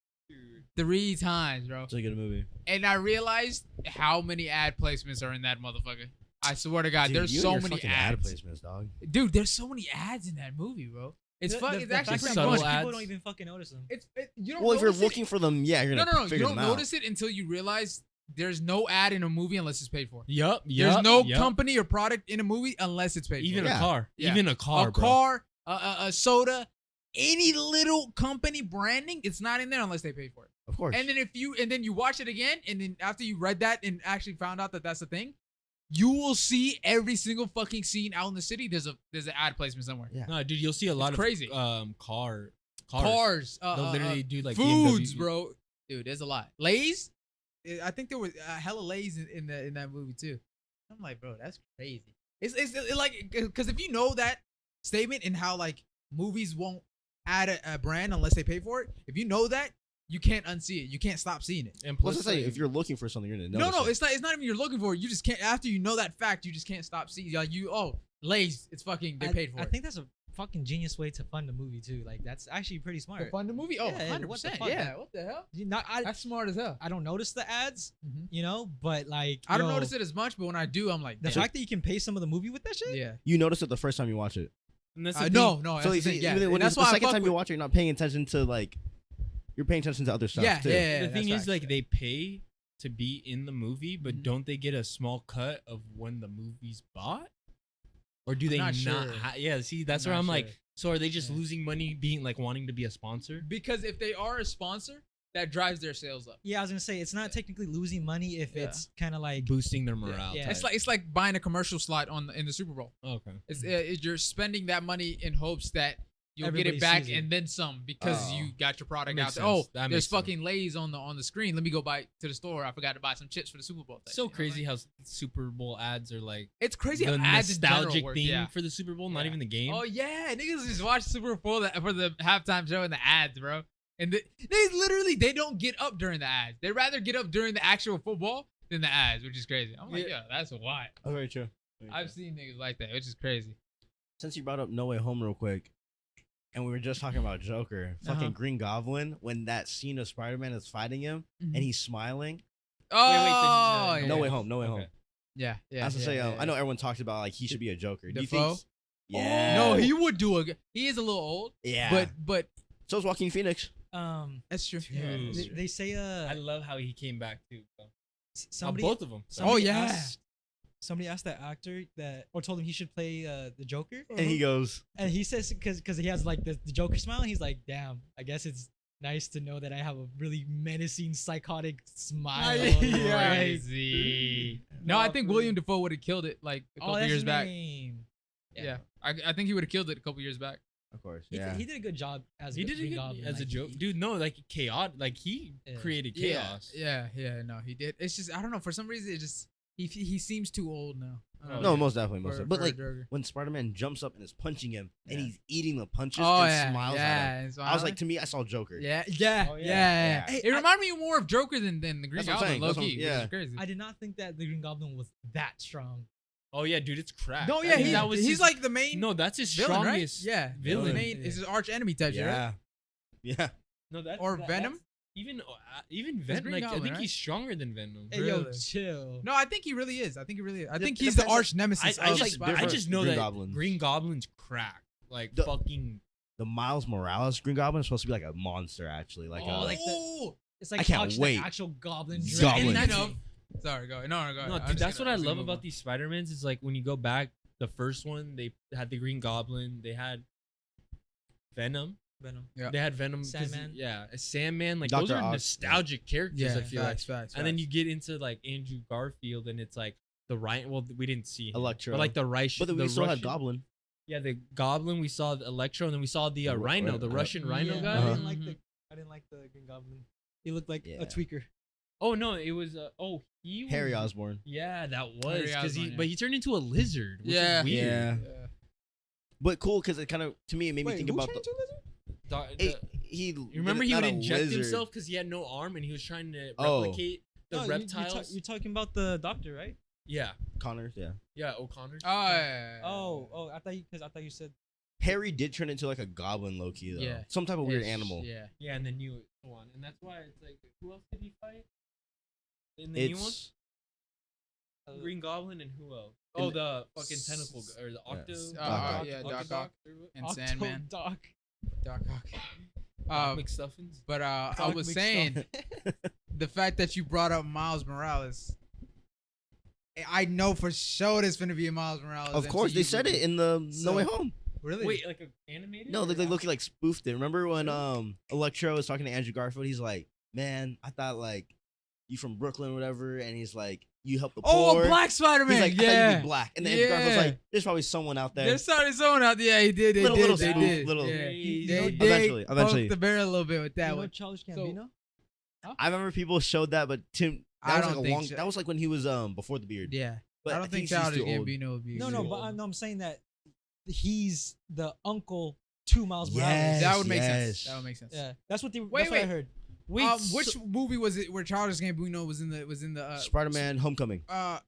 [SPEAKER 1] Three times, bro.
[SPEAKER 3] It's a good movie.
[SPEAKER 1] and I realized how many ad placements are in that motherfucker. I swear to God, there's so many ads.
[SPEAKER 3] placements, dog.
[SPEAKER 1] Dude, there's so many ads in that movie, bro. It's
[SPEAKER 4] The-
[SPEAKER 1] fuck.
[SPEAKER 4] the-
[SPEAKER 1] It's
[SPEAKER 4] the
[SPEAKER 1] actually
[SPEAKER 4] fact that
[SPEAKER 1] pretty
[SPEAKER 2] subtle
[SPEAKER 1] much.
[SPEAKER 4] most people
[SPEAKER 2] ads.
[SPEAKER 4] don't even fucking notice them.
[SPEAKER 1] It's it, you don't.
[SPEAKER 3] Well, if you're
[SPEAKER 1] notice it-
[SPEAKER 3] looking for them, yeah, you're
[SPEAKER 1] no,
[SPEAKER 3] gonna
[SPEAKER 1] no, no, you
[SPEAKER 3] figure
[SPEAKER 1] don't
[SPEAKER 3] them out.
[SPEAKER 1] notice it until you realize there's no ad in a movie unless it's paid for.
[SPEAKER 2] Yup,
[SPEAKER 1] There's
[SPEAKER 2] yup,
[SPEAKER 1] no
[SPEAKER 2] yup.
[SPEAKER 1] company or product in a movie unless it's paid
[SPEAKER 2] even
[SPEAKER 1] for.
[SPEAKER 2] a
[SPEAKER 3] Yeah.
[SPEAKER 2] car,
[SPEAKER 1] Yeah.
[SPEAKER 2] even a car,
[SPEAKER 1] a
[SPEAKER 2] bro.
[SPEAKER 1] car, a, a, a soda, any little company branding, it's not in there unless they pay for it.
[SPEAKER 3] of course.
[SPEAKER 1] And then if you and then you watch it again, and then after you read that and actually found out that that's the thing, you will see every single fucking scene out in the city. There's a there's an ad placement somewhere.
[SPEAKER 3] Yeah.
[SPEAKER 2] No, dude, you'll see a lot of
[SPEAKER 1] crazy.
[SPEAKER 2] um car cars.
[SPEAKER 1] Cars, uh,
[SPEAKER 2] They'll
[SPEAKER 1] uh,
[SPEAKER 2] literally
[SPEAKER 1] uh,
[SPEAKER 2] do like
[SPEAKER 1] foods,
[SPEAKER 2] BMW.
[SPEAKER 1] bro. Dude, there's a lot. Lay's, Uh, I think there was uh, hella Lay's in, in that in that movie too. I'm like, bro, that's crazy. It's it's it- like because if you know that statement and how like movies won't add a, a brand unless they pay for it, if you know that, you can't unsee it. You can't stop seeing it.
[SPEAKER 2] And
[SPEAKER 3] Plus, I
[SPEAKER 2] plus,
[SPEAKER 3] say
[SPEAKER 2] like,
[SPEAKER 3] if you're looking for something, you're gonna
[SPEAKER 1] No,
[SPEAKER 3] notice.
[SPEAKER 1] no,
[SPEAKER 3] it.
[SPEAKER 1] it's not. It's not even you're looking for. it. You just can't. After you know that fact, you just can't stop seeing. Like you, oh, Lay's. It's fucking. They
[SPEAKER 4] I,
[SPEAKER 1] paid for
[SPEAKER 4] I
[SPEAKER 1] it.
[SPEAKER 4] think that's a fucking genius way to fund a movie too. Like that's actually pretty smart.
[SPEAKER 1] to fund the movie. Oh,
[SPEAKER 4] Yeah,
[SPEAKER 1] 100
[SPEAKER 4] what the
[SPEAKER 1] percent.
[SPEAKER 4] fuck?
[SPEAKER 1] Yeah. What the hell?
[SPEAKER 4] You- not- I,
[SPEAKER 1] That's smart as hell.
[SPEAKER 4] I don't notice the ads,
[SPEAKER 1] Mhm.
[SPEAKER 4] you know, but like
[SPEAKER 1] I don't
[SPEAKER 4] yo,
[SPEAKER 1] notice it as much, but when I do, I'm like,
[SPEAKER 4] The
[SPEAKER 1] damn.
[SPEAKER 4] fact that you can pay some of the movie with that shit.
[SPEAKER 1] yeah.
[SPEAKER 3] You notice it the first time you watch it.
[SPEAKER 2] and that's the
[SPEAKER 1] Uh,
[SPEAKER 2] thing.
[SPEAKER 1] no, no.
[SPEAKER 3] so
[SPEAKER 1] that's
[SPEAKER 3] you
[SPEAKER 1] the
[SPEAKER 3] see,
[SPEAKER 1] thing, yeah.
[SPEAKER 3] even when
[SPEAKER 1] and that's
[SPEAKER 3] it's the
[SPEAKER 1] why I
[SPEAKER 3] second
[SPEAKER 1] fuck
[SPEAKER 3] time
[SPEAKER 1] with-
[SPEAKER 3] you watch it, you're not paying attention to like, you're paying attention to other stuff
[SPEAKER 1] Yeah,
[SPEAKER 3] too.
[SPEAKER 1] yeah, yeah.
[SPEAKER 2] the thing
[SPEAKER 1] that's
[SPEAKER 2] is
[SPEAKER 1] facts.
[SPEAKER 2] like they pay to be in the movie, but
[SPEAKER 1] Mhm.
[SPEAKER 2] don't they get a small cut of when the movie's bought? Or do
[SPEAKER 1] I'm
[SPEAKER 2] they
[SPEAKER 1] not
[SPEAKER 2] not?
[SPEAKER 1] sure.
[SPEAKER 2] ha- yeah, see, that's
[SPEAKER 1] I'm
[SPEAKER 2] where
[SPEAKER 1] not
[SPEAKER 2] I'm like,
[SPEAKER 1] sure.
[SPEAKER 2] so are they just
[SPEAKER 1] Yeah.
[SPEAKER 2] losing money being like wanting to be a sponsor?
[SPEAKER 1] because if they are a sponsor, that drives their sales up.
[SPEAKER 4] Yeah, I was gonna say it's not technically losing money if
[SPEAKER 1] Yeah.
[SPEAKER 4] it's kind of like
[SPEAKER 2] Boosting their morale.
[SPEAKER 4] yeah.
[SPEAKER 2] type.
[SPEAKER 1] It's like it's like buying a commercial slot on the, in the Super Bowl.
[SPEAKER 2] okay.
[SPEAKER 1] It's, uh, it, you're spending that money in hopes that you'll get
[SPEAKER 4] Everybody
[SPEAKER 1] it back
[SPEAKER 4] sees it.
[SPEAKER 1] and then some because
[SPEAKER 3] Oh.
[SPEAKER 1] you got your product
[SPEAKER 2] That
[SPEAKER 1] out
[SPEAKER 2] makes
[SPEAKER 1] there.
[SPEAKER 2] sense.
[SPEAKER 1] Oh,
[SPEAKER 2] That
[SPEAKER 1] there's
[SPEAKER 2] makes sense.
[SPEAKER 1] fucking lays on the on the screen. Let me go buy to the store. I forgot to buy some chips for the Super Bowl.
[SPEAKER 2] So
[SPEAKER 1] thing, you know,
[SPEAKER 2] crazy
[SPEAKER 1] like-
[SPEAKER 2] how s- Super Bowl ads are like
[SPEAKER 1] it's crazy
[SPEAKER 2] the
[SPEAKER 1] how ads in general
[SPEAKER 2] nostalgic
[SPEAKER 1] work,
[SPEAKER 2] thing
[SPEAKER 1] yeah.
[SPEAKER 2] for the Super Bowl, not
[SPEAKER 1] Yeah.
[SPEAKER 2] even the game.
[SPEAKER 1] Oh yeah, niggas just watch Super Bowl that, for the halftime show and the ads, bro. And the, they literally they don't get up during the ads. They rather get up during the actual football than the ads, which is crazy. I'm like, yeah, that's why.
[SPEAKER 3] Oh, very true.
[SPEAKER 1] I've seen niggas like that, which is crazy.
[SPEAKER 3] Since you brought up No Way Home real quick, and we were just talking about Joker, fucking
[SPEAKER 1] Uh-huh.
[SPEAKER 3] Green Goblin, when that scene of Spider-Man is fighting him and he's smiling.
[SPEAKER 1] Mm-hmm. Oh,
[SPEAKER 2] wait, the-
[SPEAKER 1] yeah.
[SPEAKER 3] uh, No Way Home, No Way
[SPEAKER 2] Okay.
[SPEAKER 3] Home.
[SPEAKER 1] Yeah, yeah.
[SPEAKER 3] I was gonna
[SPEAKER 1] yeah,
[SPEAKER 3] say, um,
[SPEAKER 1] yeah,
[SPEAKER 3] I know everyone talks about like he should be a Joker. Do you
[SPEAKER 1] Defoe? Oh!
[SPEAKER 3] think? Yeah.
[SPEAKER 1] No, he would do a. g- He is a little old,
[SPEAKER 3] Yeah.
[SPEAKER 1] but but
[SPEAKER 3] so is Joaquin Phoenix.
[SPEAKER 4] um
[SPEAKER 1] that's true.
[SPEAKER 2] Dude.
[SPEAKER 4] they, they say uh
[SPEAKER 2] I love how he came back too. bro. Uh,
[SPEAKER 4] s- somebody
[SPEAKER 2] both of them.
[SPEAKER 1] Oh,
[SPEAKER 4] somebody
[SPEAKER 1] yeah.
[SPEAKER 4] asked- somebody asked that actor that or told him he should play uh the Joker
[SPEAKER 3] And
[SPEAKER 1] Mm-hmm.
[SPEAKER 3] he goes,
[SPEAKER 4] and he says because because he has like the, the Joker smile and he's like damn I guess it's nice to know that I have a really menacing psychotic
[SPEAKER 2] Oh,
[SPEAKER 4] smile
[SPEAKER 1] Yeah.
[SPEAKER 4] Like,
[SPEAKER 1] Crazy. No, I think William Defoe would have killed it like a
[SPEAKER 4] oh
[SPEAKER 1] couple
[SPEAKER 4] that's
[SPEAKER 1] years
[SPEAKER 4] his
[SPEAKER 1] back.
[SPEAKER 4] name.
[SPEAKER 1] Yeah, I, I think he would have killed it a couple years back.
[SPEAKER 3] of course,
[SPEAKER 4] He,
[SPEAKER 3] yeah.
[SPEAKER 4] did, he did a good job as
[SPEAKER 2] He
[SPEAKER 4] a
[SPEAKER 2] did it
[SPEAKER 4] Green
[SPEAKER 2] good
[SPEAKER 4] Goblin.
[SPEAKER 2] as a
[SPEAKER 4] Like,
[SPEAKER 2] joke,
[SPEAKER 4] he-
[SPEAKER 2] dude. No, like chaos. Like he
[SPEAKER 4] Yeah.
[SPEAKER 2] created
[SPEAKER 1] Yeah,
[SPEAKER 2] chaos.
[SPEAKER 1] Yeah, yeah, no, he did. It's just I don't know. For some reason, it just He he seems too old now. I don't
[SPEAKER 2] Oh,
[SPEAKER 3] no,
[SPEAKER 1] know.
[SPEAKER 3] most definitely, most
[SPEAKER 1] For-
[SPEAKER 3] definitely. But
[SPEAKER 1] for
[SPEAKER 3] like
[SPEAKER 1] Joker.
[SPEAKER 3] when Spider Man jumps up and is punching him, and
[SPEAKER 2] Yeah.
[SPEAKER 3] he's eating the punches
[SPEAKER 1] oh
[SPEAKER 3] and
[SPEAKER 1] yeah,
[SPEAKER 3] smiles at him.
[SPEAKER 1] yeah. and
[SPEAKER 3] I was
[SPEAKER 1] smiling.
[SPEAKER 3] like, to me, I saw Joker.
[SPEAKER 1] yeah, yeah,
[SPEAKER 4] Oh,
[SPEAKER 1] yeah,
[SPEAKER 4] yeah.
[SPEAKER 1] yeah.
[SPEAKER 3] Yeah.
[SPEAKER 1] It
[SPEAKER 3] Hey, I-
[SPEAKER 1] reminded me more of Joker than, than the Green
[SPEAKER 3] That's what I'm
[SPEAKER 1] Goblin,
[SPEAKER 3] saying,
[SPEAKER 1] low
[SPEAKER 3] that's what I'm-
[SPEAKER 1] key.
[SPEAKER 3] yeah.
[SPEAKER 1] which is crazy.
[SPEAKER 4] I did not think that the Green Goblin was that strong.
[SPEAKER 2] Oh yeah, dude, it's crap.
[SPEAKER 1] no,
[SPEAKER 2] I
[SPEAKER 1] yeah,
[SPEAKER 2] mean,
[SPEAKER 1] he,
[SPEAKER 2] that was
[SPEAKER 1] he's
[SPEAKER 2] his-
[SPEAKER 1] like the main
[SPEAKER 2] no, that's his
[SPEAKER 1] villain, right?
[SPEAKER 2] strongest.
[SPEAKER 1] Yeah,
[SPEAKER 2] villain.
[SPEAKER 1] The main is his arch enemy type, shit, right?
[SPEAKER 3] yeah, yeah.
[SPEAKER 2] No, that
[SPEAKER 1] Or
[SPEAKER 2] that-
[SPEAKER 1] Venom?
[SPEAKER 2] that's- Even uh, even Venom,
[SPEAKER 1] Green
[SPEAKER 2] like I
[SPEAKER 1] Goblin,
[SPEAKER 2] think
[SPEAKER 1] right?
[SPEAKER 2] he's stronger than Venom.
[SPEAKER 4] Hey, yo,
[SPEAKER 1] Really?
[SPEAKER 4] chill.
[SPEAKER 1] No, I think he really is. I think he really is. I
[SPEAKER 3] It-
[SPEAKER 1] think
[SPEAKER 3] it
[SPEAKER 1] he's the
[SPEAKER 3] depends on-
[SPEAKER 1] arch
[SPEAKER 2] I,
[SPEAKER 1] nemesis.
[SPEAKER 2] I
[SPEAKER 1] of
[SPEAKER 3] like
[SPEAKER 2] just I
[SPEAKER 1] Spider-Man.
[SPEAKER 3] different
[SPEAKER 2] just know
[SPEAKER 3] Green
[SPEAKER 2] that
[SPEAKER 3] Goblins.
[SPEAKER 2] Green Goblin's crack. Like
[SPEAKER 3] The-
[SPEAKER 2] fucking
[SPEAKER 3] The Miles Morales Green Goblin is supposed to be like a monster, actually. Like,
[SPEAKER 2] Oh,
[SPEAKER 3] uh,
[SPEAKER 4] like-
[SPEAKER 1] Oh,
[SPEAKER 4] It's like
[SPEAKER 3] I can't
[SPEAKER 4] watching the
[SPEAKER 3] wait.
[SPEAKER 4] actual goblin.
[SPEAKER 3] Goblin.
[SPEAKER 4] drag.
[SPEAKER 3] And
[SPEAKER 1] I
[SPEAKER 3] that's-
[SPEAKER 1] know. Sorry, go. ahead. No, no, go. ahead.
[SPEAKER 2] No,
[SPEAKER 1] I'm
[SPEAKER 2] dude,
[SPEAKER 1] just
[SPEAKER 2] that's
[SPEAKER 1] gonna-
[SPEAKER 2] what I
[SPEAKER 1] I'm just
[SPEAKER 2] love
[SPEAKER 1] gonna move
[SPEAKER 2] about
[SPEAKER 1] on.
[SPEAKER 2] these Spider-Mans is like when you go back, the first one, they had the Green Goblin, they had Venom.
[SPEAKER 4] Venom.
[SPEAKER 1] Yeah.
[SPEAKER 2] They had Venom 'cause he-
[SPEAKER 4] Sandman.
[SPEAKER 2] Yeah. a Sandman. Like those
[SPEAKER 3] Dr.
[SPEAKER 2] are
[SPEAKER 3] Ock.
[SPEAKER 2] nostalgic characters,
[SPEAKER 1] Yeah,
[SPEAKER 2] I feel like.
[SPEAKER 1] facts, facts,
[SPEAKER 2] And then
[SPEAKER 1] facts.
[SPEAKER 2] you get into like Andrew Garfield and it's like the Ryan well, we didn't see him.
[SPEAKER 3] Electro.
[SPEAKER 2] But like the Russian,
[SPEAKER 3] but then we
[SPEAKER 2] the
[SPEAKER 3] still
[SPEAKER 2] Russian,
[SPEAKER 3] had Goblin.
[SPEAKER 2] Yeah, the Goblin. We saw the Electro, and then we saw the uh,
[SPEAKER 3] The Ru-
[SPEAKER 2] Rhino, the
[SPEAKER 3] Ru-
[SPEAKER 2] Russian Rhino
[SPEAKER 4] Yeah,
[SPEAKER 2] guy.
[SPEAKER 4] I
[SPEAKER 3] Uh-huh.
[SPEAKER 4] didn't like
[SPEAKER 2] Mhm.
[SPEAKER 4] the. I didn't like the Green Goblin. He looked like
[SPEAKER 3] Yeah.
[SPEAKER 4] a tweaker.
[SPEAKER 2] Oh no, it was. Uh, oh, he was,
[SPEAKER 3] Harry Osborn.
[SPEAKER 2] Yeah, that was
[SPEAKER 1] Harry
[SPEAKER 2] because he,
[SPEAKER 1] Osborn, yeah.
[SPEAKER 2] but he turned into a lizard. Which
[SPEAKER 1] Yeah.
[SPEAKER 2] is weird.
[SPEAKER 3] Yeah.
[SPEAKER 1] Yeah.
[SPEAKER 3] But cool, because it kind of, to me, it made me think
[SPEAKER 4] who
[SPEAKER 3] about
[SPEAKER 4] turned
[SPEAKER 3] the.
[SPEAKER 4] into a lizard?
[SPEAKER 2] Doc- the-
[SPEAKER 3] It, he
[SPEAKER 2] you remember he
[SPEAKER 3] not
[SPEAKER 2] would
[SPEAKER 3] a
[SPEAKER 2] inject
[SPEAKER 3] lizard.
[SPEAKER 2] himself because he had no arm and he was trying to
[SPEAKER 3] Oh.
[SPEAKER 2] replicate the
[SPEAKER 4] No, you- you ta-
[SPEAKER 2] reptiles.
[SPEAKER 4] You're talking about the doctor, right?
[SPEAKER 2] yeah,
[SPEAKER 3] Connor, yeah.
[SPEAKER 2] yeah, O'Connor.
[SPEAKER 1] Oh, yeah.
[SPEAKER 4] Oh, oh, I thought you because I thought you said
[SPEAKER 3] Harry did turn into like a goblin Loki, though.
[SPEAKER 1] Yeah.
[SPEAKER 3] Some type of weird
[SPEAKER 1] Ish,
[SPEAKER 3] animal.
[SPEAKER 1] Yeah.
[SPEAKER 2] yeah, and the new one, and that's why it's like, who else did he fight? In the new one,
[SPEAKER 3] It's.
[SPEAKER 4] uh,
[SPEAKER 2] Green Goblin and who else?
[SPEAKER 3] In
[SPEAKER 2] Oh,
[SPEAKER 3] the-
[SPEAKER 2] the fucking tentacle guy, or the octo.
[SPEAKER 1] Uh,
[SPEAKER 3] Doc
[SPEAKER 1] yeah,
[SPEAKER 2] Octo-
[SPEAKER 1] Doc Ock and
[SPEAKER 4] Octo
[SPEAKER 1] Sandman.
[SPEAKER 4] Doc.
[SPEAKER 1] Doc Ock.
[SPEAKER 2] Doc
[SPEAKER 1] Um,
[SPEAKER 2] McStuffins.
[SPEAKER 1] but uh, I
[SPEAKER 4] Doc
[SPEAKER 1] was
[SPEAKER 4] McStuff-
[SPEAKER 1] saying the fact that you brought up Miles Morales. I- I know for sure there's gonna be a Miles Morales.
[SPEAKER 3] Of course, they
[SPEAKER 1] MCU
[SPEAKER 3] said it
[SPEAKER 1] movie.
[SPEAKER 3] in the
[SPEAKER 1] So-
[SPEAKER 3] No Way Home.
[SPEAKER 1] Really?
[SPEAKER 2] Wait, like a animated?
[SPEAKER 3] No,
[SPEAKER 2] or
[SPEAKER 3] they, they
[SPEAKER 2] a-
[SPEAKER 3] look like spoofed it. Remember when um Electro was talking to Andrew Garfield? He's like, "Man, I thought like you from Brooklyn, or whatever." And he's like, "You help the
[SPEAKER 1] oh,
[SPEAKER 3] poor."
[SPEAKER 1] a Black Spider-Man.
[SPEAKER 3] He's like, "I thought you'd
[SPEAKER 1] yeah.
[SPEAKER 3] be black." And then Andrew Garfield's
[SPEAKER 1] Yeah.
[SPEAKER 3] like, "There's probably someone out there."
[SPEAKER 1] They're starting someone out. Yeah, he did. They
[SPEAKER 3] Little-
[SPEAKER 1] did.
[SPEAKER 3] little
[SPEAKER 1] they
[SPEAKER 3] spoof,
[SPEAKER 1] did.
[SPEAKER 3] little-
[SPEAKER 1] yeah.
[SPEAKER 2] Crazy.
[SPEAKER 1] They
[SPEAKER 2] No,
[SPEAKER 1] did.
[SPEAKER 3] Eventually,
[SPEAKER 1] poke
[SPEAKER 3] eventually.
[SPEAKER 1] the barrel a little bit with
[SPEAKER 4] you
[SPEAKER 1] that
[SPEAKER 4] know
[SPEAKER 1] one.
[SPEAKER 4] Childish
[SPEAKER 1] So-
[SPEAKER 4] Gambino?
[SPEAKER 3] I remember people showed that, but Tim, that
[SPEAKER 1] I
[SPEAKER 3] was
[SPEAKER 1] don't
[SPEAKER 3] like a
[SPEAKER 1] think
[SPEAKER 3] long.
[SPEAKER 1] so.
[SPEAKER 3] That was like when he was um before the beard.
[SPEAKER 1] Yeah.
[SPEAKER 3] But
[SPEAKER 6] I don't think
[SPEAKER 3] he's just
[SPEAKER 6] Childish
[SPEAKER 3] too old.
[SPEAKER 6] Gambino would be.
[SPEAKER 4] no,
[SPEAKER 6] really
[SPEAKER 4] no,
[SPEAKER 6] old.
[SPEAKER 4] but I, no, I'm saying that he's the uncle to Miles
[SPEAKER 3] Yes.
[SPEAKER 4] Morales.
[SPEAKER 1] that would make sense.
[SPEAKER 3] yes.
[SPEAKER 1] That would make sense.
[SPEAKER 4] yeah, that's what they.
[SPEAKER 1] Wait,
[SPEAKER 4] that's what I
[SPEAKER 1] wait.
[SPEAKER 4] heard.
[SPEAKER 2] Wait,
[SPEAKER 1] um,
[SPEAKER 2] so-
[SPEAKER 1] which movie was it where Childish Gambino was in the was in the uh,
[SPEAKER 3] Spider-Man: Homecoming.
[SPEAKER 1] uh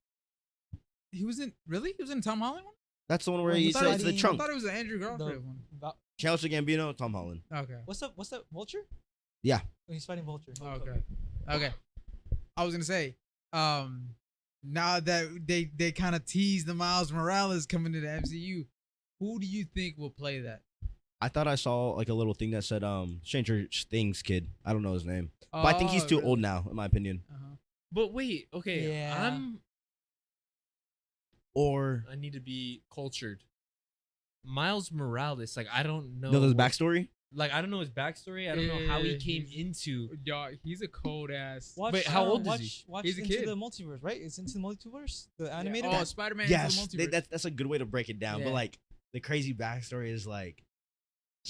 [SPEAKER 1] he was in really he was in a Tom Holland one.
[SPEAKER 3] That's the one where
[SPEAKER 4] Well,
[SPEAKER 3] he
[SPEAKER 4] he's
[SPEAKER 3] says the
[SPEAKER 4] fighting-
[SPEAKER 1] I
[SPEAKER 3] trunk.
[SPEAKER 1] thought it was an Andrew Garfield
[SPEAKER 4] The-
[SPEAKER 1] one.
[SPEAKER 4] Va-
[SPEAKER 3] Chelsea Gambino, Tom Holland.
[SPEAKER 1] Okay.
[SPEAKER 4] What's that? What's that? Vulture?
[SPEAKER 3] Yeah.
[SPEAKER 4] Oh, he's fighting Vulture.
[SPEAKER 1] Okay. Okay. I was gonna say, um, now that they they kind of tease the Miles Morales coming to the MCU, who do you think will play that?
[SPEAKER 3] I thought I saw like a little thing that said um Stranger Things kid. I don't know his name, but I think he's
[SPEAKER 1] Oh,
[SPEAKER 3] too
[SPEAKER 1] really?
[SPEAKER 3] old now, in my opinion.
[SPEAKER 1] Uh-huh.
[SPEAKER 2] But wait, okay,
[SPEAKER 4] Yeah.
[SPEAKER 2] I'm.
[SPEAKER 3] Or
[SPEAKER 2] I need to be cultured. Miles Morales, like I don't know.
[SPEAKER 3] know his
[SPEAKER 2] what-
[SPEAKER 3] backstory.
[SPEAKER 2] Like I don't know his backstory. I don't know how
[SPEAKER 1] Yeah,
[SPEAKER 2] he came
[SPEAKER 1] he's-
[SPEAKER 2] into.
[SPEAKER 1] Y'all, he's a cold ass.
[SPEAKER 4] Watch,
[SPEAKER 2] Wait, how
[SPEAKER 4] uh,
[SPEAKER 2] old is
[SPEAKER 4] watch,
[SPEAKER 2] he?
[SPEAKER 4] Watch
[SPEAKER 1] He's a
[SPEAKER 4] into
[SPEAKER 1] kid.
[SPEAKER 4] the multiverse, right? It's into the multiverse. The animated.
[SPEAKER 1] animated?
[SPEAKER 4] one?
[SPEAKER 1] Oh, Spider Man.
[SPEAKER 3] yes,
[SPEAKER 1] the
[SPEAKER 3] they,
[SPEAKER 1] multiverse.
[SPEAKER 3] that's that's a good way to break it down. But
[SPEAKER 1] Yeah.
[SPEAKER 3] like the crazy backstory is like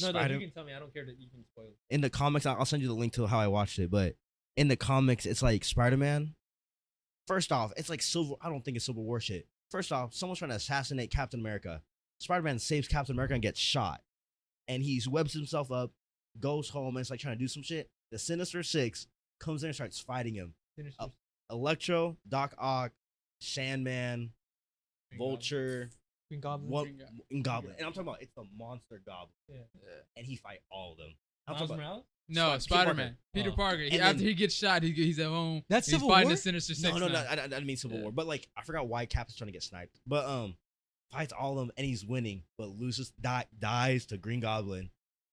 [SPEAKER 2] No, no,
[SPEAKER 3] Spider-
[SPEAKER 2] you can tell me. I don't care that you can spoil. it.
[SPEAKER 3] in the comics. I'll I'll send you the link to how I watched it. But in the comics, it's like Spider Man. First off, it's like Civil. I don't think it's Civil War shit. First off, someone's trying to assassinate Captain America. Spider Man saves Captain America and gets shot, and he's webs himself up, goes home, and it's like trying to do some shit. The Sinister Six comes in and starts fighting him.
[SPEAKER 2] Finish
[SPEAKER 3] Oh,
[SPEAKER 2] this.
[SPEAKER 3] Electro, Doc Ock, Sandman, Vulture,
[SPEAKER 4] Green Goblin.
[SPEAKER 3] one
[SPEAKER 1] Green Goblin.
[SPEAKER 3] and Goblin, and I'm talking about it's the monster Goblin,
[SPEAKER 2] Yeah.
[SPEAKER 3] and he fight all of them. I'm
[SPEAKER 2] Miles
[SPEAKER 3] talking about,
[SPEAKER 2] Morales.
[SPEAKER 1] no
[SPEAKER 3] Spi- Peter
[SPEAKER 1] Spider Man. Peter
[SPEAKER 2] Oh.
[SPEAKER 1] Parker. He,
[SPEAKER 3] And
[SPEAKER 1] after
[SPEAKER 3] then-
[SPEAKER 1] he gets shot, he, he's at home.
[SPEAKER 4] That's
[SPEAKER 1] he's
[SPEAKER 4] Civil
[SPEAKER 1] fighting
[SPEAKER 4] War?
[SPEAKER 1] the Sinister Six.
[SPEAKER 3] no, no, no,
[SPEAKER 1] now.
[SPEAKER 3] I, I didn't mean Civil
[SPEAKER 1] Yeah.
[SPEAKER 3] War, but like I forgot why Cap is trying to get sniped, but um, fights all of them and he's winning, but loses, die, dies to Green Goblin,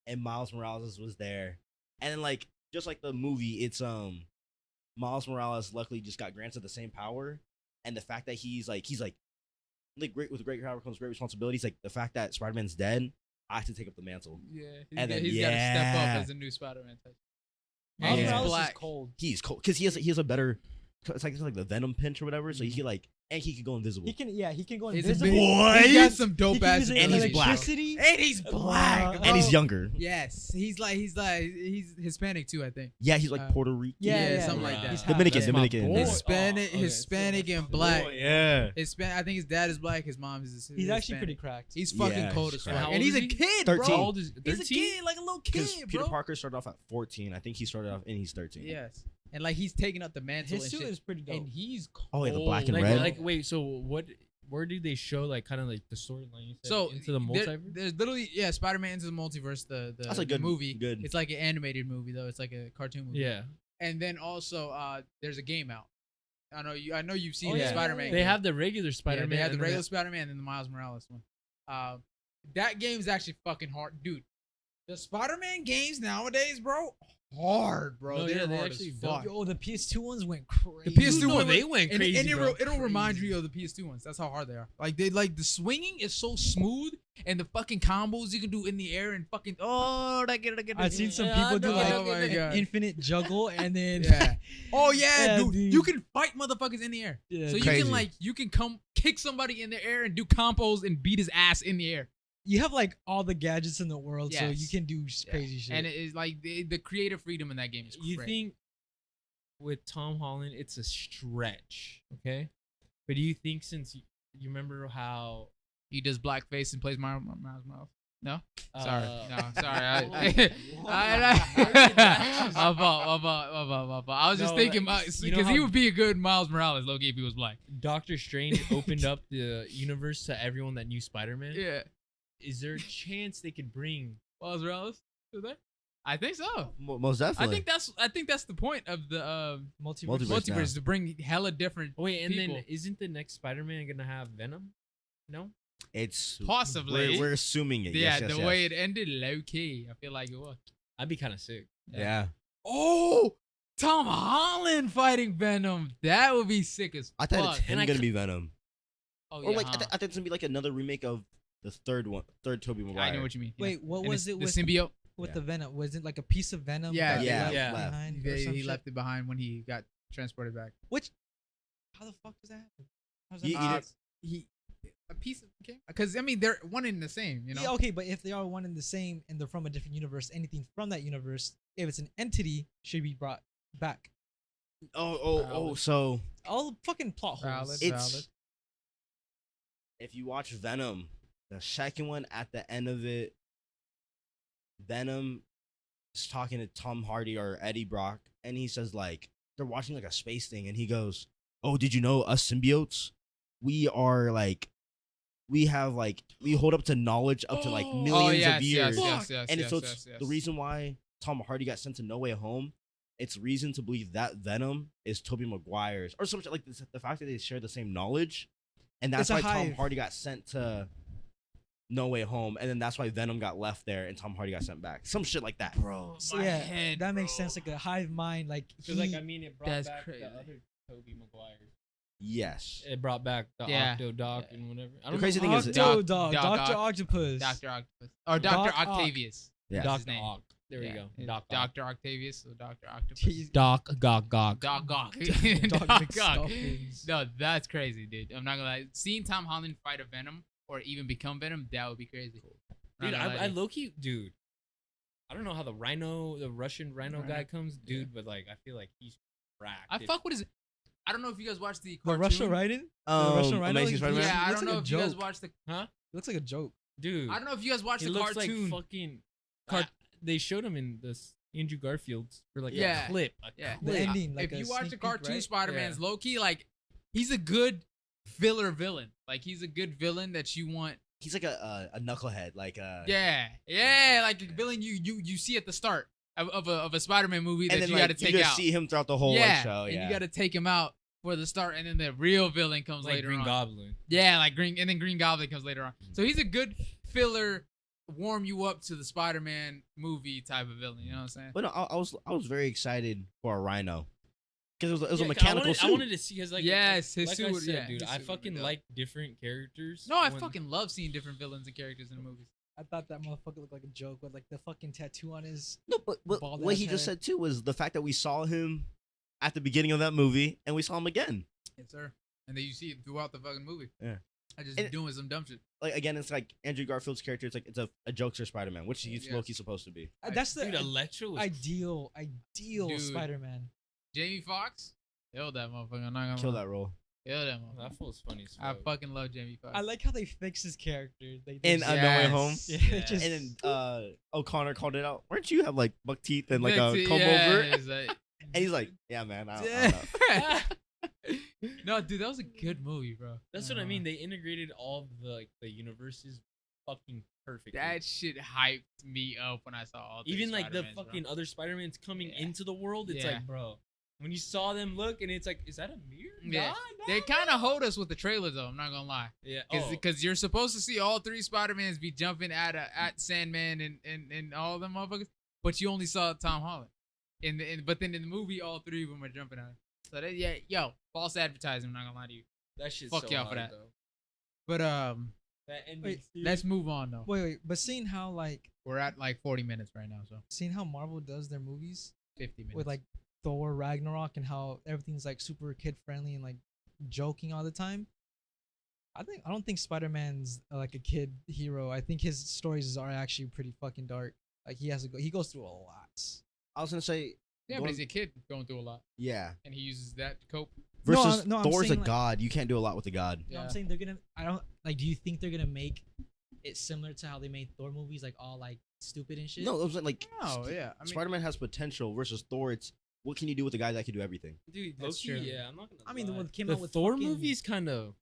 [SPEAKER 3] and Miles Morales was there, and then like just like the movie, it's um, Miles Morales luckily just got granted the same power, and the fact that he's like he's like like great with great power comes great responsibilities. Like the fact that Spider Man's dead, I have to take up the mantle.
[SPEAKER 1] Yeah, he's,
[SPEAKER 3] And
[SPEAKER 1] got-
[SPEAKER 3] then-
[SPEAKER 1] he's got to step
[SPEAKER 3] yeah.
[SPEAKER 1] up as a new Spider Man.
[SPEAKER 4] Miles
[SPEAKER 3] Yeah.
[SPEAKER 4] Morales is
[SPEAKER 1] Black.
[SPEAKER 4] cold.
[SPEAKER 3] he's cold because he has he has a better. It's like it's like the venom pinch or whatever. So he like and he can go invisible.
[SPEAKER 4] He can, yeah, he can go
[SPEAKER 7] He's a
[SPEAKER 4] invisible.
[SPEAKER 7] big-
[SPEAKER 3] What?
[SPEAKER 1] He got
[SPEAKER 3] And
[SPEAKER 1] some dope ass.
[SPEAKER 4] use
[SPEAKER 3] And he's black.
[SPEAKER 4] electricity.
[SPEAKER 1] he's
[SPEAKER 4] black,
[SPEAKER 1] black.
[SPEAKER 4] And
[SPEAKER 3] he's
[SPEAKER 1] bro.
[SPEAKER 3] younger.
[SPEAKER 1] Yes, he's like he's like he's Hispanic too. I think
[SPEAKER 3] Yeah, he's
[SPEAKER 1] Uh,
[SPEAKER 3] like Puerto Rican.
[SPEAKER 4] Yeah,
[SPEAKER 1] yeah,
[SPEAKER 4] yeah,
[SPEAKER 1] something
[SPEAKER 2] yeah.
[SPEAKER 1] like that.
[SPEAKER 2] He's
[SPEAKER 1] Half
[SPEAKER 3] Dominican,
[SPEAKER 1] black.
[SPEAKER 3] Dominican.
[SPEAKER 2] boy.
[SPEAKER 3] He's-
[SPEAKER 1] Hispanic,
[SPEAKER 2] Oh, okay.
[SPEAKER 1] Hispanic, and black.
[SPEAKER 3] Oh, yeah.
[SPEAKER 1] Hispan- I think his dad is black. His mom is. is
[SPEAKER 4] He's actually
[SPEAKER 1] Hispanic.
[SPEAKER 4] pretty cracked.
[SPEAKER 1] He's fucking
[SPEAKER 3] Yeah,
[SPEAKER 1] cold
[SPEAKER 3] he's
[SPEAKER 1] as fuck,
[SPEAKER 2] crazy. How
[SPEAKER 1] and
[SPEAKER 2] old
[SPEAKER 1] he's
[SPEAKER 2] is
[SPEAKER 1] a
[SPEAKER 2] he?
[SPEAKER 1] kid,
[SPEAKER 2] How
[SPEAKER 3] 13.
[SPEAKER 1] bro.
[SPEAKER 2] old is
[SPEAKER 1] He's a
[SPEAKER 2] 13?
[SPEAKER 1] kid, like a little
[SPEAKER 3] Because
[SPEAKER 1] kid,
[SPEAKER 3] Peter
[SPEAKER 1] bro.
[SPEAKER 3] Parker started off at 14. I think he started off and he's 13.
[SPEAKER 1] Yes, and like he's taking up the mantle
[SPEAKER 4] His
[SPEAKER 1] and
[SPEAKER 4] suit
[SPEAKER 1] shit.
[SPEAKER 4] is pretty dope.
[SPEAKER 1] and he's cold.
[SPEAKER 3] Oh, yeah, the black and
[SPEAKER 2] Like,
[SPEAKER 3] red.
[SPEAKER 2] like, wait, so what? Where do they show like kind of like the storyline? You said
[SPEAKER 1] so
[SPEAKER 2] into the
[SPEAKER 1] there-
[SPEAKER 2] multiverse.
[SPEAKER 1] There's literally yeah, Spider-Man into the multiverse. The the,
[SPEAKER 3] That's a
[SPEAKER 1] the
[SPEAKER 3] good-
[SPEAKER 1] movie.
[SPEAKER 3] good-
[SPEAKER 1] It's like an animated movie though. It's like a cartoon movie.
[SPEAKER 2] yeah,
[SPEAKER 1] And then also uh, there's a game out. I know you. I know you've seen
[SPEAKER 4] Oh,
[SPEAKER 1] the
[SPEAKER 4] yeah.
[SPEAKER 1] Spider-Man.
[SPEAKER 2] they
[SPEAKER 1] game.
[SPEAKER 2] have the regular
[SPEAKER 1] Yeah,
[SPEAKER 2] Spider-Man.
[SPEAKER 1] they have
[SPEAKER 2] and
[SPEAKER 1] the
[SPEAKER 2] then
[SPEAKER 1] regular Spider-Man and the Miles Morales one. Uh, that game is actually fucking hard, dude. The Spider-Man games nowadays, bro, hard, bro.
[SPEAKER 2] No,
[SPEAKER 1] They're
[SPEAKER 2] yeah, they
[SPEAKER 1] hard
[SPEAKER 2] actually
[SPEAKER 1] as
[SPEAKER 2] don't-
[SPEAKER 1] fuck.
[SPEAKER 4] Yo, the PS2 ones went crazy.
[SPEAKER 1] PS2
[SPEAKER 2] Dude, no,
[SPEAKER 1] one
[SPEAKER 2] they
[SPEAKER 1] was-
[SPEAKER 2] went
[SPEAKER 1] and,
[SPEAKER 2] crazy.
[SPEAKER 1] and
[SPEAKER 2] bro.
[SPEAKER 1] it'll, it'll remind
[SPEAKER 2] Crazy.
[SPEAKER 1] you of the PS2 ones. That's how hard they are. Like they like the swinging is so smooth, and the fucking combos you can do in the air and fucking oh, I get it, I get it.
[SPEAKER 4] I've seen some
[SPEAKER 2] Yeah,
[SPEAKER 4] people
[SPEAKER 2] I
[SPEAKER 4] do
[SPEAKER 2] know.
[SPEAKER 4] like
[SPEAKER 1] Oh my
[SPEAKER 4] an
[SPEAKER 1] God.
[SPEAKER 4] infinite juggle and then
[SPEAKER 1] Yeah. Oh yeah,
[SPEAKER 4] Yeah,
[SPEAKER 1] dude.
[SPEAKER 4] dude.
[SPEAKER 1] You can fight motherfuckers in the air.
[SPEAKER 4] Yeah,
[SPEAKER 1] So you
[SPEAKER 3] Crazy.
[SPEAKER 1] can like you can come kick somebody in the air and do combos and beat his ass in the air.
[SPEAKER 4] you have like all the gadgets in the world, so you
[SPEAKER 1] Yes.
[SPEAKER 4] can do s-
[SPEAKER 1] Yeah.
[SPEAKER 4] crazy shit.
[SPEAKER 1] And it is like the, the creative freedom in that game is
[SPEAKER 2] You
[SPEAKER 1] great.
[SPEAKER 2] think with Tom Holland, it's a stretch, okay? But do you think since you, you remember how?
[SPEAKER 1] he does blackface and plays my Miles Morales?
[SPEAKER 2] Uh,
[SPEAKER 1] Sorry, no, sorry. I,
[SPEAKER 2] Oh,
[SPEAKER 1] I, I, my fault, my fault, my fault, my fault. I was just
[SPEAKER 2] No,
[SPEAKER 1] thinking
[SPEAKER 2] like,
[SPEAKER 1] because
[SPEAKER 2] you know
[SPEAKER 1] he
[SPEAKER 2] how-
[SPEAKER 1] would be a good Miles Morales, low key, if he was black.
[SPEAKER 2] Doctor Strange opened up the universe to everyone that knew Spider-Man.
[SPEAKER 1] Yeah,
[SPEAKER 2] Is there a chance they could bring?
[SPEAKER 1] Miles Morales is there? I think so.
[SPEAKER 3] Mo- Most
[SPEAKER 1] I
[SPEAKER 3] definitely.
[SPEAKER 1] think that's I think that's the point of the uh, multiverse,
[SPEAKER 3] Multiverse now.
[SPEAKER 1] multiverse to bring hella different
[SPEAKER 2] Oh, wait, and
[SPEAKER 1] People.
[SPEAKER 2] then isn't the next Spider-Man gonna have Venom? No.
[SPEAKER 3] it's
[SPEAKER 1] possibly.
[SPEAKER 3] We're, we're assuming it.
[SPEAKER 1] yeah,
[SPEAKER 3] yes, yes,
[SPEAKER 1] the
[SPEAKER 3] yes.
[SPEAKER 1] way it ended, low key. I feel like oh, it was.
[SPEAKER 2] I'd be kind of sick.
[SPEAKER 3] Yeah.
[SPEAKER 1] Oh, Tom Holland fighting Venom. That would be sick as
[SPEAKER 3] I thought
[SPEAKER 1] fuck.
[SPEAKER 3] it's him
[SPEAKER 2] I
[SPEAKER 3] gonna
[SPEAKER 2] ca-
[SPEAKER 3] be Venom.
[SPEAKER 1] oh,
[SPEAKER 3] Or
[SPEAKER 1] yeah,
[SPEAKER 3] like, I,
[SPEAKER 1] huh.
[SPEAKER 3] th- I thought it's gonna be like another remake of the third one, third Tobey Maguire.
[SPEAKER 1] I know what you mean. yeah.
[SPEAKER 4] Wait, what
[SPEAKER 1] And
[SPEAKER 4] was
[SPEAKER 1] the-
[SPEAKER 4] it with
[SPEAKER 1] the symbiote?
[SPEAKER 4] with
[SPEAKER 3] Yeah.
[SPEAKER 4] the venom? Was it like a piece of venom?
[SPEAKER 1] Yeah,
[SPEAKER 4] that
[SPEAKER 3] yeah,
[SPEAKER 4] left
[SPEAKER 2] yeah.
[SPEAKER 4] Behind or
[SPEAKER 1] They-
[SPEAKER 4] some
[SPEAKER 1] he
[SPEAKER 4] shit?
[SPEAKER 1] left it behind when he got transported back.
[SPEAKER 4] Which? How the fuck does that happen? How's
[SPEAKER 3] You- you
[SPEAKER 4] possible?
[SPEAKER 3] didn't-
[SPEAKER 1] He a piece of okay, because I mean they're one in the same, you know.
[SPEAKER 4] Yeah, okay, but if they are one and the same and they're from a different universe, anything from that universe, if it's an entity, should be brought back.
[SPEAKER 3] Oh, oh, oh.
[SPEAKER 1] Valid.
[SPEAKER 3] So
[SPEAKER 4] All fucking plot
[SPEAKER 1] Valid.
[SPEAKER 4] holes.
[SPEAKER 3] it's if you watch Venom, the second one at the end of it, Venom is talking to Tom Hardy or Eddie Brock, and he says like they're watching like a space thing, and he goes, "Oh, did you know us symbiotes? We are like, we have like we hold up to knowledge up to like
[SPEAKER 2] Oh,
[SPEAKER 3] millions
[SPEAKER 1] oh yes,
[SPEAKER 3] of
[SPEAKER 1] yes,
[SPEAKER 3] years,
[SPEAKER 1] yes, yes,
[SPEAKER 3] and
[SPEAKER 1] yes,
[SPEAKER 3] so
[SPEAKER 1] yes,
[SPEAKER 3] it's the reason why Tom Hardy got sent to No Way Home. It's reason to believe that Venom is Toby Maguire's, or something like this, the fact that they share the same knowledge, and that's
[SPEAKER 4] It's a
[SPEAKER 3] why Tom
[SPEAKER 4] hive.
[SPEAKER 3] Hardy got sent to No Way Home, and then that's why Venom got left there, and Tom Hardy got sent back. Some shit like that.
[SPEAKER 1] bro.
[SPEAKER 4] So yeah, that makes sense. Like a hive mind, like he,
[SPEAKER 2] Because like I mean, it brought
[SPEAKER 1] That's
[SPEAKER 2] back
[SPEAKER 1] crazy.
[SPEAKER 2] the other Tobey Maguire.
[SPEAKER 3] Yes,
[SPEAKER 2] It brought back the
[SPEAKER 1] Yeah.
[SPEAKER 2] Octo Doc and whatever. I
[SPEAKER 3] The
[SPEAKER 2] don't
[SPEAKER 3] crazy
[SPEAKER 2] know.
[SPEAKER 3] thing is-
[SPEAKER 4] Octo
[SPEAKER 1] Doc-
[SPEAKER 4] Dog,
[SPEAKER 1] Doc-
[SPEAKER 4] Doctor
[SPEAKER 1] Doc-
[SPEAKER 4] Octopus,
[SPEAKER 1] Doctor Octopus or Doctor
[SPEAKER 4] Doc Ock.
[SPEAKER 1] Octavius.
[SPEAKER 3] yes.
[SPEAKER 1] Doc-
[SPEAKER 2] Doctor
[SPEAKER 1] his name.
[SPEAKER 2] Ock. There
[SPEAKER 1] Yeah,
[SPEAKER 2] we
[SPEAKER 1] it's
[SPEAKER 2] go. Doc. Ock.
[SPEAKER 1] Doctor Octavius or Doctor Octopus.
[SPEAKER 4] Jeez.
[SPEAKER 2] Doc. Gog. Gog.
[SPEAKER 1] Doc Ock.
[SPEAKER 4] Doc
[SPEAKER 1] Doc Ock.
[SPEAKER 4] McStuffins.
[SPEAKER 1] No, that's crazy, dude. I'm not gonna lie. Seeing Tom Holland fight a Venom or even become Venom, that would be crazy. Not
[SPEAKER 2] Dude,
[SPEAKER 1] gonna
[SPEAKER 2] I,
[SPEAKER 1] lie
[SPEAKER 2] I
[SPEAKER 1] to you.
[SPEAKER 2] low key, dude. I don't know how the Rhino, the Russian Rhino,
[SPEAKER 1] Rhino.
[SPEAKER 2] guy comes, dude, but like I feel like he's cracked.
[SPEAKER 1] I
[SPEAKER 2] If-
[SPEAKER 1] fuck with his. I don't know if you guys watched the
[SPEAKER 4] The
[SPEAKER 1] cartoon.
[SPEAKER 4] Russian Raiden.
[SPEAKER 3] Um,
[SPEAKER 4] Russian Rhino?
[SPEAKER 3] Amazing Spider-Man.
[SPEAKER 1] Yeah, I
[SPEAKER 4] Looks
[SPEAKER 1] don't
[SPEAKER 4] like
[SPEAKER 1] know
[SPEAKER 4] a
[SPEAKER 1] if you guys
[SPEAKER 4] joke.
[SPEAKER 1] watched the.
[SPEAKER 4] It looks like a joke.
[SPEAKER 2] dude.
[SPEAKER 1] I don't know if you guys watched
[SPEAKER 2] he
[SPEAKER 1] the
[SPEAKER 2] looks
[SPEAKER 1] cartoon.
[SPEAKER 2] like fucking.
[SPEAKER 1] Cart-
[SPEAKER 2] I- they showed him in this Andrew Garfield's for like
[SPEAKER 1] Yeah.
[SPEAKER 2] a clip. a
[SPEAKER 1] yeah,
[SPEAKER 2] clip.
[SPEAKER 4] The
[SPEAKER 1] Yeah.
[SPEAKER 4] ending, like
[SPEAKER 1] if
[SPEAKER 4] a
[SPEAKER 1] you watch
[SPEAKER 4] sneak
[SPEAKER 1] the
[SPEAKER 4] peek,
[SPEAKER 1] cartoon
[SPEAKER 4] right?
[SPEAKER 1] Spider Man's low key, like he's a good filler villain. Like he's a good villain that you want.
[SPEAKER 3] He's like a a, a knucklehead, like uh,
[SPEAKER 1] Yeah, yeah, like a villain you you you see at the start of, of a of a Spider Man movie that
[SPEAKER 3] and then
[SPEAKER 1] you
[SPEAKER 3] like,
[SPEAKER 1] got to take
[SPEAKER 3] you just
[SPEAKER 1] out.
[SPEAKER 3] see him throughout the whole like,
[SPEAKER 1] yeah,
[SPEAKER 3] show. Yeah,
[SPEAKER 1] and you got to take him out for the start, and then the real villain comes
[SPEAKER 2] like
[SPEAKER 1] later
[SPEAKER 2] Green
[SPEAKER 1] on.
[SPEAKER 2] Goblin.
[SPEAKER 1] Yeah, like Green, and then Green Goblin comes later on. So he's a good filler, warm you up to the Spider-Man movie type of villain. You know what I'm saying?
[SPEAKER 3] But no, I, I was I was very excited for a Rhino because it was, it was
[SPEAKER 2] Yeah,
[SPEAKER 3] a
[SPEAKER 2] 'cause I
[SPEAKER 3] mechanical
[SPEAKER 2] wanted,
[SPEAKER 3] suit.
[SPEAKER 2] I wanted to see his like.
[SPEAKER 1] Yes, his
[SPEAKER 2] like
[SPEAKER 1] suit
[SPEAKER 2] I
[SPEAKER 1] would-
[SPEAKER 2] said,
[SPEAKER 1] yeah,
[SPEAKER 2] dude.
[SPEAKER 1] his
[SPEAKER 2] I
[SPEAKER 1] suit would be
[SPEAKER 2] fucking
[SPEAKER 1] dope.
[SPEAKER 2] like different characters.
[SPEAKER 1] No, I
[SPEAKER 2] when-
[SPEAKER 1] fucking love seeing different villains and characters in the movies.
[SPEAKER 4] I thought that motherfucker looked like a joke with like the fucking tattoo on his.
[SPEAKER 3] No, but, but
[SPEAKER 4] Bald
[SPEAKER 3] what
[SPEAKER 4] ass
[SPEAKER 3] he just
[SPEAKER 4] head.
[SPEAKER 3] said too was the fact that we saw him at the beginning of that movie and we saw him again.
[SPEAKER 1] Yes, sir. and then you see it throughout the fucking movie.
[SPEAKER 3] Yeah.
[SPEAKER 1] I just
[SPEAKER 3] And-
[SPEAKER 1] doing some dumb shit.
[SPEAKER 3] Like again, it's like Andrew Garfield's character. It's like it's a, a jokester Spider-Man, which he's
[SPEAKER 1] Yes.
[SPEAKER 3] Loki's supposed to be.
[SPEAKER 4] Uh, That's the
[SPEAKER 2] Dude, Electro was
[SPEAKER 4] ideal, ideal
[SPEAKER 1] Dude.
[SPEAKER 4] Spider-Man.
[SPEAKER 1] Jamie Fox, killed that motherfucker. I'm not gonna
[SPEAKER 3] Kill
[SPEAKER 1] lie.
[SPEAKER 3] that role.
[SPEAKER 1] Killed that motherfucker.
[SPEAKER 2] that fool's funny as
[SPEAKER 1] I
[SPEAKER 2] fuck.
[SPEAKER 1] fucking love Jamie Fox.
[SPEAKER 4] I like how they fix his character. They
[SPEAKER 3] In
[SPEAKER 4] just-
[SPEAKER 3] uh, No Way Home.
[SPEAKER 4] Yeah,
[SPEAKER 1] Yeah.
[SPEAKER 4] just-
[SPEAKER 3] And then uh, O'Connor called it out. Weren't you have like buck teeth and like a comb over?
[SPEAKER 1] yeah, it's like-
[SPEAKER 3] And he's like, "Yeah, man, I don't, I don't know."
[SPEAKER 1] no, dude, that was a good movie, bro.
[SPEAKER 2] That's what I
[SPEAKER 1] uh-huh.
[SPEAKER 2] mean. They integrated all the like the universes fucking perfectly.
[SPEAKER 1] That shit hyped me up when I saw all. three
[SPEAKER 2] Even like the
[SPEAKER 1] Spider-Mans, bro.
[SPEAKER 2] fucking other Spider-Mans coming
[SPEAKER 1] Yeah.
[SPEAKER 2] into the world, it's
[SPEAKER 1] Yeah.
[SPEAKER 2] like, bro, when you saw them look and it's like, is that a mirror?
[SPEAKER 1] Yeah.
[SPEAKER 2] Nah,
[SPEAKER 1] They
[SPEAKER 2] nah.
[SPEAKER 1] kind of hold us with the trailer though. I'm not gonna lie,
[SPEAKER 2] Yeah.
[SPEAKER 1] because
[SPEAKER 2] oh.
[SPEAKER 1] you're supposed to see all three Spider Mans be jumping at a, at Sandman and and and all them motherfuckers, but you only saw Tom Holland. In the in, but then in the movie, all three of them are jumping at him. So that, yeah, yo, false advertising. I'm not gonna lie to you.
[SPEAKER 2] that shit's
[SPEAKER 1] fuck
[SPEAKER 2] so
[SPEAKER 1] y'all for
[SPEAKER 2] hard,
[SPEAKER 1] that.
[SPEAKER 2] though.
[SPEAKER 1] But um,
[SPEAKER 2] That ending.
[SPEAKER 4] Wait,
[SPEAKER 2] scene.
[SPEAKER 1] let's move on though.
[SPEAKER 4] wait, wait, but seeing how like
[SPEAKER 1] We're at like 40 minutes right now, so
[SPEAKER 4] seeing how Marvel does their movies
[SPEAKER 1] 50 minutes.
[SPEAKER 4] with like Thor Ragnarok and how everything's like super kid friendly and like joking all the time. I think I don't think Spider-Man's uh, like a kid hero. I think his stories are actually pretty fucking dark. Like he has to go, he goes through a lot.
[SPEAKER 3] I was gonna say,
[SPEAKER 1] yeah, but he's a kid going through a lot,
[SPEAKER 3] yeah.
[SPEAKER 1] and he uses that to cope.
[SPEAKER 4] No,
[SPEAKER 3] Versus
[SPEAKER 4] I'm- no, I'm
[SPEAKER 3] Thor's a
[SPEAKER 4] saying, like-
[SPEAKER 3] god. You can't do a lot with a god.
[SPEAKER 4] You know what
[SPEAKER 1] Yeah.
[SPEAKER 4] I'm saying? They're gonna I don't like do you think they're gonna make it similar to how they made Thor movies, like all like stupid and shit?
[SPEAKER 3] No, it was like
[SPEAKER 1] Oh yeah, I mean,
[SPEAKER 3] Spider-Man has potential. Versus Thor, it's what can you do with a guy that can do everything?
[SPEAKER 2] dude,
[SPEAKER 1] That's
[SPEAKER 2] Loki.
[SPEAKER 1] true.
[SPEAKER 2] Yeah, I'm not gonna.
[SPEAKER 4] I mean, the
[SPEAKER 2] lie.
[SPEAKER 4] one that came
[SPEAKER 2] the
[SPEAKER 4] out with
[SPEAKER 2] Thor
[SPEAKER 4] fucking-
[SPEAKER 2] movies, kind of.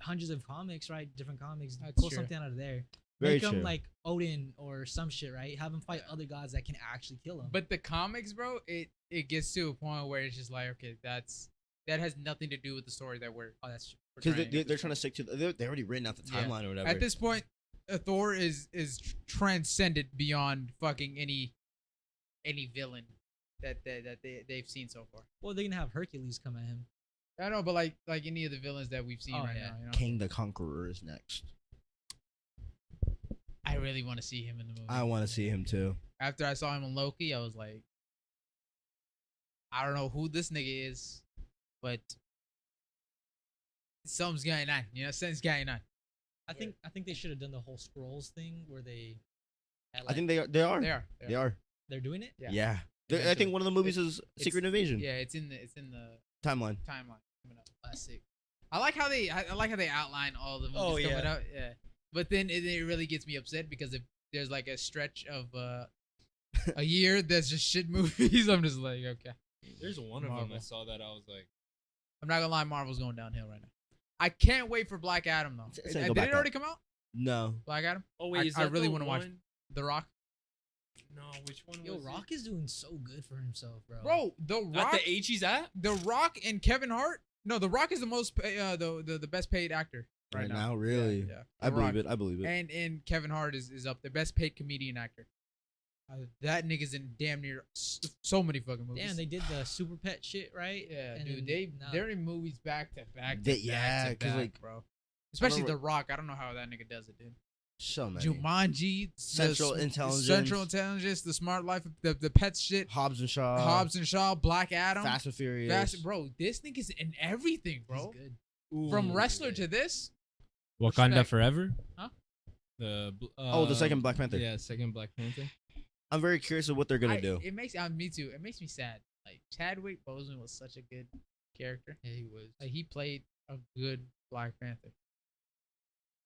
[SPEAKER 4] hundreds of comics, right? Different comics.
[SPEAKER 1] That's
[SPEAKER 4] pull
[SPEAKER 1] true.
[SPEAKER 4] something out of there.
[SPEAKER 3] Very
[SPEAKER 4] Make
[SPEAKER 3] true.
[SPEAKER 4] him like Odin or some shit, right? Have him fight other gods that can actually kill him.
[SPEAKER 1] but the comics, bro, it it gets to a point where it's just like, okay, that's that has nothing to do with the story that we're. Oh, that's
[SPEAKER 3] Because they, they, they're trying to stick to. They're, they're already written out the
[SPEAKER 1] Yeah.
[SPEAKER 3] timeline or whatever.
[SPEAKER 1] At this point, uh, Thor is is tr- transcended beyond fucking any any villain that that, that they they've seen so far.
[SPEAKER 4] well, they're gonna have Hercules come at him.
[SPEAKER 1] I know, but like like any of the villains that we've seen
[SPEAKER 4] Oh,
[SPEAKER 1] right
[SPEAKER 4] yeah.
[SPEAKER 1] now, you know,
[SPEAKER 3] King the Conqueror is next.
[SPEAKER 1] I really want to see him in the movie.
[SPEAKER 3] I want to see him too.
[SPEAKER 1] after I saw him on Loki, I was like, I don't know who this nigga is, but something's going on. You know, something's going on.
[SPEAKER 4] I think I think they should have done the whole scrolls thing where they. had,
[SPEAKER 3] I
[SPEAKER 4] like-
[SPEAKER 3] think they are. They are.
[SPEAKER 1] They are. They are.
[SPEAKER 3] They are.
[SPEAKER 4] they're doing it.
[SPEAKER 1] Yeah.
[SPEAKER 3] Yeah. They're- I think
[SPEAKER 1] Eventually.
[SPEAKER 3] one of the movies is Secret Invasion
[SPEAKER 1] Yeah, it's in the it's in the
[SPEAKER 3] timeline.
[SPEAKER 1] timeline coming up. Uh, sick. I like how they I, I like how they outline all the movies
[SPEAKER 2] Oh,
[SPEAKER 1] coming
[SPEAKER 2] yeah.
[SPEAKER 1] out. Yeah. But then it, it really gets me upset because if there's like a stretch of uh a year that's just shit movies, I'm just like, okay.
[SPEAKER 2] There's one of them
[SPEAKER 1] Marvel.
[SPEAKER 2] I saw that I was like,
[SPEAKER 1] I'm not gonna lie, Marvel's going downhill right now. I can't wait for Black Adam though.
[SPEAKER 3] It's- it's gonna
[SPEAKER 1] Did
[SPEAKER 3] go
[SPEAKER 1] it
[SPEAKER 3] back
[SPEAKER 1] already come out?
[SPEAKER 3] No.
[SPEAKER 1] Black Adam?
[SPEAKER 2] oh
[SPEAKER 1] I-
[SPEAKER 2] wait, is
[SPEAKER 1] I
[SPEAKER 2] that
[SPEAKER 1] really
[SPEAKER 2] the
[SPEAKER 1] wanna watch-
[SPEAKER 2] one-
[SPEAKER 1] The Rock.
[SPEAKER 2] No, which one?
[SPEAKER 4] Yo,
[SPEAKER 2] was it?
[SPEAKER 4] Rock is doing so good for himself, bro.
[SPEAKER 1] Bro, The
[SPEAKER 2] At
[SPEAKER 1] Rock,
[SPEAKER 2] the age he's at.
[SPEAKER 1] The Rock, and Kevin Hart. No, The Rock is the most pa- uh, the, the the best paid actor
[SPEAKER 3] Right, now, really.
[SPEAKER 1] Yeah, yeah.
[SPEAKER 3] I
[SPEAKER 1] The
[SPEAKER 3] believe
[SPEAKER 1] Rock.
[SPEAKER 3] it. I believe it.
[SPEAKER 1] And and Kevin Hart is, is up there, best paid comedian actor. Uh, that nigga's in damn near s- so many fucking movies.
[SPEAKER 4] Damn, they did the super pet shit, right?
[SPEAKER 1] yeah,
[SPEAKER 4] And
[SPEAKER 1] dude,
[SPEAKER 4] then
[SPEAKER 1] they
[SPEAKER 4] now-
[SPEAKER 1] they're in movies back to back. To
[SPEAKER 3] They-
[SPEAKER 1] back
[SPEAKER 3] yeah,
[SPEAKER 1] to
[SPEAKER 3] 'cause,
[SPEAKER 1] back,
[SPEAKER 3] like,
[SPEAKER 1] bro, especially
[SPEAKER 3] remember-
[SPEAKER 1] The Rock. I don't know how that nigga does it, dude.
[SPEAKER 3] so many.
[SPEAKER 1] Jumanji, the
[SPEAKER 3] Central
[SPEAKER 1] sm-
[SPEAKER 3] Intelligence.
[SPEAKER 1] Central Intelligence, The Smart Life, of- the the pet shit,
[SPEAKER 3] Hobbs and Shaw.
[SPEAKER 1] Hobbs and Shaw, Black Adam,
[SPEAKER 3] Fast and Furious.
[SPEAKER 1] Fast, bro, this nigga's in everything,
[SPEAKER 4] he's
[SPEAKER 1] bro.
[SPEAKER 4] good.
[SPEAKER 1] From
[SPEAKER 2] Ooh,
[SPEAKER 1] wrestler
[SPEAKER 2] yeah.
[SPEAKER 1] to this,
[SPEAKER 2] Wakanda
[SPEAKER 1] Respect.
[SPEAKER 2] Forever?
[SPEAKER 1] Huh?
[SPEAKER 2] The bl- uh,
[SPEAKER 3] oh, the second Black Panther.
[SPEAKER 2] Yeah, second Black Panther.
[SPEAKER 3] I'm very curious of what they're gonna
[SPEAKER 1] I-
[SPEAKER 3] do.
[SPEAKER 1] It makes uh, me too. It makes me sad. Like Chadwick Boseman was such a good character.
[SPEAKER 2] Yeah, he was.
[SPEAKER 1] Like he played a good Black Panther.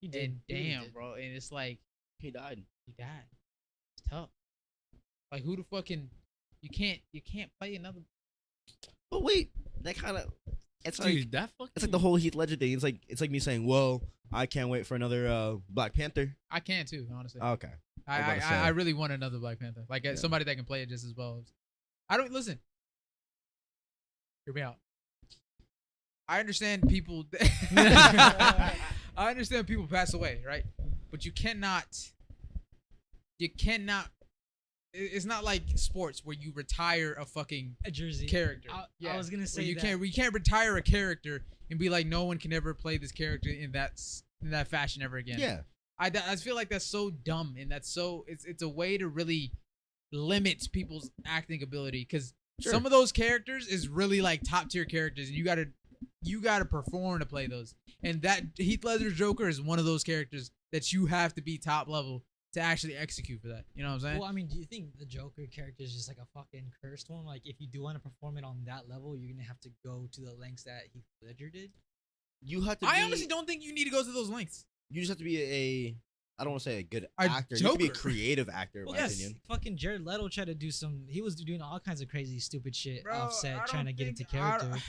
[SPEAKER 4] He did.
[SPEAKER 1] And
[SPEAKER 4] He really
[SPEAKER 1] damn,
[SPEAKER 4] did.
[SPEAKER 1] bro, and it's like
[SPEAKER 3] He died.
[SPEAKER 1] he died. It's tough. Like who the fucking you can't you can't play another.
[SPEAKER 3] But wait, that kind of. It's
[SPEAKER 2] Dude,
[SPEAKER 3] like
[SPEAKER 2] that fucking.
[SPEAKER 3] it's like the whole Heath Ledger thing. It's like it's like me saying, "Well, I can't wait for another uh, Black Panther."
[SPEAKER 1] I can too, honestly.
[SPEAKER 3] Okay.
[SPEAKER 1] I
[SPEAKER 3] I
[SPEAKER 1] I,
[SPEAKER 3] was about to
[SPEAKER 1] I,
[SPEAKER 3] say.
[SPEAKER 1] I really want another Black Panther. Like uh,
[SPEAKER 3] Yeah.
[SPEAKER 1] somebody that can play it just as well. I don't listen. Hear me out. I understand people. I understand people pass away, right? But you cannot. You cannot. i- It's not like sports where you retire a fucking
[SPEAKER 4] A jersey.
[SPEAKER 1] character.
[SPEAKER 4] I,
[SPEAKER 1] Yeah.
[SPEAKER 4] I was gonna say
[SPEAKER 1] Where you
[SPEAKER 4] that.
[SPEAKER 1] can't. You can't retire a character and be like, no one can ever play this character in that s- in that fashion ever again.
[SPEAKER 3] Yeah.
[SPEAKER 1] I, th- I feel like that's so dumb and that's so it's it's a way to really limit people's acting ability because
[SPEAKER 3] Sure.
[SPEAKER 1] some of those characters is really like top tier characters and you got to you got to perform to play those. And that Heath Ledger's Joker is one of those characters that you have to be top level to actually execute for that. You know what I'm saying?
[SPEAKER 4] Well, I mean, do you think the Joker character is just like a fucking cursed one? Like, if you do want to perform it on that level, you're gonna have to go to the lengths that Heath Ledger did.
[SPEAKER 3] You have to.
[SPEAKER 1] I
[SPEAKER 3] be-
[SPEAKER 1] honestly don't think you need to go to those lengths.
[SPEAKER 3] You just have to be a. I don't want to say a good
[SPEAKER 1] A
[SPEAKER 3] actor. You have to be a
[SPEAKER 1] joker.
[SPEAKER 3] creative actor, in
[SPEAKER 1] Well,
[SPEAKER 3] my
[SPEAKER 1] yes.
[SPEAKER 3] opinion.
[SPEAKER 4] Fucking Jared Leto tried to do some. He was doing all kinds of crazy, stupid shit
[SPEAKER 1] Bro, I
[SPEAKER 4] offset, trying to
[SPEAKER 1] don't
[SPEAKER 4] get into
[SPEAKER 1] think- I-
[SPEAKER 4] character.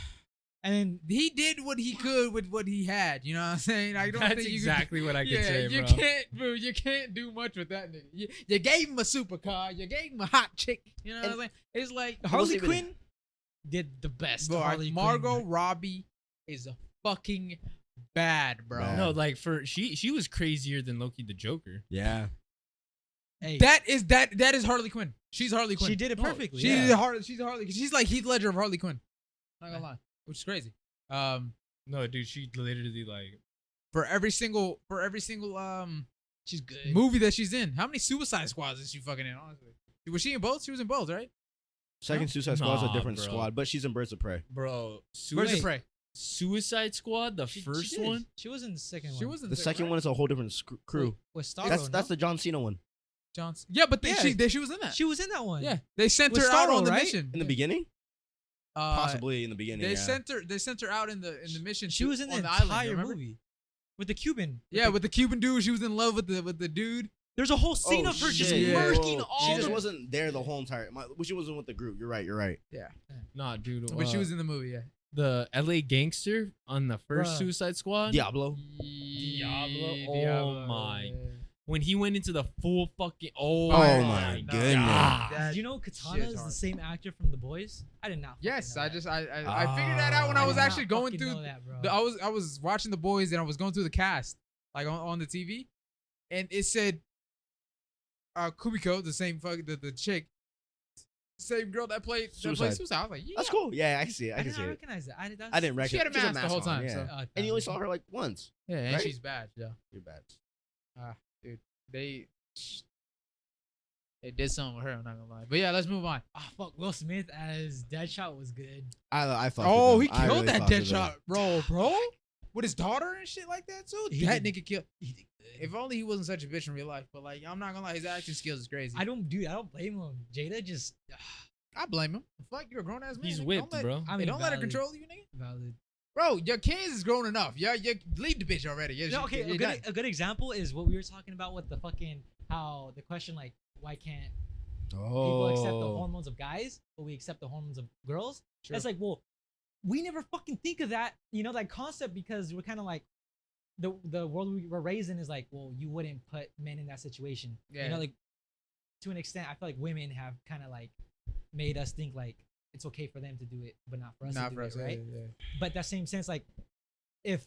[SPEAKER 4] And then
[SPEAKER 1] He did what he could with what he had. You know what I'm saying? I don't
[SPEAKER 2] That's
[SPEAKER 1] think you could-
[SPEAKER 2] exactly what I could
[SPEAKER 1] yeah,
[SPEAKER 2] say,
[SPEAKER 1] you
[SPEAKER 2] bro.
[SPEAKER 1] can't, bro. You can't do much with that nigga. You, you gave him a supercar. You gave him a hot chick. You know what
[SPEAKER 3] And-
[SPEAKER 1] I'm saying? It's like Harley
[SPEAKER 3] Harley Quinn-
[SPEAKER 1] Quinn.
[SPEAKER 4] did the best.
[SPEAKER 1] Bro,
[SPEAKER 4] Harley Quinn.
[SPEAKER 1] Margot Robbie is a fucking bad, bro.
[SPEAKER 3] Bad.
[SPEAKER 2] No, like for she she was crazier than Loki the Joker.
[SPEAKER 3] Yeah.
[SPEAKER 4] Hey,
[SPEAKER 1] That is that that is Harley Quinn. She's Harley Quinn.
[SPEAKER 4] she did it
[SPEAKER 2] No,
[SPEAKER 4] perfectly.
[SPEAKER 1] She's
[SPEAKER 4] yeah.
[SPEAKER 1] a Harley. She's a Harley. She's like Heath Ledger of Harley Quinn. Not gonna lie, which is crazy. Um,
[SPEAKER 2] No, dude, she literally like
[SPEAKER 1] for every single for every single um
[SPEAKER 4] She's good.
[SPEAKER 1] movie that she's in, how many Suicide Squads is she fucking in? Honestly, was she in both? She was in both, right?
[SPEAKER 3] Second Suicide Squad is
[SPEAKER 2] Nah,
[SPEAKER 3] a different
[SPEAKER 2] bro.
[SPEAKER 3] squad, but she's in Birds of Prey.
[SPEAKER 2] bro,
[SPEAKER 1] Birds
[SPEAKER 2] Suicide,
[SPEAKER 1] of Prey.
[SPEAKER 2] Suicide Squad, the
[SPEAKER 4] She- she
[SPEAKER 2] first
[SPEAKER 4] did.
[SPEAKER 2] one.
[SPEAKER 4] She was in the second
[SPEAKER 1] She
[SPEAKER 4] one.
[SPEAKER 1] was in
[SPEAKER 3] The second one is a whole different sc- crew.
[SPEAKER 4] with Starro.
[SPEAKER 3] That's that's
[SPEAKER 4] no?
[SPEAKER 3] the John Cena one
[SPEAKER 1] Johnson. Yeah, but they,
[SPEAKER 4] Yeah.
[SPEAKER 1] she they, she was in that.
[SPEAKER 4] She was in that one.
[SPEAKER 1] yeah, they sent
[SPEAKER 4] With
[SPEAKER 1] her out
[SPEAKER 4] Starro,
[SPEAKER 1] on the
[SPEAKER 4] right?
[SPEAKER 1] mission
[SPEAKER 3] in the beginning.
[SPEAKER 1] Uh,
[SPEAKER 3] Possibly in the beginning.
[SPEAKER 1] They
[SPEAKER 3] yeah.
[SPEAKER 1] sent her. They sent her out in the in the mission.
[SPEAKER 4] She
[SPEAKER 1] to-
[SPEAKER 4] was in the
[SPEAKER 1] on
[SPEAKER 4] entire
[SPEAKER 1] island, remember?
[SPEAKER 4] movie with the Cuban.
[SPEAKER 1] Yeah, with the Cuban dude, she was in love with the with the dude.
[SPEAKER 4] There's a whole scene
[SPEAKER 3] Oh,
[SPEAKER 4] of her just
[SPEAKER 3] shit.
[SPEAKER 1] Yeah.
[SPEAKER 4] working
[SPEAKER 3] Whoa.
[SPEAKER 4] all
[SPEAKER 3] She just
[SPEAKER 4] the
[SPEAKER 3] wasn't there the whole entire. My, well, she wasn't with the group. You're right. You're right.
[SPEAKER 2] Nah, dude,
[SPEAKER 1] But she
[SPEAKER 2] uh,
[SPEAKER 1] was in the movie. Yeah.
[SPEAKER 2] the L.A. gangster on the first
[SPEAKER 4] Bruh.
[SPEAKER 2] Suicide Squad.
[SPEAKER 3] Diablo.
[SPEAKER 2] Diablo.
[SPEAKER 1] Ye-
[SPEAKER 2] Oh
[SPEAKER 1] Diablo,
[SPEAKER 2] my
[SPEAKER 1] yeah.
[SPEAKER 2] when he went into the full fucking oh,
[SPEAKER 1] my
[SPEAKER 3] Oh my
[SPEAKER 1] God.
[SPEAKER 3] goodness.
[SPEAKER 1] That-
[SPEAKER 4] Did you know Katana
[SPEAKER 1] shit's
[SPEAKER 4] is the
[SPEAKER 1] hard.
[SPEAKER 4] same actor from The Boys? I did not. fucking
[SPEAKER 1] Yes,
[SPEAKER 4] know
[SPEAKER 1] I
[SPEAKER 4] that.
[SPEAKER 1] just I I, I figured that out when I
[SPEAKER 4] did
[SPEAKER 1] was
[SPEAKER 4] not
[SPEAKER 1] actually going
[SPEAKER 4] fucking
[SPEAKER 1] through.
[SPEAKER 4] know that, bro.
[SPEAKER 1] The, I was I was watching the boys and I was going through the cast like on, on the TV, and it said, uh, Kumiko, the same fuck the, the chick, same girl that played that
[SPEAKER 3] Suicide.
[SPEAKER 1] played Suicide. I was like, yeah,
[SPEAKER 3] That's cool. Yeah, I see it. I
[SPEAKER 4] I,
[SPEAKER 3] can
[SPEAKER 4] did
[SPEAKER 3] see
[SPEAKER 4] not
[SPEAKER 3] it.
[SPEAKER 4] recognize that. I, did- that's-
[SPEAKER 3] I didn't recognize.
[SPEAKER 1] She had a mask the whole time,
[SPEAKER 3] Yeah.
[SPEAKER 1] so-
[SPEAKER 4] Uh,
[SPEAKER 3] And you only
[SPEAKER 4] thousand.
[SPEAKER 3] saw her like once.
[SPEAKER 1] yeah, and
[SPEAKER 3] right?
[SPEAKER 1] she's bad. Yeah,
[SPEAKER 3] You're bad.
[SPEAKER 1] they they did something with her. I'm not gonna lie, but yeah, let's move on.
[SPEAKER 4] Ah, fuck. Will Smith as Deadshot was good.
[SPEAKER 3] I I fucked
[SPEAKER 1] oh, he
[SPEAKER 3] with them. I
[SPEAKER 1] killed
[SPEAKER 3] really
[SPEAKER 1] that
[SPEAKER 3] fucked with them.
[SPEAKER 1] Deadshot, bro, bro, with his daughter and shit like that too.
[SPEAKER 4] He
[SPEAKER 1] that
[SPEAKER 4] did-
[SPEAKER 1] nigga killed. If only he wasn't such a bitch in real life, but like I'm not gonna lie, his acting skills is crazy.
[SPEAKER 4] I don't, dude. I don't blame him. Jada just ah,
[SPEAKER 1] I blame him. Fuck, you're a grown ass man.
[SPEAKER 2] he's
[SPEAKER 1] nigga.
[SPEAKER 2] whipped,
[SPEAKER 1] don't let,
[SPEAKER 2] bro.
[SPEAKER 4] I
[SPEAKER 1] Hey,
[SPEAKER 4] mean,
[SPEAKER 1] don't let her
[SPEAKER 4] valid-
[SPEAKER 1] control you, nigga.
[SPEAKER 4] Valid.
[SPEAKER 1] Bro, your kids is grown enough. Yeah, you leave the bitch already. Yeah,
[SPEAKER 4] No,
[SPEAKER 1] she-
[SPEAKER 4] okay.
[SPEAKER 1] you're
[SPEAKER 4] A
[SPEAKER 1] done.
[SPEAKER 4] good, e, a good example is what we were talking about with the fucking how the question like why can't people accept the
[SPEAKER 3] Oh.
[SPEAKER 4] hormones of guys, but we accept the hormones of girls.
[SPEAKER 1] True.
[SPEAKER 4] That's like, well, we never fucking think of that, you know, that concept because we're kind of like the the world we were raised in is like, well, you wouldn't put men in that situation. You
[SPEAKER 1] Yeah.
[SPEAKER 4] know, like to an extent, I feel like women have kind of like made us think like it's okay for them to do it, but not for us.
[SPEAKER 1] Not
[SPEAKER 4] to
[SPEAKER 1] for
[SPEAKER 4] do
[SPEAKER 1] us,
[SPEAKER 4] it, right?
[SPEAKER 1] right? Yeah,
[SPEAKER 4] But that same sense, like if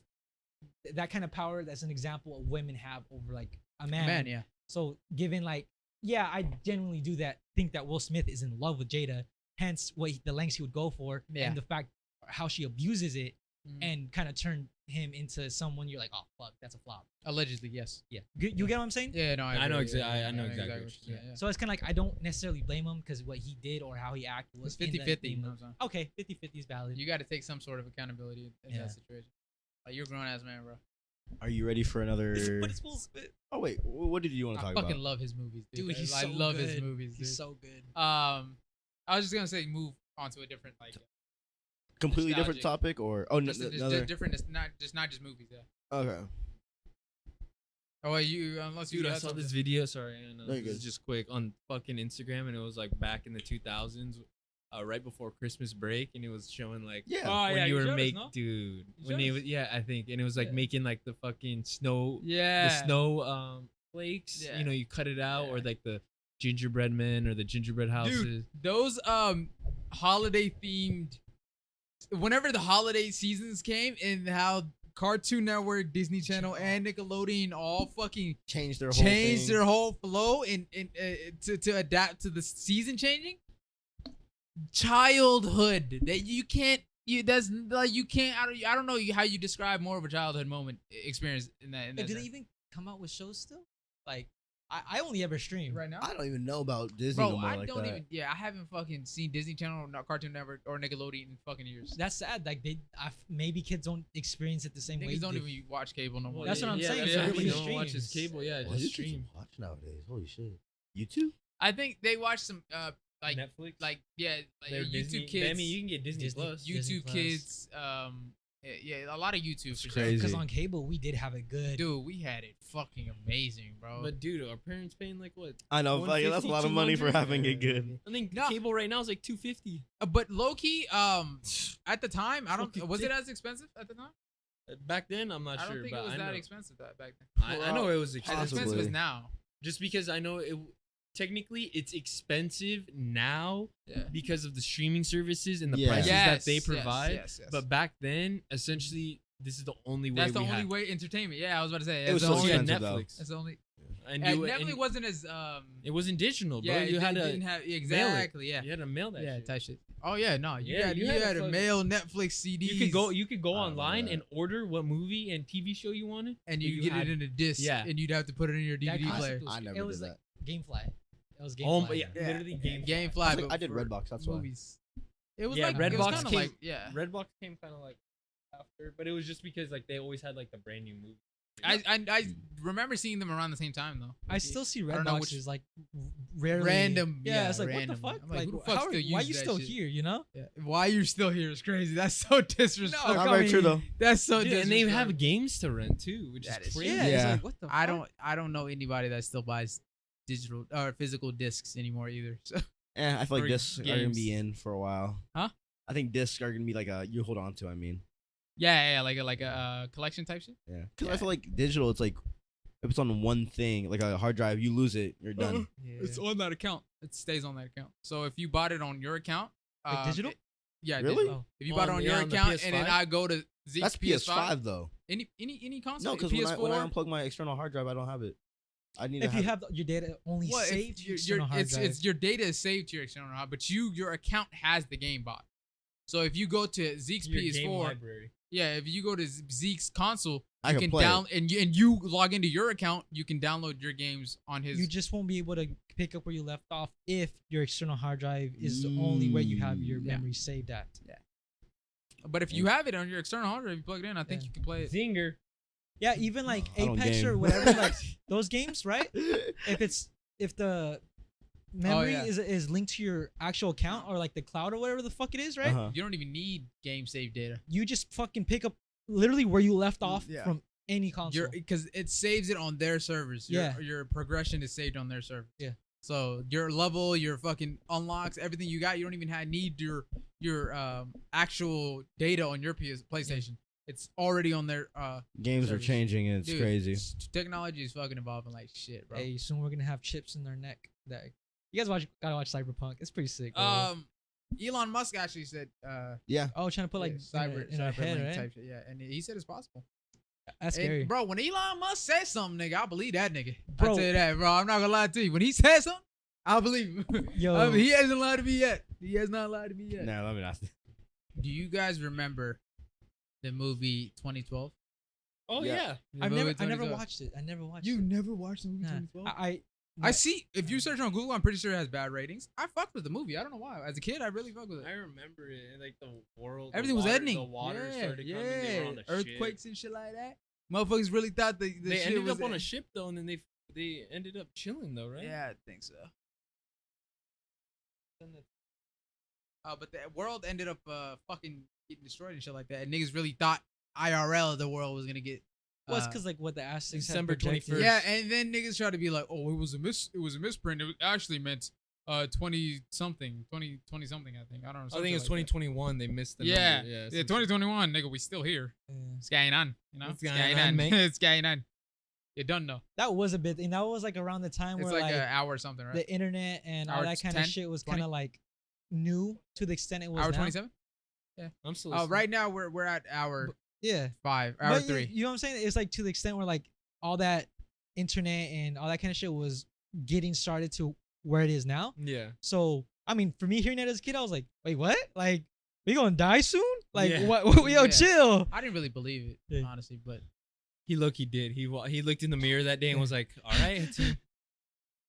[SPEAKER 4] th- that kind of power, that's an example of women have over like a
[SPEAKER 1] yeah. Man, yeah.
[SPEAKER 4] so given like, yeah, I genuinely do that. Think that Will Smith is in love with Jada, hence what he, the lengths he would go for,
[SPEAKER 1] Yeah.
[SPEAKER 4] and the fact how she abuses it
[SPEAKER 1] Mhm.
[SPEAKER 4] and kind of turned him into someone. You're like, oh fuck, that's a flop.
[SPEAKER 1] Allegedly, yes.
[SPEAKER 4] Yeah, you, you get what I'm saying?
[SPEAKER 1] Yeah, no, I,
[SPEAKER 2] I know
[SPEAKER 1] agree.
[SPEAKER 2] exa-
[SPEAKER 1] Yeah,
[SPEAKER 2] I- I
[SPEAKER 1] yeah,
[SPEAKER 2] know
[SPEAKER 1] yeah,
[SPEAKER 2] exactly what
[SPEAKER 1] what
[SPEAKER 2] you're
[SPEAKER 1] you're saying,
[SPEAKER 4] So it's kind of like I don't necessarily blame him because what he did or how he acted
[SPEAKER 1] yeah. It's
[SPEAKER 4] was
[SPEAKER 1] 50 50. You, know what I'm saying?
[SPEAKER 4] Okay, 50-50 is valid.
[SPEAKER 1] you got to take some sort of accountability in
[SPEAKER 4] Yeah.
[SPEAKER 1] that situation. Like, you're a grown ass man, bro.
[SPEAKER 3] Are you ready for
[SPEAKER 4] It's-
[SPEAKER 3] another?
[SPEAKER 4] but it's Will Smith.
[SPEAKER 3] Oh wait, wh- what did you want
[SPEAKER 1] I
[SPEAKER 3] to talk
[SPEAKER 1] fucking
[SPEAKER 3] about?
[SPEAKER 1] love his movies, dude.
[SPEAKER 4] Dude, he's
[SPEAKER 1] I
[SPEAKER 4] so
[SPEAKER 1] love his
[SPEAKER 4] good.
[SPEAKER 1] movies, dude.
[SPEAKER 4] He's so good.
[SPEAKER 1] um, I was just gonna say move onto a different like
[SPEAKER 3] Completely different
[SPEAKER 1] nostalgic.
[SPEAKER 3] topic, or oh, n-
[SPEAKER 1] just,
[SPEAKER 3] n-
[SPEAKER 1] just di-
[SPEAKER 3] another.
[SPEAKER 1] different. It's not just not just movies. Yeah.
[SPEAKER 3] Okay.
[SPEAKER 1] Oh, wait, you unless you
[SPEAKER 2] Dude, I
[SPEAKER 1] had
[SPEAKER 2] saw
[SPEAKER 1] something.
[SPEAKER 2] this video. Sorry, I know
[SPEAKER 3] No,
[SPEAKER 2] this
[SPEAKER 3] you're
[SPEAKER 2] is
[SPEAKER 3] good.
[SPEAKER 2] just quick on fucking Instagram, and it was like back in the 2000s, uh, right before Christmas break, and it was showing like
[SPEAKER 3] Yeah.
[SPEAKER 1] Oh,
[SPEAKER 2] when
[SPEAKER 1] yeah,
[SPEAKER 2] you were
[SPEAKER 1] showed us,
[SPEAKER 2] make
[SPEAKER 1] no?
[SPEAKER 2] dude
[SPEAKER 1] You
[SPEAKER 2] when
[SPEAKER 1] showed
[SPEAKER 2] they
[SPEAKER 1] us.
[SPEAKER 2] was yeah I think, and it was like
[SPEAKER 1] Yeah.
[SPEAKER 2] making like the fucking snow
[SPEAKER 1] Yeah.
[SPEAKER 2] the snow um flakes.
[SPEAKER 1] Yeah.
[SPEAKER 2] You know, you cut it out, or
[SPEAKER 1] Yeah.
[SPEAKER 2] like the gingerbread men or the gingerbread houses.
[SPEAKER 1] those um holiday themed whenever the holiday seasons came and how Cartoon Network, Disney Channel, and Nickelodeon all fucking
[SPEAKER 3] Change their whole.
[SPEAKER 1] changed
[SPEAKER 3] thing.
[SPEAKER 1] their whole flow and, and uh, to, to adapt to the season changing. Childhood that you can't you that's like you can't I don't I don't know how you describe more of a childhood moment e, experience in that. In
[SPEAKER 4] But
[SPEAKER 1] that
[SPEAKER 4] do they
[SPEAKER 1] sense.
[SPEAKER 4] even come out with shows still? Like I, I only ever stream.
[SPEAKER 1] right now.
[SPEAKER 3] I don't even know about Disney
[SPEAKER 1] Bro,
[SPEAKER 3] no more
[SPEAKER 1] I
[SPEAKER 3] like
[SPEAKER 1] don't
[SPEAKER 3] that.
[SPEAKER 1] even. Yeah, I haven't fucking seen Disney Channel, not Cartoon Network, or Nickelodeon in fucking years.
[SPEAKER 4] That's sad. Like they, I f maybe kids don't experience it the same way.
[SPEAKER 1] Niggas don't
[SPEAKER 4] they-
[SPEAKER 1] even watch cable no more.
[SPEAKER 4] That's what I'm
[SPEAKER 2] yeah,
[SPEAKER 4] saying,
[SPEAKER 2] that's
[SPEAKER 4] so
[SPEAKER 2] what I mean,
[SPEAKER 4] everybody
[SPEAKER 2] don't watch his
[SPEAKER 4] streams.
[SPEAKER 2] cable. Yeah,
[SPEAKER 3] Well,
[SPEAKER 2] just
[SPEAKER 3] you kids
[SPEAKER 2] stream.
[SPEAKER 3] watch nowadays. Holy shit. YouTube?
[SPEAKER 1] I think they watch some uh like
[SPEAKER 2] Netflix,
[SPEAKER 1] like yeah like
[SPEAKER 2] They're
[SPEAKER 1] YouTube
[SPEAKER 2] Disney-
[SPEAKER 1] kids.
[SPEAKER 2] I mean, you can get Disney,
[SPEAKER 4] Disney-
[SPEAKER 2] Plus.
[SPEAKER 4] Disney
[SPEAKER 1] YouTube
[SPEAKER 4] Plus.
[SPEAKER 1] kids. Um, yeah, yeah, a lot of YouTube
[SPEAKER 3] It's
[SPEAKER 1] for
[SPEAKER 3] crazy.
[SPEAKER 4] Because on cable, we did have a good.
[SPEAKER 1] sure. Dude, we had it fucking amazing, bro.
[SPEAKER 2] But dude, our parents paying like what?
[SPEAKER 3] I know. Like, that's a lot of money for
[SPEAKER 2] 150,
[SPEAKER 3] having it good.
[SPEAKER 2] I think
[SPEAKER 1] No.
[SPEAKER 2] cable right now is like two fifty.
[SPEAKER 1] Uh, but Loki, um, at the time, I don't
[SPEAKER 2] Fucking
[SPEAKER 1] was it
[SPEAKER 2] dick.
[SPEAKER 1] as expensive at the time?
[SPEAKER 2] Back then, I'm not
[SPEAKER 1] I don't
[SPEAKER 2] sure,
[SPEAKER 1] think
[SPEAKER 2] but
[SPEAKER 1] it was
[SPEAKER 2] I,
[SPEAKER 1] that
[SPEAKER 2] know.
[SPEAKER 1] expensive that back then.
[SPEAKER 2] I, I know it was
[SPEAKER 1] As
[SPEAKER 3] Possibly.
[SPEAKER 2] expensive.
[SPEAKER 1] expensive as now.
[SPEAKER 2] Just because I know it. Technically, it's expensive now
[SPEAKER 1] Yeah.
[SPEAKER 2] because of the streaming services and the
[SPEAKER 3] Yeah.
[SPEAKER 2] prices
[SPEAKER 1] Yes,
[SPEAKER 2] that they
[SPEAKER 1] yes,
[SPEAKER 2] provide.
[SPEAKER 1] yes, yes.
[SPEAKER 2] But back then, essentially, this is the only way.
[SPEAKER 1] that's the
[SPEAKER 2] we
[SPEAKER 1] only
[SPEAKER 2] had.
[SPEAKER 1] way entertainment. Yeah, I was about to say.
[SPEAKER 3] It
[SPEAKER 1] that's
[SPEAKER 3] was
[SPEAKER 1] the
[SPEAKER 3] so
[SPEAKER 1] only,
[SPEAKER 2] only on
[SPEAKER 3] expensive, though.
[SPEAKER 2] Netflix.
[SPEAKER 1] That's the only.
[SPEAKER 2] And
[SPEAKER 1] It
[SPEAKER 2] you were-
[SPEAKER 1] definitely
[SPEAKER 2] and
[SPEAKER 1] wasn't as um.
[SPEAKER 2] It wasn't digital, bro.
[SPEAKER 1] yeah,
[SPEAKER 2] you
[SPEAKER 1] it
[SPEAKER 2] had
[SPEAKER 1] didn't
[SPEAKER 2] to
[SPEAKER 1] have exactly. Yeah.
[SPEAKER 2] you had to mail that.
[SPEAKER 1] Yeah,
[SPEAKER 2] shit.
[SPEAKER 1] type shit. Oh yeah, no, you
[SPEAKER 2] Yeah,
[SPEAKER 1] had
[SPEAKER 2] you
[SPEAKER 1] you
[SPEAKER 2] had
[SPEAKER 1] had,
[SPEAKER 2] a
[SPEAKER 1] to
[SPEAKER 2] fucking-
[SPEAKER 1] mail Netflix CDs.
[SPEAKER 2] You could go. You could go
[SPEAKER 3] I remember
[SPEAKER 2] online
[SPEAKER 3] that.
[SPEAKER 2] and order what movie and TV show you wanted.
[SPEAKER 1] and
[SPEAKER 2] but
[SPEAKER 1] you,
[SPEAKER 2] you
[SPEAKER 1] get
[SPEAKER 2] had-
[SPEAKER 1] it in a disc.
[SPEAKER 2] yeah.
[SPEAKER 1] and you'd have to put it in your
[SPEAKER 4] that
[SPEAKER 1] DVD
[SPEAKER 4] concept
[SPEAKER 1] player.
[SPEAKER 4] was-
[SPEAKER 3] I never
[SPEAKER 4] it
[SPEAKER 3] did
[SPEAKER 4] was like GameFly. It was GameFly.
[SPEAKER 2] Oh my, yeah,
[SPEAKER 1] Yeah.
[SPEAKER 2] literally game.
[SPEAKER 1] GameFly.
[SPEAKER 3] I,
[SPEAKER 1] but
[SPEAKER 3] did
[SPEAKER 1] for
[SPEAKER 3] Redbox, that's why.
[SPEAKER 1] movies. It was
[SPEAKER 2] Yeah,
[SPEAKER 1] like it
[SPEAKER 2] Redbox
[SPEAKER 1] was kinda
[SPEAKER 2] came-
[SPEAKER 1] Like, yeah,
[SPEAKER 2] Redbox came kind of like after, but it was just because like they always had like the brand new movie.
[SPEAKER 1] I, I I remember seeing them around the same time though.
[SPEAKER 4] I still see
[SPEAKER 1] I don't
[SPEAKER 4] red
[SPEAKER 1] know which-
[SPEAKER 4] boxes like r- rarely.
[SPEAKER 1] Random,
[SPEAKER 4] Yeah,
[SPEAKER 1] yeah,
[SPEAKER 4] it's like
[SPEAKER 1] random.
[SPEAKER 4] what the fuck?
[SPEAKER 1] I'm like, who the
[SPEAKER 4] how
[SPEAKER 1] fuck
[SPEAKER 4] are
[SPEAKER 1] still
[SPEAKER 4] you- why are
[SPEAKER 1] uses
[SPEAKER 4] you
[SPEAKER 1] that
[SPEAKER 4] still
[SPEAKER 1] shit?
[SPEAKER 4] here? You know?
[SPEAKER 1] Yeah. Why you're still here is crazy. That's so disrespectful.
[SPEAKER 3] Not very true, though.
[SPEAKER 1] That's so
[SPEAKER 2] Dude, and
[SPEAKER 1] disrespectful.
[SPEAKER 2] they have games to rent too, which
[SPEAKER 1] That
[SPEAKER 2] is
[SPEAKER 1] is
[SPEAKER 2] crazy.
[SPEAKER 1] Yeah,
[SPEAKER 3] Yeah.
[SPEAKER 4] It's like, what the
[SPEAKER 1] I
[SPEAKER 4] fuck?
[SPEAKER 1] don't I don't know anybody that still buys digital or physical discs anymore either. So
[SPEAKER 3] Eh, I feel
[SPEAKER 2] Or
[SPEAKER 3] like discs are going to be
[SPEAKER 2] games.
[SPEAKER 3] in for a while.
[SPEAKER 1] Huh?
[SPEAKER 3] I think discs are going to be like a you hold on to, I mean.
[SPEAKER 1] yeah, yeah, yeah, like a like a uh, collection type shit.
[SPEAKER 3] Yeah. Because I feel like digital, it's like if it's on one thing, like a hard drive, you lose it, you're done.
[SPEAKER 1] Yeah. Uh-huh. It's on that account. It stays on that account. So if you bought it on your account,
[SPEAKER 4] Like
[SPEAKER 1] um,
[SPEAKER 4] digital?
[SPEAKER 1] it- yeah,
[SPEAKER 3] Really?
[SPEAKER 1] digital. If you bought it
[SPEAKER 2] On-
[SPEAKER 1] on
[SPEAKER 2] yeah,
[SPEAKER 1] your
[SPEAKER 2] on the
[SPEAKER 1] account and then
[SPEAKER 2] PS5?
[SPEAKER 1] I go to Zeke's
[SPEAKER 3] That's
[SPEAKER 1] PS5,
[SPEAKER 3] PS5, though.
[SPEAKER 1] any any any console,
[SPEAKER 3] No, because when I,
[SPEAKER 1] PS4,
[SPEAKER 3] when I unplug my external hard drive, I don't have it. I need
[SPEAKER 4] If
[SPEAKER 3] to
[SPEAKER 4] you
[SPEAKER 3] have,
[SPEAKER 4] have your data only
[SPEAKER 1] Well, if
[SPEAKER 4] saved, to
[SPEAKER 1] your-
[SPEAKER 4] external
[SPEAKER 1] your-
[SPEAKER 4] hard
[SPEAKER 1] it's,
[SPEAKER 4] drive.
[SPEAKER 1] it's your data is saved to your external hard, but you your account has the game bot. So if you go to Zeke's
[SPEAKER 2] Your game
[SPEAKER 1] PS4,
[SPEAKER 2] library.
[SPEAKER 1] yeah, if you go to Zeke's console,
[SPEAKER 3] I
[SPEAKER 1] you
[SPEAKER 3] can,
[SPEAKER 1] can
[SPEAKER 3] play. it.
[SPEAKER 1] down and you and you log into your account, you can download your games on his.
[SPEAKER 4] you just won't be able to pick up where you left off if your external hard drive is the only way you have your
[SPEAKER 1] Mm. Yeah.
[SPEAKER 4] memory saved at.
[SPEAKER 1] but if
[SPEAKER 3] Mm.
[SPEAKER 1] you have it on your external hard drive, you plug it in. I think
[SPEAKER 4] Yeah.
[SPEAKER 1] you can play it.
[SPEAKER 2] Zinger.
[SPEAKER 4] Yeah, even like
[SPEAKER 3] I don't
[SPEAKER 4] Apex or
[SPEAKER 3] game.
[SPEAKER 4] whatever, like those games, right? If it's if the memory
[SPEAKER 1] Oh, yeah.
[SPEAKER 4] is is linked to your actual account or like the cloud or whatever the fuck it is, right?
[SPEAKER 3] Uh-huh.
[SPEAKER 1] You don't even need game save data.
[SPEAKER 4] You just fucking pick up literally where you left off
[SPEAKER 1] yeah.
[SPEAKER 4] from any console.
[SPEAKER 1] Your because it saves it on their servers. Your,
[SPEAKER 4] Yeah.
[SPEAKER 1] Your progression is saved on their servers.
[SPEAKER 4] Yeah.
[SPEAKER 1] So your level, your fucking unlocks, everything you got, you don't even have need your your um actual data on your PS PlayStation. It's already on their uh.
[SPEAKER 3] Games are
[SPEAKER 1] Service.
[SPEAKER 3] changing and it's
[SPEAKER 1] dude,
[SPEAKER 3] crazy.
[SPEAKER 1] s- Technology is fucking evolving like shit, bro.
[SPEAKER 4] Hey, soon we're gonna have chips in their neck. That you guys watch, gotta watch Cyberpunk. It's pretty sick. bro.
[SPEAKER 1] Um, Elon Musk actually said uh.
[SPEAKER 3] Yeah.
[SPEAKER 4] oh, trying to put like
[SPEAKER 1] yeah,
[SPEAKER 4] in our-
[SPEAKER 1] cyber,
[SPEAKER 4] in
[SPEAKER 1] cyber
[SPEAKER 4] our head,
[SPEAKER 1] link
[SPEAKER 4] right?
[SPEAKER 1] type shit. Yeah, and he said it's possible.
[SPEAKER 4] That's
[SPEAKER 1] And,
[SPEAKER 4] scary.
[SPEAKER 1] bro. When Elon Musk says something, nigga, I believe that nigga. I
[SPEAKER 4] Bro.
[SPEAKER 1] tell you that, bro. I'm not gonna lie to you. When he says something, I believe him.
[SPEAKER 4] Yo,
[SPEAKER 1] I mean, he hasn't lied to me yet. He has not lied to me yet.
[SPEAKER 3] No, let me not.
[SPEAKER 1] Do you guys remember the movie 2012?
[SPEAKER 2] Oh
[SPEAKER 3] Yeah.
[SPEAKER 2] yeah.
[SPEAKER 1] The
[SPEAKER 4] I've
[SPEAKER 1] movie
[SPEAKER 4] never, I never
[SPEAKER 1] 2012?
[SPEAKER 4] watched it. I never watched
[SPEAKER 1] You
[SPEAKER 4] it.
[SPEAKER 1] never watched the movie
[SPEAKER 4] Nah.
[SPEAKER 1] 2012?
[SPEAKER 4] I, I,
[SPEAKER 1] I see. If you search on Google, I'm pretty sure it has bad ratings. I fucked with the movie. I don't know why. As a kid, I really fucked with it.
[SPEAKER 2] I remember it, and like the world.
[SPEAKER 1] Everything
[SPEAKER 2] the
[SPEAKER 1] was
[SPEAKER 2] water,
[SPEAKER 1] ending.
[SPEAKER 2] The water
[SPEAKER 1] yeah,
[SPEAKER 2] started
[SPEAKER 1] yeah.
[SPEAKER 2] coming. They were on the ship.
[SPEAKER 1] Earthquakes and shit like that. Motherfuckers really thought the, the
[SPEAKER 2] They
[SPEAKER 1] shit
[SPEAKER 2] ended
[SPEAKER 1] was
[SPEAKER 2] up on
[SPEAKER 1] e-
[SPEAKER 2] a ship though, and then they they ended up chilling though, right?
[SPEAKER 1] Yeah, I think so. Uh, but the world ended up uh, fucking getting destroyed and shit like that. And niggas really thought IRL the world was gonna get.
[SPEAKER 4] well, it's
[SPEAKER 1] uh,
[SPEAKER 4] because like what the Aztecs had
[SPEAKER 2] December
[SPEAKER 4] projected.
[SPEAKER 2] 21st.
[SPEAKER 1] yeah, and then niggas tried to be like, oh, it was a mis, it was a misprint. It was actually meant uh twenty something, 20, 20 something. I think I don't know.
[SPEAKER 2] I
[SPEAKER 1] something
[SPEAKER 2] think it's
[SPEAKER 1] like that.
[SPEAKER 2] 2021. They missed the
[SPEAKER 1] Yeah,
[SPEAKER 2] number.
[SPEAKER 1] Yeah,
[SPEAKER 2] some
[SPEAKER 1] twenty twenty one, nigga, we still here.
[SPEAKER 4] Yeah.
[SPEAKER 1] It's going on, you know.
[SPEAKER 2] It's going on, mate.
[SPEAKER 1] it's going on. You done though.
[SPEAKER 4] That was a bit, and that was like around the time
[SPEAKER 1] It's
[SPEAKER 4] where
[SPEAKER 1] like,
[SPEAKER 4] like,
[SPEAKER 1] an hour or something, right?
[SPEAKER 4] the internet and
[SPEAKER 1] hour
[SPEAKER 4] all that
[SPEAKER 1] t-
[SPEAKER 4] kind
[SPEAKER 1] 10,
[SPEAKER 4] of shit was
[SPEAKER 1] 20?
[SPEAKER 4] kind of like new to the extent it was
[SPEAKER 1] Hour
[SPEAKER 4] now.
[SPEAKER 1] twenty seven.
[SPEAKER 2] I'm still.
[SPEAKER 1] Oh,
[SPEAKER 2] listening.
[SPEAKER 1] right now we're we're at hour
[SPEAKER 4] Yeah,
[SPEAKER 1] five, hour
[SPEAKER 4] But you-
[SPEAKER 1] three.
[SPEAKER 4] You, know what I'm saying? It's like to the extent where like all that internet and all that kind of shit was getting started to where it is now.
[SPEAKER 2] Yeah.
[SPEAKER 4] So I mean, for me hearing that as a kid, I was like, wait, what? Like we gonna die soon? Like
[SPEAKER 2] Yeah.
[SPEAKER 4] what? what yo,
[SPEAKER 1] Yeah.
[SPEAKER 4] chill.
[SPEAKER 1] I didn't really believe it,
[SPEAKER 4] Yeah.
[SPEAKER 1] honestly, but
[SPEAKER 2] He look. He did. He wa- he looked in the mirror that day and was like, "All right, it's-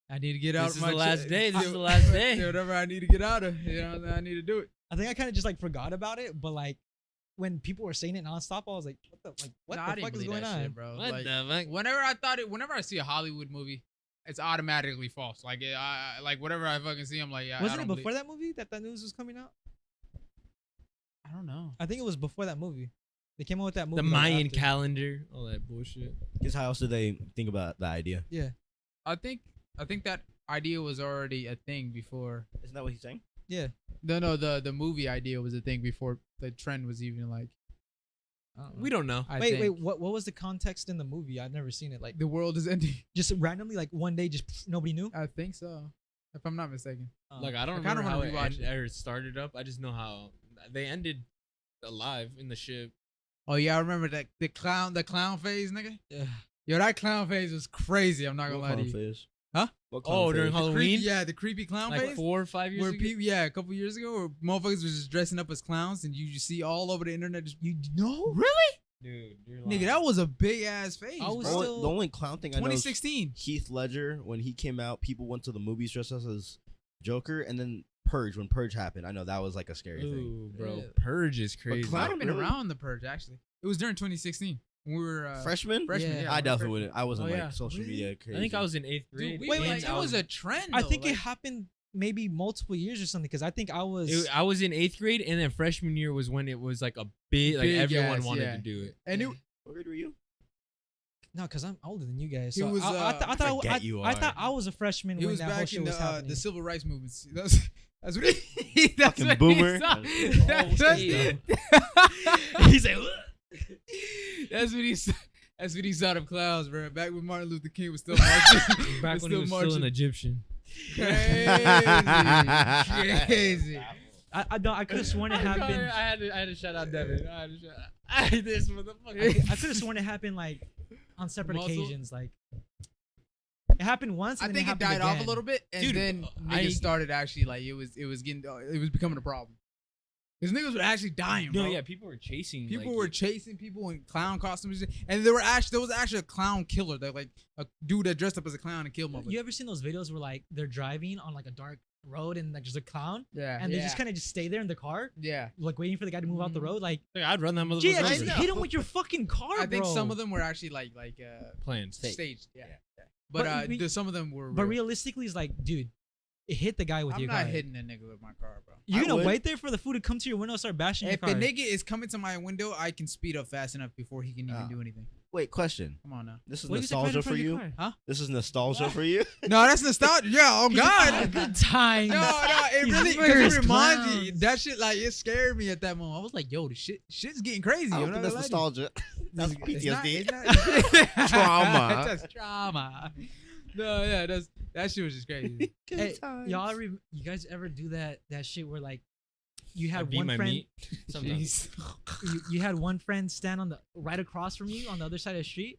[SPEAKER 6] I need to get out of
[SPEAKER 2] This is
[SPEAKER 6] my
[SPEAKER 2] the last
[SPEAKER 6] chest.
[SPEAKER 2] day. This
[SPEAKER 6] Do-
[SPEAKER 2] is the last
[SPEAKER 6] do
[SPEAKER 2] day.
[SPEAKER 6] Whatever I need to get out of, you know, I need to do it.
[SPEAKER 4] I think I kind of just like forgot about it, but like when people were saying it nonstop, I was like, what the like what
[SPEAKER 1] Nah, I
[SPEAKER 4] the
[SPEAKER 1] didn't
[SPEAKER 4] fuck is
[SPEAKER 1] believe
[SPEAKER 4] going
[SPEAKER 1] that
[SPEAKER 4] on?
[SPEAKER 1] shit, bro.
[SPEAKER 2] What
[SPEAKER 1] Like,
[SPEAKER 2] the fuck?
[SPEAKER 1] whenever I thought it, whenever I see a Hollywood movie, it's automatically false. Like, it, I, I- like whatever I fucking see, I'm like, yeah. I
[SPEAKER 4] Wasn't
[SPEAKER 1] don't
[SPEAKER 4] it
[SPEAKER 1] believe-
[SPEAKER 4] before that movie that that news was coming out?
[SPEAKER 1] I don't know.
[SPEAKER 4] I think it was before that movie. They came out with that movie.
[SPEAKER 2] The
[SPEAKER 4] like,
[SPEAKER 2] Mayan
[SPEAKER 4] after.
[SPEAKER 2] calendar, all that bullshit.
[SPEAKER 1] Uh-huh.
[SPEAKER 3] Because how else did they think about that idea?
[SPEAKER 1] I think I think that idea was already a thing before.
[SPEAKER 3] Isn't that what he's saying?
[SPEAKER 1] No, no, the the movie idea was a thing before the trend was even like.
[SPEAKER 4] I don't know.
[SPEAKER 2] We don't know.
[SPEAKER 1] I
[SPEAKER 4] wait,
[SPEAKER 1] think.
[SPEAKER 4] wait, what what was the context in the movie? I've never seen it. Like
[SPEAKER 1] The world is ending.
[SPEAKER 4] just randomly, like one day, just pff, nobody knew.
[SPEAKER 1] I think so, if I'm not mistaken.
[SPEAKER 4] Uh,
[SPEAKER 2] Like I don't
[SPEAKER 1] I kinda
[SPEAKER 2] remember how
[SPEAKER 1] wanna
[SPEAKER 2] it
[SPEAKER 1] rewatch
[SPEAKER 2] end- or started up. I just know how they ended alive in the ship.
[SPEAKER 1] Oh yeah, I remember that the clown, the clown phase, nigga.
[SPEAKER 4] yeah.
[SPEAKER 1] Yo, that clown phase was crazy. I'm not gonna lie to you. Huh?
[SPEAKER 3] What
[SPEAKER 2] Oh, during
[SPEAKER 1] The creepy-
[SPEAKER 2] Halloween,
[SPEAKER 1] yeah, the creepy clown
[SPEAKER 2] like
[SPEAKER 1] phase.
[SPEAKER 2] four or five years
[SPEAKER 1] where
[SPEAKER 2] ago.
[SPEAKER 1] people, yeah, a couple years ago, where motherfuckers was just dressing up as clowns, and you just see all over the internet. Just, you know, really,
[SPEAKER 2] Dude, you're
[SPEAKER 1] nigga, that was a big ass phase.
[SPEAKER 4] I was
[SPEAKER 1] bro.
[SPEAKER 4] still-
[SPEAKER 3] the only clown thing I know is
[SPEAKER 1] 2016.
[SPEAKER 3] Heath Ledger when he came out. People went to the movies dressed up as Joker, and then Purge when Purge happened. I know that was like a scary thing.
[SPEAKER 2] Ooh, bro,
[SPEAKER 1] Yeah.
[SPEAKER 2] purge is
[SPEAKER 3] clown-
[SPEAKER 2] crazy.
[SPEAKER 1] Might have been
[SPEAKER 3] really?
[SPEAKER 1] around the purge actually. It was during 2016. When we were uh,
[SPEAKER 3] Freshman,
[SPEAKER 1] freshmen,
[SPEAKER 4] Yeah.
[SPEAKER 1] yeah,
[SPEAKER 3] I
[SPEAKER 1] we were
[SPEAKER 3] definitely
[SPEAKER 1] freshmen.
[SPEAKER 3] wouldn't. I wasn't
[SPEAKER 2] Oh,
[SPEAKER 3] like
[SPEAKER 2] yeah.
[SPEAKER 3] social
[SPEAKER 1] Really?
[SPEAKER 3] media crazy.
[SPEAKER 2] I think I was in eighth grade.
[SPEAKER 1] Dude, we,
[SPEAKER 2] and
[SPEAKER 1] like, it
[SPEAKER 2] I
[SPEAKER 1] was a trend.
[SPEAKER 4] I
[SPEAKER 1] though,
[SPEAKER 4] think
[SPEAKER 1] like-
[SPEAKER 4] it happened maybe multiple years or something because I think I was.
[SPEAKER 2] it- I was in eighth grade, and then freshman year was when it was like a big, like
[SPEAKER 1] Big
[SPEAKER 2] everyone
[SPEAKER 1] ass,
[SPEAKER 2] wanted
[SPEAKER 1] yeah.
[SPEAKER 2] to do it.
[SPEAKER 1] and it,
[SPEAKER 4] Yeah.
[SPEAKER 3] What grade were you?
[SPEAKER 4] no, because I'm older than you guys.
[SPEAKER 1] It
[SPEAKER 4] So
[SPEAKER 1] was,
[SPEAKER 4] I, I,
[SPEAKER 1] uh,
[SPEAKER 4] th- I thought I,
[SPEAKER 3] forget you
[SPEAKER 4] I
[SPEAKER 3] are.
[SPEAKER 4] thought I was a freshman
[SPEAKER 1] He
[SPEAKER 4] when
[SPEAKER 1] was
[SPEAKER 4] that whole
[SPEAKER 1] back
[SPEAKER 4] shit
[SPEAKER 1] in the,
[SPEAKER 4] was
[SPEAKER 1] uh,
[SPEAKER 4] happening.
[SPEAKER 1] the civil rights movement. See, That's that's what he. That's
[SPEAKER 3] Fucking
[SPEAKER 1] what
[SPEAKER 3] boomer.
[SPEAKER 1] He saw.
[SPEAKER 3] That's-
[SPEAKER 1] That's,
[SPEAKER 2] Oh,
[SPEAKER 1] what
[SPEAKER 2] shit.
[SPEAKER 1] he said. that's what he. Saw. That's what he saw of clouds, bro. Back when Martin Luther King was still marching.
[SPEAKER 2] Back
[SPEAKER 1] was
[SPEAKER 2] when he
[SPEAKER 1] still
[SPEAKER 2] was still
[SPEAKER 1] marching.
[SPEAKER 2] an Egyptian.
[SPEAKER 1] crazy, crazy.
[SPEAKER 4] I, I, no, I could have sworn it happened.
[SPEAKER 2] had to, I had to shout out Devin. I had to shout out this
[SPEAKER 4] I
[SPEAKER 2] motherfucker.
[SPEAKER 4] could have sworn it happened like on separate
[SPEAKER 1] Muscle.
[SPEAKER 4] occasions. Like it happened once.
[SPEAKER 1] I
[SPEAKER 4] And then
[SPEAKER 1] think it died
[SPEAKER 4] happened
[SPEAKER 1] off a
[SPEAKER 4] again.
[SPEAKER 1] little bit, and
[SPEAKER 2] Dude,
[SPEAKER 1] then niggas
[SPEAKER 2] I-
[SPEAKER 1] started actually like it was. It was getting. uh, It was becoming a problem. Because niggas were actually dying, bro.
[SPEAKER 2] No, yeah, people were chasing.
[SPEAKER 1] People
[SPEAKER 2] like,
[SPEAKER 1] were chasing people in clown costumes, and there were actually there was actually a clown killer that like a dude that dressed up as a clown and killed motherfuckers.
[SPEAKER 4] You ever seen those videos where like they're driving on like a dark road and like there's a clown
[SPEAKER 1] Yeah,
[SPEAKER 4] and they just
[SPEAKER 1] yeah.
[SPEAKER 4] kind of just stay there in the car,
[SPEAKER 1] yeah.
[SPEAKER 4] like waiting for the guy to move out the
[SPEAKER 1] Mhm.
[SPEAKER 4] road? Like,
[SPEAKER 2] Like, I'd run that motherfucker.
[SPEAKER 4] gee,
[SPEAKER 3] I
[SPEAKER 4] just
[SPEAKER 2] over.
[SPEAKER 3] know.
[SPEAKER 4] hit him with your fucking car,
[SPEAKER 1] I think
[SPEAKER 4] bro.
[SPEAKER 1] some of them were actually like like uh
[SPEAKER 2] Plans.
[SPEAKER 1] staged. Yeah, yeah.
[SPEAKER 4] But
[SPEAKER 1] but, uh,
[SPEAKER 4] we-
[SPEAKER 1] the- some of them were.
[SPEAKER 4] But
[SPEAKER 1] real.
[SPEAKER 4] realistically, it's like, dude, it hit the guy with
[SPEAKER 1] I'm
[SPEAKER 4] your
[SPEAKER 1] not
[SPEAKER 4] car.
[SPEAKER 1] hitting a nigga with my car, bro.
[SPEAKER 4] You're
[SPEAKER 3] I
[SPEAKER 4] gonna
[SPEAKER 3] would.
[SPEAKER 4] wait there for the food to come to your window, and start bashing
[SPEAKER 1] If
[SPEAKER 4] your
[SPEAKER 1] a
[SPEAKER 4] car.
[SPEAKER 1] nigga is coming to my window, I can speed up fast enough before he can even
[SPEAKER 3] Ah.
[SPEAKER 1] do anything.
[SPEAKER 3] Wait, question.
[SPEAKER 1] Come on now.
[SPEAKER 3] This is
[SPEAKER 4] What if he's, like, right in
[SPEAKER 3] nostalgia for
[SPEAKER 4] front of your
[SPEAKER 3] you.
[SPEAKER 4] car?
[SPEAKER 3] This is nostalgia for you.
[SPEAKER 1] No, that's nostalgia. Yeah, oh
[SPEAKER 4] He's like, "Ah,
[SPEAKER 1] god.
[SPEAKER 4] good time.
[SPEAKER 1] No, no, it
[SPEAKER 4] He's
[SPEAKER 1] really 'cause
[SPEAKER 4] wearing
[SPEAKER 1] it reminds you
[SPEAKER 4] clowns.
[SPEAKER 1] that shit like it scared me at that moment. I was like, yo, the shit shit's getting crazy.
[SPEAKER 3] I
[SPEAKER 1] yo,
[SPEAKER 3] don't
[SPEAKER 1] not
[SPEAKER 3] think that's
[SPEAKER 1] gonna lie to you.
[SPEAKER 3] nostalgia. That's
[SPEAKER 1] It's not-
[SPEAKER 3] PTSD.
[SPEAKER 1] it's not-
[SPEAKER 3] Trauma.
[SPEAKER 1] That's trauma. No, yeah, that's that shit was just crazy.
[SPEAKER 4] Hey, y'all, re- you guys ever do that? That shit where like you
[SPEAKER 2] I
[SPEAKER 4] had
[SPEAKER 2] beat
[SPEAKER 4] one
[SPEAKER 2] my
[SPEAKER 4] friend,
[SPEAKER 2] meat. Sometimes.
[SPEAKER 4] you, you had one friend stand on the right across from you on the other side of the street.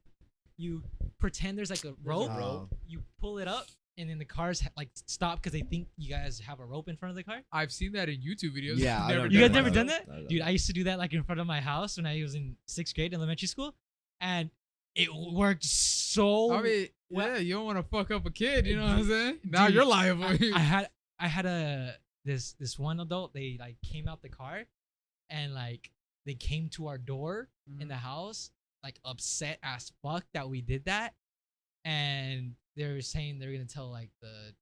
[SPEAKER 4] You pretend there's like a rope.
[SPEAKER 3] rope.
[SPEAKER 4] You pull it up, and then the cars ha- like stop because they think you guys have a rope in front of the car.
[SPEAKER 1] I've seen that in YouTube videos.
[SPEAKER 3] Yeah, I've
[SPEAKER 1] Never
[SPEAKER 3] never
[SPEAKER 4] You guys
[SPEAKER 3] done
[SPEAKER 4] never
[SPEAKER 3] that.
[SPEAKER 4] done
[SPEAKER 3] I've
[SPEAKER 4] that,
[SPEAKER 3] done
[SPEAKER 4] dude?
[SPEAKER 3] that.
[SPEAKER 4] I used to do that like in front of my house when I was in sixth grade, elementary school, and it worked so.
[SPEAKER 1] I mean,
[SPEAKER 4] What?
[SPEAKER 1] yeah, you don't want to fuck up a kid. You know what I'm saying?
[SPEAKER 4] Dude,
[SPEAKER 1] Now you're liable.
[SPEAKER 4] I, I had I had a this this one adult. They like came out the car, and like they came to our door in
[SPEAKER 3] Mm.
[SPEAKER 4] the house, like upset as fuck that we did that, and they were saying they were gonna tell like the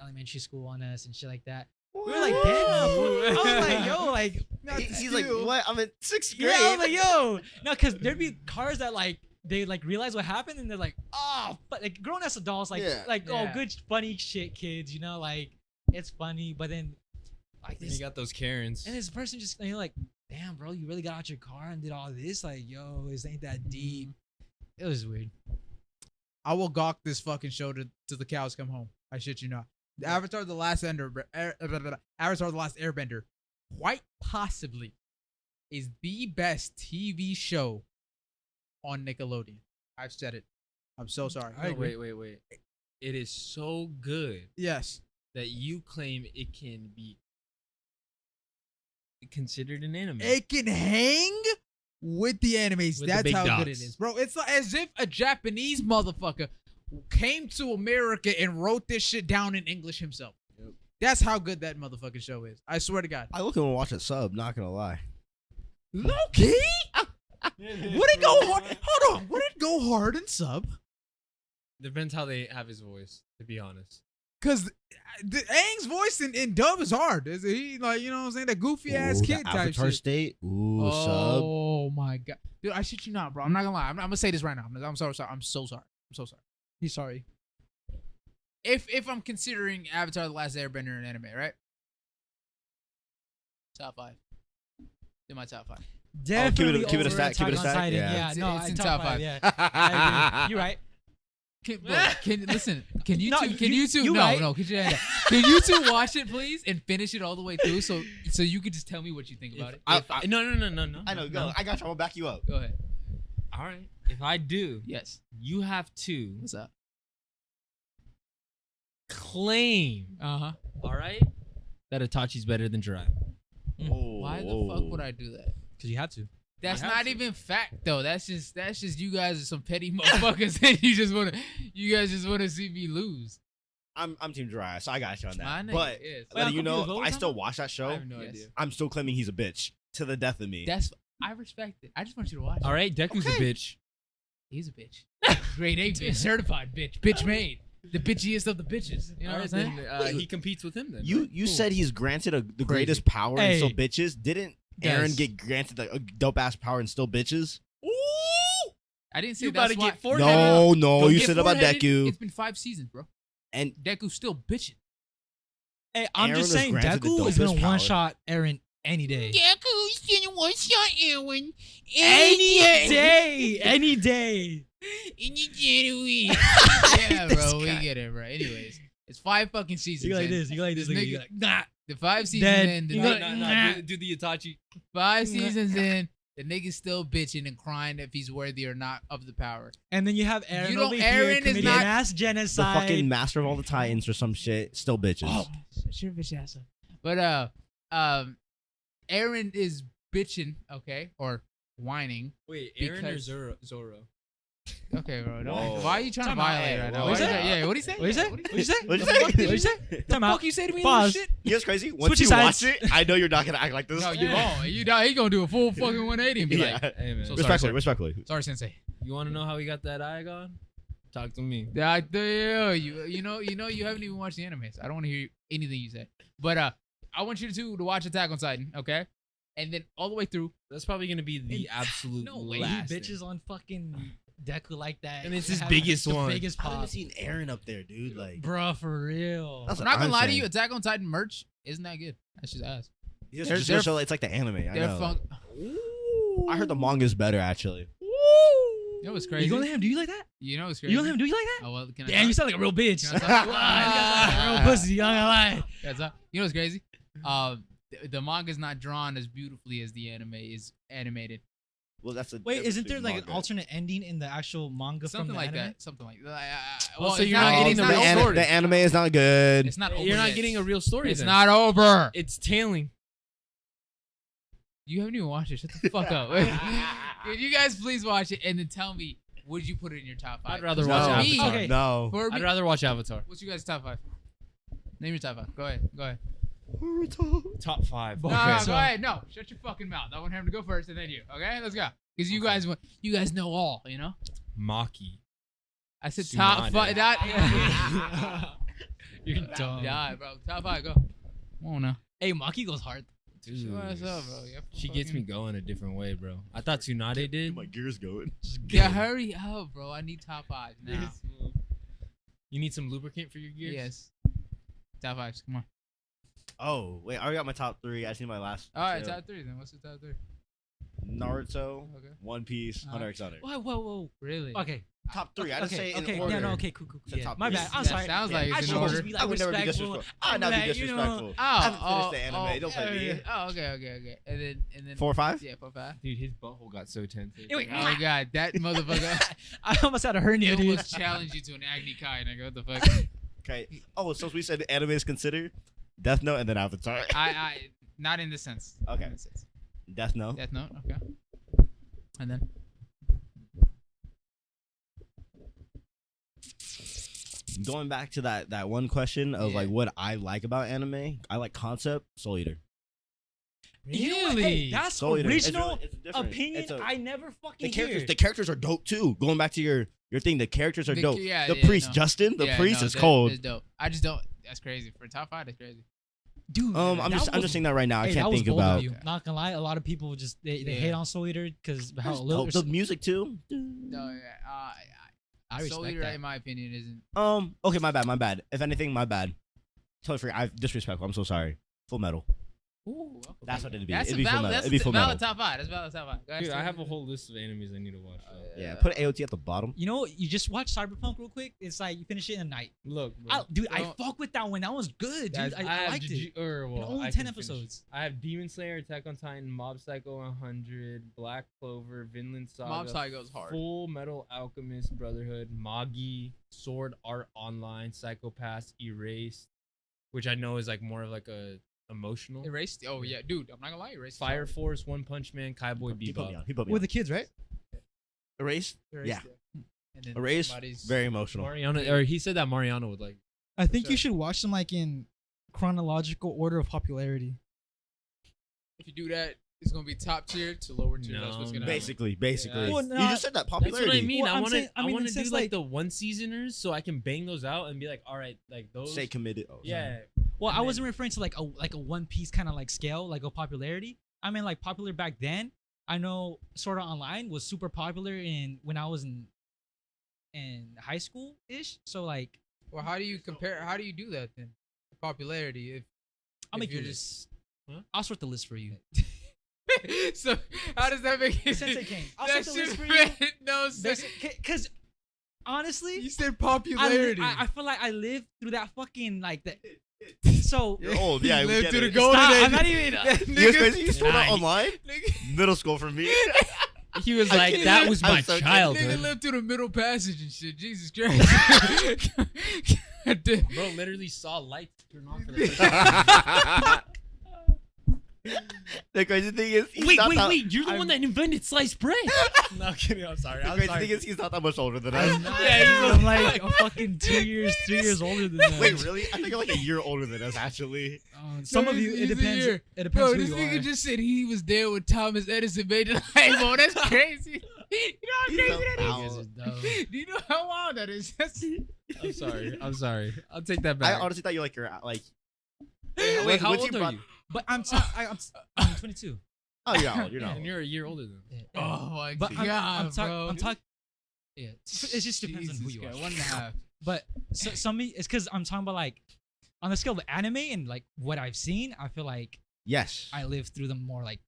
[SPEAKER 4] elementary school on us and shit like that. We were like, damn. I was like, yo, like
[SPEAKER 1] Not
[SPEAKER 3] He-
[SPEAKER 1] to
[SPEAKER 3] he's like,
[SPEAKER 1] steal.
[SPEAKER 3] what? I'm in sixth grade.
[SPEAKER 4] Yeah, I was like, yo, no, because there'd be cars that like they like realize what happened and they're like, oh, but like grown ass adults, like
[SPEAKER 3] Yeah.
[SPEAKER 4] like oh,
[SPEAKER 1] Yeah.
[SPEAKER 4] good funny shit, kids, you know, like it's funny, but then like
[SPEAKER 2] Then you
[SPEAKER 4] this
[SPEAKER 2] got those Karens.
[SPEAKER 4] and this person just you know, like, damn, bro, you really got out your car and did all this, like, yo, this ain't
[SPEAKER 3] Mm-hmm.
[SPEAKER 4] that deep. It was
[SPEAKER 3] Oh,
[SPEAKER 4] weird.
[SPEAKER 1] I will gawk this fucking show to, till the cows come home. I shit you not. The Avatar: The Last Ender, Air, uh, blah, blah, blah. Avatar: The Last Airbender, quite possibly, is the best TV show on Nickelodeon. I've said it. I'm so sorry.
[SPEAKER 2] No, wait, wait, wait. It is so good
[SPEAKER 1] Yes.
[SPEAKER 2] that you claim it can be considered an anime.
[SPEAKER 1] It can hang with the animes.
[SPEAKER 2] With the
[SPEAKER 1] That's
[SPEAKER 2] big
[SPEAKER 1] how good it
[SPEAKER 2] dogs.
[SPEAKER 1] is, bro. It's like as if a Japanese motherfucker came to America and wrote this shit down in English himself.
[SPEAKER 3] Yep.
[SPEAKER 1] That's how good that motherfucking show is. I swear to God.
[SPEAKER 3] I look and watch a sub. Not gonna lie.
[SPEAKER 1] Low key? Would it go hard? Hold on. Would it go hard and sub?
[SPEAKER 2] Depends how they have his voice, to be honest.
[SPEAKER 1] Because the Aang's voice in, in dub is hard. Is he like, you know what I'm saying? That goofy ass
[SPEAKER 3] Ooh, the
[SPEAKER 1] kid type
[SPEAKER 3] Avatar
[SPEAKER 1] shit.
[SPEAKER 3] State. Ooh, sub.
[SPEAKER 1] Oh my god, dude! I shit you not, bro. I'm not gonna lie. I'm, I'm gonna say this right now. I'm, I'm sorry, sorry. I'm so sorry. I'm so sorry.
[SPEAKER 4] He's sorry.
[SPEAKER 1] If if I'm considering Avatar: The Last Airbender an anime, right? Top five. In my top five.
[SPEAKER 3] give it a-
[SPEAKER 4] Definitely
[SPEAKER 3] give it a
[SPEAKER 4] over
[SPEAKER 3] stack, give it a
[SPEAKER 4] Attack on
[SPEAKER 3] stack,
[SPEAKER 4] Titan.
[SPEAKER 3] yeah.
[SPEAKER 4] Yeah,
[SPEAKER 1] It's-
[SPEAKER 4] no,
[SPEAKER 1] it's
[SPEAKER 4] I-
[SPEAKER 1] in
[SPEAKER 4] top,
[SPEAKER 1] top
[SPEAKER 4] five.
[SPEAKER 1] five.
[SPEAKER 4] Yeah, I agree. you're right.
[SPEAKER 1] Can, bro, can listen? Can you
[SPEAKER 4] No,
[SPEAKER 1] two? Can
[SPEAKER 4] you-
[SPEAKER 1] you two?
[SPEAKER 4] you
[SPEAKER 1] no,
[SPEAKER 4] right.
[SPEAKER 1] no. Can you, can you two watch it, please, and finish it all the way through? So so you could just tell me what you think about it.
[SPEAKER 3] I-
[SPEAKER 2] If I- no, no, no, no, no.
[SPEAKER 3] I know.
[SPEAKER 2] no,
[SPEAKER 3] Go.
[SPEAKER 2] no.
[SPEAKER 3] I got you. I'll back you up.
[SPEAKER 1] Go ahead.
[SPEAKER 2] All right. If I do,
[SPEAKER 1] Yes.
[SPEAKER 2] you have to
[SPEAKER 1] What's up?
[SPEAKER 2] claim,
[SPEAKER 1] Uh huh.
[SPEAKER 2] all right, that Itachi's better than Jiraiya.
[SPEAKER 1] Why the fuck would I do that?
[SPEAKER 4] Because you have to.
[SPEAKER 1] That's
[SPEAKER 2] have
[SPEAKER 1] not
[SPEAKER 2] to.
[SPEAKER 1] even fact though. That's just that's just you guys are some petty motherfuckers and you just wanna you guys just wanna see me lose.
[SPEAKER 3] I'm I'm Team Jiraiya, so I got you on
[SPEAKER 1] My
[SPEAKER 3] that.
[SPEAKER 1] nigga,
[SPEAKER 3] But
[SPEAKER 1] yes.
[SPEAKER 3] letting you
[SPEAKER 4] Malcolm, you
[SPEAKER 3] know,
[SPEAKER 4] was
[SPEAKER 3] if
[SPEAKER 4] over
[SPEAKER 3] I
[SPEAKER 4] time?
[SPEAKER 3] still watch that show.
[SPEAKER 1] no idea.
[SPEAKER 3] I'm still claiming he's a bitch to the death of me.
[SPEAKER 1] That's I respect it. I just want you to watch.
[SPEAKER 2] All
[SPEAKER 1] it.
[SPEAKER 2] right, Deku's
[SPEAKER 3] Okay.
[SPEAKER 2] a bitch.
[SPEAKER 1] He's a bitch. Grade A bitch, certified bitch, bitch made. The bitchiest of the bitches. You know
[SPEAKER 2] All
[SPEAKER 1] what I'm
[SPEAKER 2] right,
[SPEAKER 1] saying?
[SPEAKER 2] then uh,
[SPEAKER 3] Wait,
[SPEAKER 2] he competes with him then.
[SPEAKER 3] you
[SPEAKER 2] right?
[SPEAKER 3] you
[SPEAKER 2] Cool.
[SPEAKER 3] said he's granted a, the greatest power and still bitches. Didn't Aaron
[SPEAKER 1] Guys.
[SPEAKER 3] get granted like, a dope ass power and still bitches?
[SPEAKER 1] I didn't say
[SPEAKER 2] You
[SPEAKER 1] that's
[SPEAKER 2] about to
[SPEAKER 1] why.
[SPEAKER 2] get four
[SPEAKER 3] No, no,
[SPEAKER 2] Don't
[SPEAKER 3] you
[SPEAKER 2] get
[SPEAKER 3] said about
[SPEAKER 2] four-headed.
[SPEAKER 3] Deku
[SPEAKER 1] It's been five seasons, bro.
[SPEAKER 3] and
[SPEAKER 1] Deku's still bitching.
[SPEAKER 4] Hey, I'm
[SPEAKER 3] Aaron was
[SPEAKER 4] just saying,
[SPEAKER 3] granted the
[SPEAKER 4] Deku is gonna
[SPEAKER 3] dopest power.
[SPEAKER 4] one shot Aaron any day.
[SPEAKER 1] Deku's in one shot, Erwin.
[SPEAKER 4] Any day, any day.
[SPEAKER 1] And you get away. yeah, bro, we get it, bro. Anyways, it's five fucking seasons.
[SPEAKER 4] You go like
[SPEAKER 1] in.
[SPEAKER 4] this. You go like this.
[SPEAKER 1] This
[SPEAKER 4] Like,
[SPEAKER 1] nigga-
[SPEAKER 4] you go like, nah.
[SPEAKER 1] The five seasons
[SPEAKER 4] Dead.
[SPEAKER 1] in, the
[SPEAKER 4] You
[SPEAKER 2] No,
[SPEAKER 1] nigga-
[SPEAKER 2] no, no, do, do the Itachi.
[SPEAKER 1] five seasons in, the nigga's still bitching and crying if he's worthy or not of the power.
[SPEAKER 4] And then you have Aaron
[SPEAKER 1] You don't-
[SPEAKER 4] over
[SPEAKER 1] Aaron
[SPEAKER 4] here
[SPEAKER 1] is
[SPEAKER 4] committing
[SPEAKER 1] not-
[SPEAKER 4] mass
[SPEAKER 3] the
[SPEAKER 4] genocide. Oh.
[SPEAKER 3] fucking master of all the Titans or some shit still bitches.
[SPEAKER 1] Oh, Shut your bitch ass up. But uh, um, Aaron is bitching, okay, or whining.
[SPEAKER 2] Wait,
[SPEAKER 1] Aaron
[SPEAKER 2] Aaron
[SPEAKER 1] or
[SPEAKER 2] or Zoro? Zoro.
[SPEAKER 1] Okay, bro. Don't,
[SPEAKER 3] Whoa.
[SPEAKER 1] why are you trying to
[SPEAKER 4] Time out.
[SPEAKER 1] violate
[SPEAKER 3] Hey,
[SPEAKER 1] right
[SPEAKER 3] whoa,
[SPEAKER 1] now?
[SPEAKER 3] what'd
[SPEAKER 1] What'd
[SPEAKER 3] you
[SPEAKER 1] you
[SPEAKER 3] say?
[SPEAKER 1] say? Yeah, what do you say?
[SPEAKER 4] What'd you say?
[SPEAKER 1] What
[SPEAKER 4] What'd you say?
[SPEAKER 3] What'd you
[SPEAKER 4] The
[SPEAKER 3] say?
[SPEAKER 4] fuck did you say? Time
[SPEAKER 1] the fuck
[SPEAKER 4] out.
[SPEAKER 1] you say to me?
[SPEAKER 4] Pause.
[SPEAKER 1] This shit?
[SPEAKER 3] You know what's crazy? Once
[SPEAKER 4] Switch
[SPEAKER 3] you
[SPEAKER 4] sides.
[SPEAKER 3] watch it, I know you're not gonna act like this.
[SPEAKER 1] No, you won't. You know, he gonna do a full fucking 180 and be
[SPEAKER 3] Yeah.
[SPEAKER 1] like,
[SPEAKER 2] Hey man,
[SPEAKER 1] So sorry,
[SPEAKER 3] Respectfully,
[SPEAKER 1] sorry.
[SPEAKER 3] respectfully.
[SPEAKER 1] sorry, sensei.
[SPEAKER 2] you want to know how he got that Iagon? Talk to me.
[SPEAKER 1] I tell you, you you know you know you haven't even watched the anime. So I don't want to hear anything you say. But uh, I want you to to watch Attack on Titan, okay? And then all the way through,
[SPEAKER 2] That's probably gonna be the
[SPEAKER 4] And-
[SPEAKER 2] absolute
[SPEAKER 1] No way,
[SPEAKER 4] Wait,
[SPEAKER 1] you
[SPEAKER 2] last.
[SPEAKER 4] you
[SPEAKER 2] thing.
[SPEAKER 4] bitches on fucking Deku like that.
[SPEAKER 2] And it's his
[SPEAKER 4] Have
[SPEAKER 2] biggest
[SPEAKER 4] the
[SPEAKER 2] one.
[SPEAKER 1] Uh,
[SPEAKER 4] Biggest
[SPEAKER 3] I haven't
[SPEAKER 4] pop.
[SPEAKER 3] seen Aaron up there, dude. Like,
[SPEAKER 4] Bruh, for real.
[SPEAKER 3] that's
[SPEAKER 1] I'm
[SPEAKER 3] what
[SPEAKER 1] not gonna lie to
[SPEAKER 3] saying.
[SPEAKER 1] you. Attack on Titan merch isn't that good. That's just ass.
[SPEAKER 3] You just-
[SPEAKER 1] They're-
[SPEAKER 3] just
[SPEAKER 1] they're-
[SPEAKER 3] show, it's like the anime. I
[SPEAKER 1] They're
[SPEAKER 3] know.
[SPEAKER 1] fun.
[SPEAKER 3] I heard the manga's better actually.
[SPEAKER 1] You know what's
[SPEAKER 4] You
[SPEAKER 1] crazy?
[SPEAKER 4] gonna let him do you like that?
[SPEAKER 1] You know what's crazy?
[SPEAKER 4] You gonna let him do you like that?
[SPEAKER 1] Oh well, can I?
[SPEAKER 4] Damn,
[SPEAKER 1] talk?
[SPEAKER 4] you sound like a real bitch.
[SPEAKER 1] Can I talk?
[SPEAKER 4] Wow, you guys sound like a real pussy. You ain't gonna lie.
[SPEAKER 1] Can I talk? You know what's crazy? Um, the, the manga's not drawn as beautifully as the anime is animated.
[SPEAKER 3] Well, that's a
[SPEAKER 4] Wait,
[SPEAKER 3] that's a
[SPEAKER 4] isn't
[SPEAKER 3] big
[SPEAKER 4] there like an
[SPEAKER 3] manga.
[SPEAKER 4] alternate ending in the actual manga
[SPEAKER 1] Something
[SPEAKER 4] from the
[SPEAKER 1] like
[SPEAKER 4] anime?
[SPEAKER 1] that. Something like that. Uh,
[SPEAKER 2] Well,
[SPEAKER 1] well,
[SPEAKER 2] so
[SPEAKER 1] it's
[SPEAKER 2] you're
[SPEAKER 1] not,
[SPEAKER 2] not getting
[SPEAKER 1] it's
[SPEAKER 3] the,
[SPEAKER 1] not
[SPEAKER 2] real
[SPEAKER 1] over.
[SPEAKER 3] an-
[SPEAKER 2] story.
[SPEAKER 3] the anime is not good.
[SPEAKER 1] It's not over.
[SPEAKER 2] You're not
[SPEAKER 1] yet.
[SPEAKER 2] getting a real story.
[SPEAKER 1] It's
[SPEAKER 2] then.
[SPEAKER 1] not over.
[SPEAKER 2] It's tailing.
[SPEAKER 1] You haven't even watched it. Shut the fuck up. Could you guys please watch it and then tell me would you put it in your top five?
[SPEAKER 2] I'd rather
[SPEAKER 1] For
[SPEAKER 2] watch
[SPEAKER 1] me-
[SPEAKER 2] Avatar.
[SPEAKER 4] Okay.
[SPEAKER 3] No.
[SPEAKER 1] For me,
[SPEAKER 2] I'd rather watch Avatar.
[SPEAKER 1] what's your guys' top five? Name your top five. Go ahead. Go ahead.
[SPEAKER 2] Top five.
[SPEAKER 1] No, no, no,
[SPEAKER 4] so-
[SPEAKER 1] go ahead. No, shut your fucking mouth. I want him to go first and then you. Okay, let's go. Because you guys want, you guys know all. You know.
[SPEAKER 2] Maki.
[SPEAKER 1] I said
[SPEAKER 2] Tsunade.
[SPEAKER 1] top five. That.
[SPEAKER 4] You're dumb.
[SPEAKER 1] yeah, bro. Top five. Go. Oh no.
[SPEAKER 4] Hey, Maki goes hard.
[SPEAKER 1] She wants up, bro. You're
[SPEAKER 2] She gets me
[SPEAKER 1] fucking-
[SPEAKER 2] going a different way, bro. I thought Tsunade did.
[SPEAKER 3] My gears going.
[SPEAKER 1] Yeah, hurry up, bro. I need top five now.
[SPEAKER 2] You need some lubricant for your gears?
[SPEAKER 1] Yes. Top five. Come on.
[SPEAKER 3] Oh wait, I already got my top three. I see my last.
[SPEAKER 1] All right,
[SPEAKER 3] two.
[SPEAKER 1] top three then. What's the top three?
[SPEAKER 3] Naruto,
[SPEAKER 1] Okay.
[SPEAKER 3] One Piece,
[SPEAKER 1] Uh,
[SPEAKER 3] Hunter x Hunter.
[SPEAKER 4] Whoa, whoa, whoa.
[SPEAKER 1] Really?
[SPEAKER 4] Okay.
[SPEAKER 3] Top three. I just say
[SPEAKER 4] okay,
[SPEAKER 3] it in
[SPEAKER 4] okay.
[SPEAKER 3] order.
[SPEAKER 4] Yeah, no, okay, cool, cool.
[SPEAKER 3] It's
[SPEAKER 4] cool.
[SPEAKER 3] the
[SPEAKER 4] Yeah,
[SPEAKER 3] top
[SPEAKER 4] my
[SPEAKER 3] three.
[SPEAKER 4] bad. I'm
[SPEAKER 1] That
[SPEAKER 4] sorry.
[SPEAKER 1] sounds like
[SPEAKER 4] I
[SPEAKER 1] it's
[SPEAKER 4] should
[SPEAKER 1] in
[SPEAKER 4] always
[SPEAKER 1] order.
[SPEAKER 4] be
[SPEAKER 3] I
[SPEAKER 4] like
[SPEAKER 3] would never be
[SPEAKER 4] respectful.
[SPEAKER 3] disrespectful. I'd not be
[SPEAKER 4] like, you know,
[SPEAKER 3] disrespectful.
[SPEAKER 1] Oh,
[SPEAKER 3] I haven't
[SPEAKER 1] oh,
[SPEAKER 3] finished the anime.
[SPEAKER 1] Oh,
[SPEAKER 3] Don't
[SPEAKER 1] yeah,
[SPEAKER 3] play me.
[SPEAKER 1] Oh, okay, okay, okay. And then, and then.
[SPEAKER 3] Four or five?
[SPEAKER 1] Yeah, four five.
[SPEAKER 2] Dude, his butthole got so tense.
[SPEAKER 4] Anyway,
[SPEAKER 1] Oh god, that motherfucker.
[SPEAKER 4] I almost had a
[SPEAKER 1] He
[SPEAKER 4] hernia, dude.
[SPEAKER 1] almost challenged you to an Agni Kai, nigga. What the fuck?
[SPEAKER 3] Okay. Oh, since we said anime is considered, Death Note and then Avatar.
[SPEAKER 1] I, I, not in this sense. Not
[SPEAKER 3] Okay.
[SPEAKER 1] in this sense.
[SPEAKER 3] Death Note.
[SPEAKER 1] Death Note. Okay. And then.
[SPEAKER 3] going back to that that one question of like what I like about anime, I like concept Soul Eater.
[SPEAKER 4] You know what? Hey,
[SPEAKER 2] Really?
[SPEAKER 4] that's
[SPEAKER 3] Soul Eater. It's
[SPEAKER 4] original
[SPEAKER 3] really- it's different.
[SPEAKER 4] opinion.
[SPEAKER 3] It's a-
[SPEAKER 4] I never
[SPEAKER 3] the
[SPEAKER 4] fucking
[SPEAKER 3] characters
[SPEAKER 4] hear.
[SPEAKER 3] the characters are dope too. Going back to your your thing, the characters are
[SPEAKER 1] The-
[SPEAKER 3] dope.
[SPEAKER 1] yeah,
[SPEAKER 3] the
[SPEAKER 1] yeah,
[SPEAKER 3] priest
[SPEAKER 1] no.
[SPEAKER 3] Justin, the
[SPEAKER 1] Yeah,
[SPEAKER 3] priest
[SPEAKER 1] no,
[SPEAKER 3] is
[SPEAKER 1] that-
[SPEAKER 3] cold.
[SPEAKER 1] That's dope. I just don't. That's crazy for top five. That's crazy.
[SPEAKER 4] Dude,
[SPEAKER 3] um, I'm
[SPEAKER 4] that
[SPEAKER 3] just I'm
[SPEAKER 4] was-
[SPEAKER 3] just saying that right now. I
[SPEAKER 4] hey, that
[SPEAKER 3] can't
[SPEAKER 4] was
[SPEAKER 3] think
[SPEAKER 4] bold of
[SPEAKER 3] about
[SPEAKER 4] you. Not gonna lie, a lot of people just they, they
[SPEAKER 1] Yeah.
[SPEAKER 4] hate on Soul Eater because how
[SPEAKER 3] There's
[SPEAKER 4] little.
[SPEAKER 3] dope- Oh, the music too.
[SPEAKER 1] No, yeah. Uh, I-
[SPEAKER 4] I
[SPEAKER 1] Soul
[SPEAKER 4] respect
[SPEAKER 1] Eater,
[SPEAKER 4] that.
[SPEAKER 1] in my opinion, isn't.
[SPEAKER 3] Um, okay, my bad, my bad. If anything, my bad. Totally forgot. I disrespectful. I'm so sorry. Full metal.
[SPEAKER 1] Ooh, okay.
[SPEAKER 3] That's what it'd be.
[SPEAKER 1] That's
[SPEAKER 3] it'd
[SPEAKER 1] a
[SPEAKER 3] be full
[SPEAKER 1] valid.
[SPEAKER 3] metal.
[SPEAKER 1] That's
[SPEAKER 3] It'd
[SPEAKER 1] a
[SPEAKER 3] be full
[SPEAKER 1] valid
[SPEAKER 3] metal.
[SPEAKER 1] top five. That's a valid top five. Go ahead,
[SPEAKER 2] Dude,
[SPEAKER 1] Soul
[SPEAKER 2] I have
[SPEAKER 1] Eater.
[SPEAKER 2] a whole list of animes I need to watch.
[SPEAKER 4] Oh,
[SPEAKER 2] though.
[SPEAKER 3] Yeah, put AOT at the bottom.
[SPEAKER 4] You know, you just watch Cyberpunk real quick. It's like you finish it in a night.
[SPEAKER 2] Look, bro.
[SPEAKER 4] I, dude, I
[SPEAKER 1] Don't-
[SPEAKER 4] fuck with that one. That one's good, dude.
[SPEAKER 2] Guys,
[SPEAKER 4] I, I
[SPEAKER 2] have
[SPEAKER 4] liked
[SPEAKER 2] Juju-
[SPEAKER 4] it.
[SPEAKER 2] Or, well,
[SPEAKER 4] only
[SPEAKER 2] I
[SPEAKER 4] 10
[SPEAKER 2] can finish.
[SPEAKER 4] episodes.
[SPEAKER 2] I have Demon Slayer, Attack on Titan, Mob Psycho 100, Black Clover, Vinland Saga,
[SPEAKER 1] Mob Psycho's hard.
[SPEAKER 2] Full Metal Alchemist Brotherhood, Magi, Sword Art Online, Psychopaths, Erased, which I know is like more of like a emotional.
[SPEAKER 1] Erased. Oh yeah, dude. I'm not gonna lie. Erased.
[SPEAKER 2] Fire Force, One Punch Man, Cowboy
[SPEAKER 3] He put me
[SPEAKER 2] Bebop.
[SPEAKER 3] on. He put me
[SPEAKER 4] With
[SPEAKER 3] on.
[SPEAKER 4] the kids, right?
[SPEAKER 3] Erased.
[SPEAKER 1] Erased,
[SPEAKER 3] Yeah.
[SPEAKER 1] And then
[SPEAKER 3] Erased.
[SPEAKER 1] somebody's-
[SPEAKER 3] Very emotional.
[SPEAKER 2] Mariana, or he said that Mariana would like.
[SPEAKER 8] I think
[SPEAKER 1] sure.
[SPEAKER 8] you should watch them like in chronological order of popularity.
[SPEAKER 1] If you do that, it's gonna be top tier to lower tier. that's what's
[SPEAKER 2] No,
[SPEAKER 1] gonna happen.
[SPEAKER 2] no.
[SPEAKER 3] Basically, basically.
[SPEAKER 4] Well,
[SPEAKER 3] you
[SPEAKER 4] nah,
[SPEAKER 3] just said that
[SPEAKER 2] That's
[SPEAKER 3] popularity.
[SPEAKER 2] what I mean.
[SPEAKER 8] Well,
[SPEAKER 2] I
[SPEAKER 8] I'm
[SPEAKER 2] want to.
[SPEAKER 8] saying- I
[SPEAKER 2] I
[SPEAKER 8] mean,
[SPEAKER 2] want
[SPEAKER 8] it
[SPEAKER 2] to do
[SPEAKER 8] says,
[SPEAKER 2] like,
[SPEAKER 8] like-
[SPEAKER 2] the one seasoners, so I can bang those out and be like, all right, like those.
[SPEAKER 3] Stay committed. Oh,
[SPEAKER 2] yeah,
[SPEAKER 4] Well,
[SPEAKER 2] And
[SPEAKER 4] I
[SPEAKER 2] then-
[SPEAKER 4] wasn't referring to like a like a One Piece kind of like scale, like a popularity. I mean, like popular back then. I know Sword Art Online was super popular in when I was in in high school ish. So like,
[SPEAKER 1] Well, how do you compare? How do you do that then? Popularity. If
[SPEAKER 4] I'll
[SPEAKER 1] If
[SPEAKER 4] make you
[SPEAKER 1] you're
[SPEAKER 4] a list. I'll sort the list for you.
[SPEAKER 1] so how does that make it?
[SPEAKER 4] Sensei King, I'll
[SPEAKER 1] that
[SPEAKER 4] set the list
[SPEAKER 1] shit
[SPEAKER 4] for you.
[SPEAKER 1] made no sense.
[SPEAKER 4] Because honestly,
[SPEAKER 1] You said
[SPEAKER 4] I, li-
[SPEAKER 1] popularity.
[SPEAKER 4] I, I feel like I lived through that fucking like that. So
[SPEAKER 3] You're old. Yeah,
[SPEAKER 1] you
[SPEAKER 3] we
[SPEAKER 1] lived
[SPEAKER 3] get
[SPEAKER 1] through the
[SPEAKER 3] it.
[SPEAKER 1] golden
[SPEAKER 4] Stop,
[SPEAKER 1] age.
[SPEAKER 4] I'm not even-
[SPEAKER 1] That
[SPEAKER 3] You guys
[SPEAKER 1] nigga-
[SPEAKER 3] crazy? You still not
[SPEAKER 2] Nah,
[SPEAKER 3] online?
[SPEAKER 1] nigga-
[SPEAKER 3] Middle school for me.
[SPEAKER 2] he was
[SPEAKER 3] I
[SPEAKER 2] like,
[SPEAKER 3] can't-
[SPEAKER 2] that was
[SPEAKER 3] I'm
[SPEAKER 2] my
[SPEAKER 3] so confused.
[SPEAKER 1] Nigga
[SPEAKER 2] childhood.
[SPEAKER 1] lived through the middle passage and shit. Jesus Christ. God damn.
[SPEAKER 2] Bro, literally saw lights turn on for the first time.
[SPEAKER 3] the crazy thing is, he's
[SPEAKER 2] Wait,
[SPEAKER 3] not
[SPEAKER 2] wait,
[SPEAKER 3] that,
[SPEAKER 2] wait! You're the
[SPEAKER 4] I'm-
[SPEAKER 2] one that invented sliced bread. no, I'm kidding. I'm sorry.
[SPEAKER 3] The
[SPEAKER 2] I'm
[SPEAKER 3] crazy
[SPEAKER 2] sorry.
[SPEAKER 3] thing is, he's not that much older than
[SPEAKER 4] I'm,
[SPEAKER 3] us.
[SPEAKER 4] not,
[SPEAKER 2] Yeah, he's
[SPEAKER 4] dude, I'm like a fucking two years, three years older than them.
[SPEAKER 3] Wait, really? I think I'm like a year older than us, actually.
[SPEAKER 4] Uh, some of
[SPEAKER 1] he's-
[SPEAKER 4] you, it
[SPEAKER 1] he's a
[SPEAKER 4] depends.
[SPEAKER 1] year.
[SPEAKER 4] It depends
[SPEAKER 1] Bro,
[SPEAKER 4] who
[SPEAKER 1] this
[SPEAKER 4] you
[SPEAKER 1] nigga
[SPEAKER 4] are.
[SPEAKER 1] just said he was there when Thomas Edison made the light bulb. That's crazy. You know how crazy that
[SPEAKER 2] You guys are dumb.
[SPEAKER 1] is? Do you know how wild that is? That's-
[SPEAKER 2] I'm sorry. I'm sorry. I'll take that
[SPEAKER 3] I
[SPEAKER 2] back.
[SPEAKER 3] honestly thought you like you're uh, like.
[SPEAKER 2] Wait,
[SPEAKER 3] Wait,
[SPEAKER 2] how
[SPEAKER 3] what's
[SPEAKER 2] old
[SPEAKER 3] your
[SPEAKER 2] are
[SPEAKER 3] brother-
[SPEAKER 2] you?
[SPEAKER 4] but I'm, t- I, I'm, I'm 22.
[SPEAKER 3] Oh, you're not old. You're not.
[SPEAKER 2] And
[SPEAKER 3] old.
[SPEAKER 2] you're a year older than.
[SPEAKER 4] Yeah.
[SPEAKER 1] oh my
[SPEAKER 4] but I'm,
[SPEAKER 1] god,
[SPEAKER 4] I'm, talk-
[SPEAKER 1] bro.
[SPEAKER 4] I'm talking. Yeah, it just depends on who
[SPEAKER 1] Jesus
[SPEAKER 4] you
[SPEAKER 1] Christ,
[SPEAKER 4] are.
[SPEAKER 1] One and a half.
[SPEAKER 4] But so, some of- it's because I'm talking about like on the scale of anime and like what I've seen. I feel like
[SPEAKER 3] Yes.
[SPEAKER 4] I lived through them more like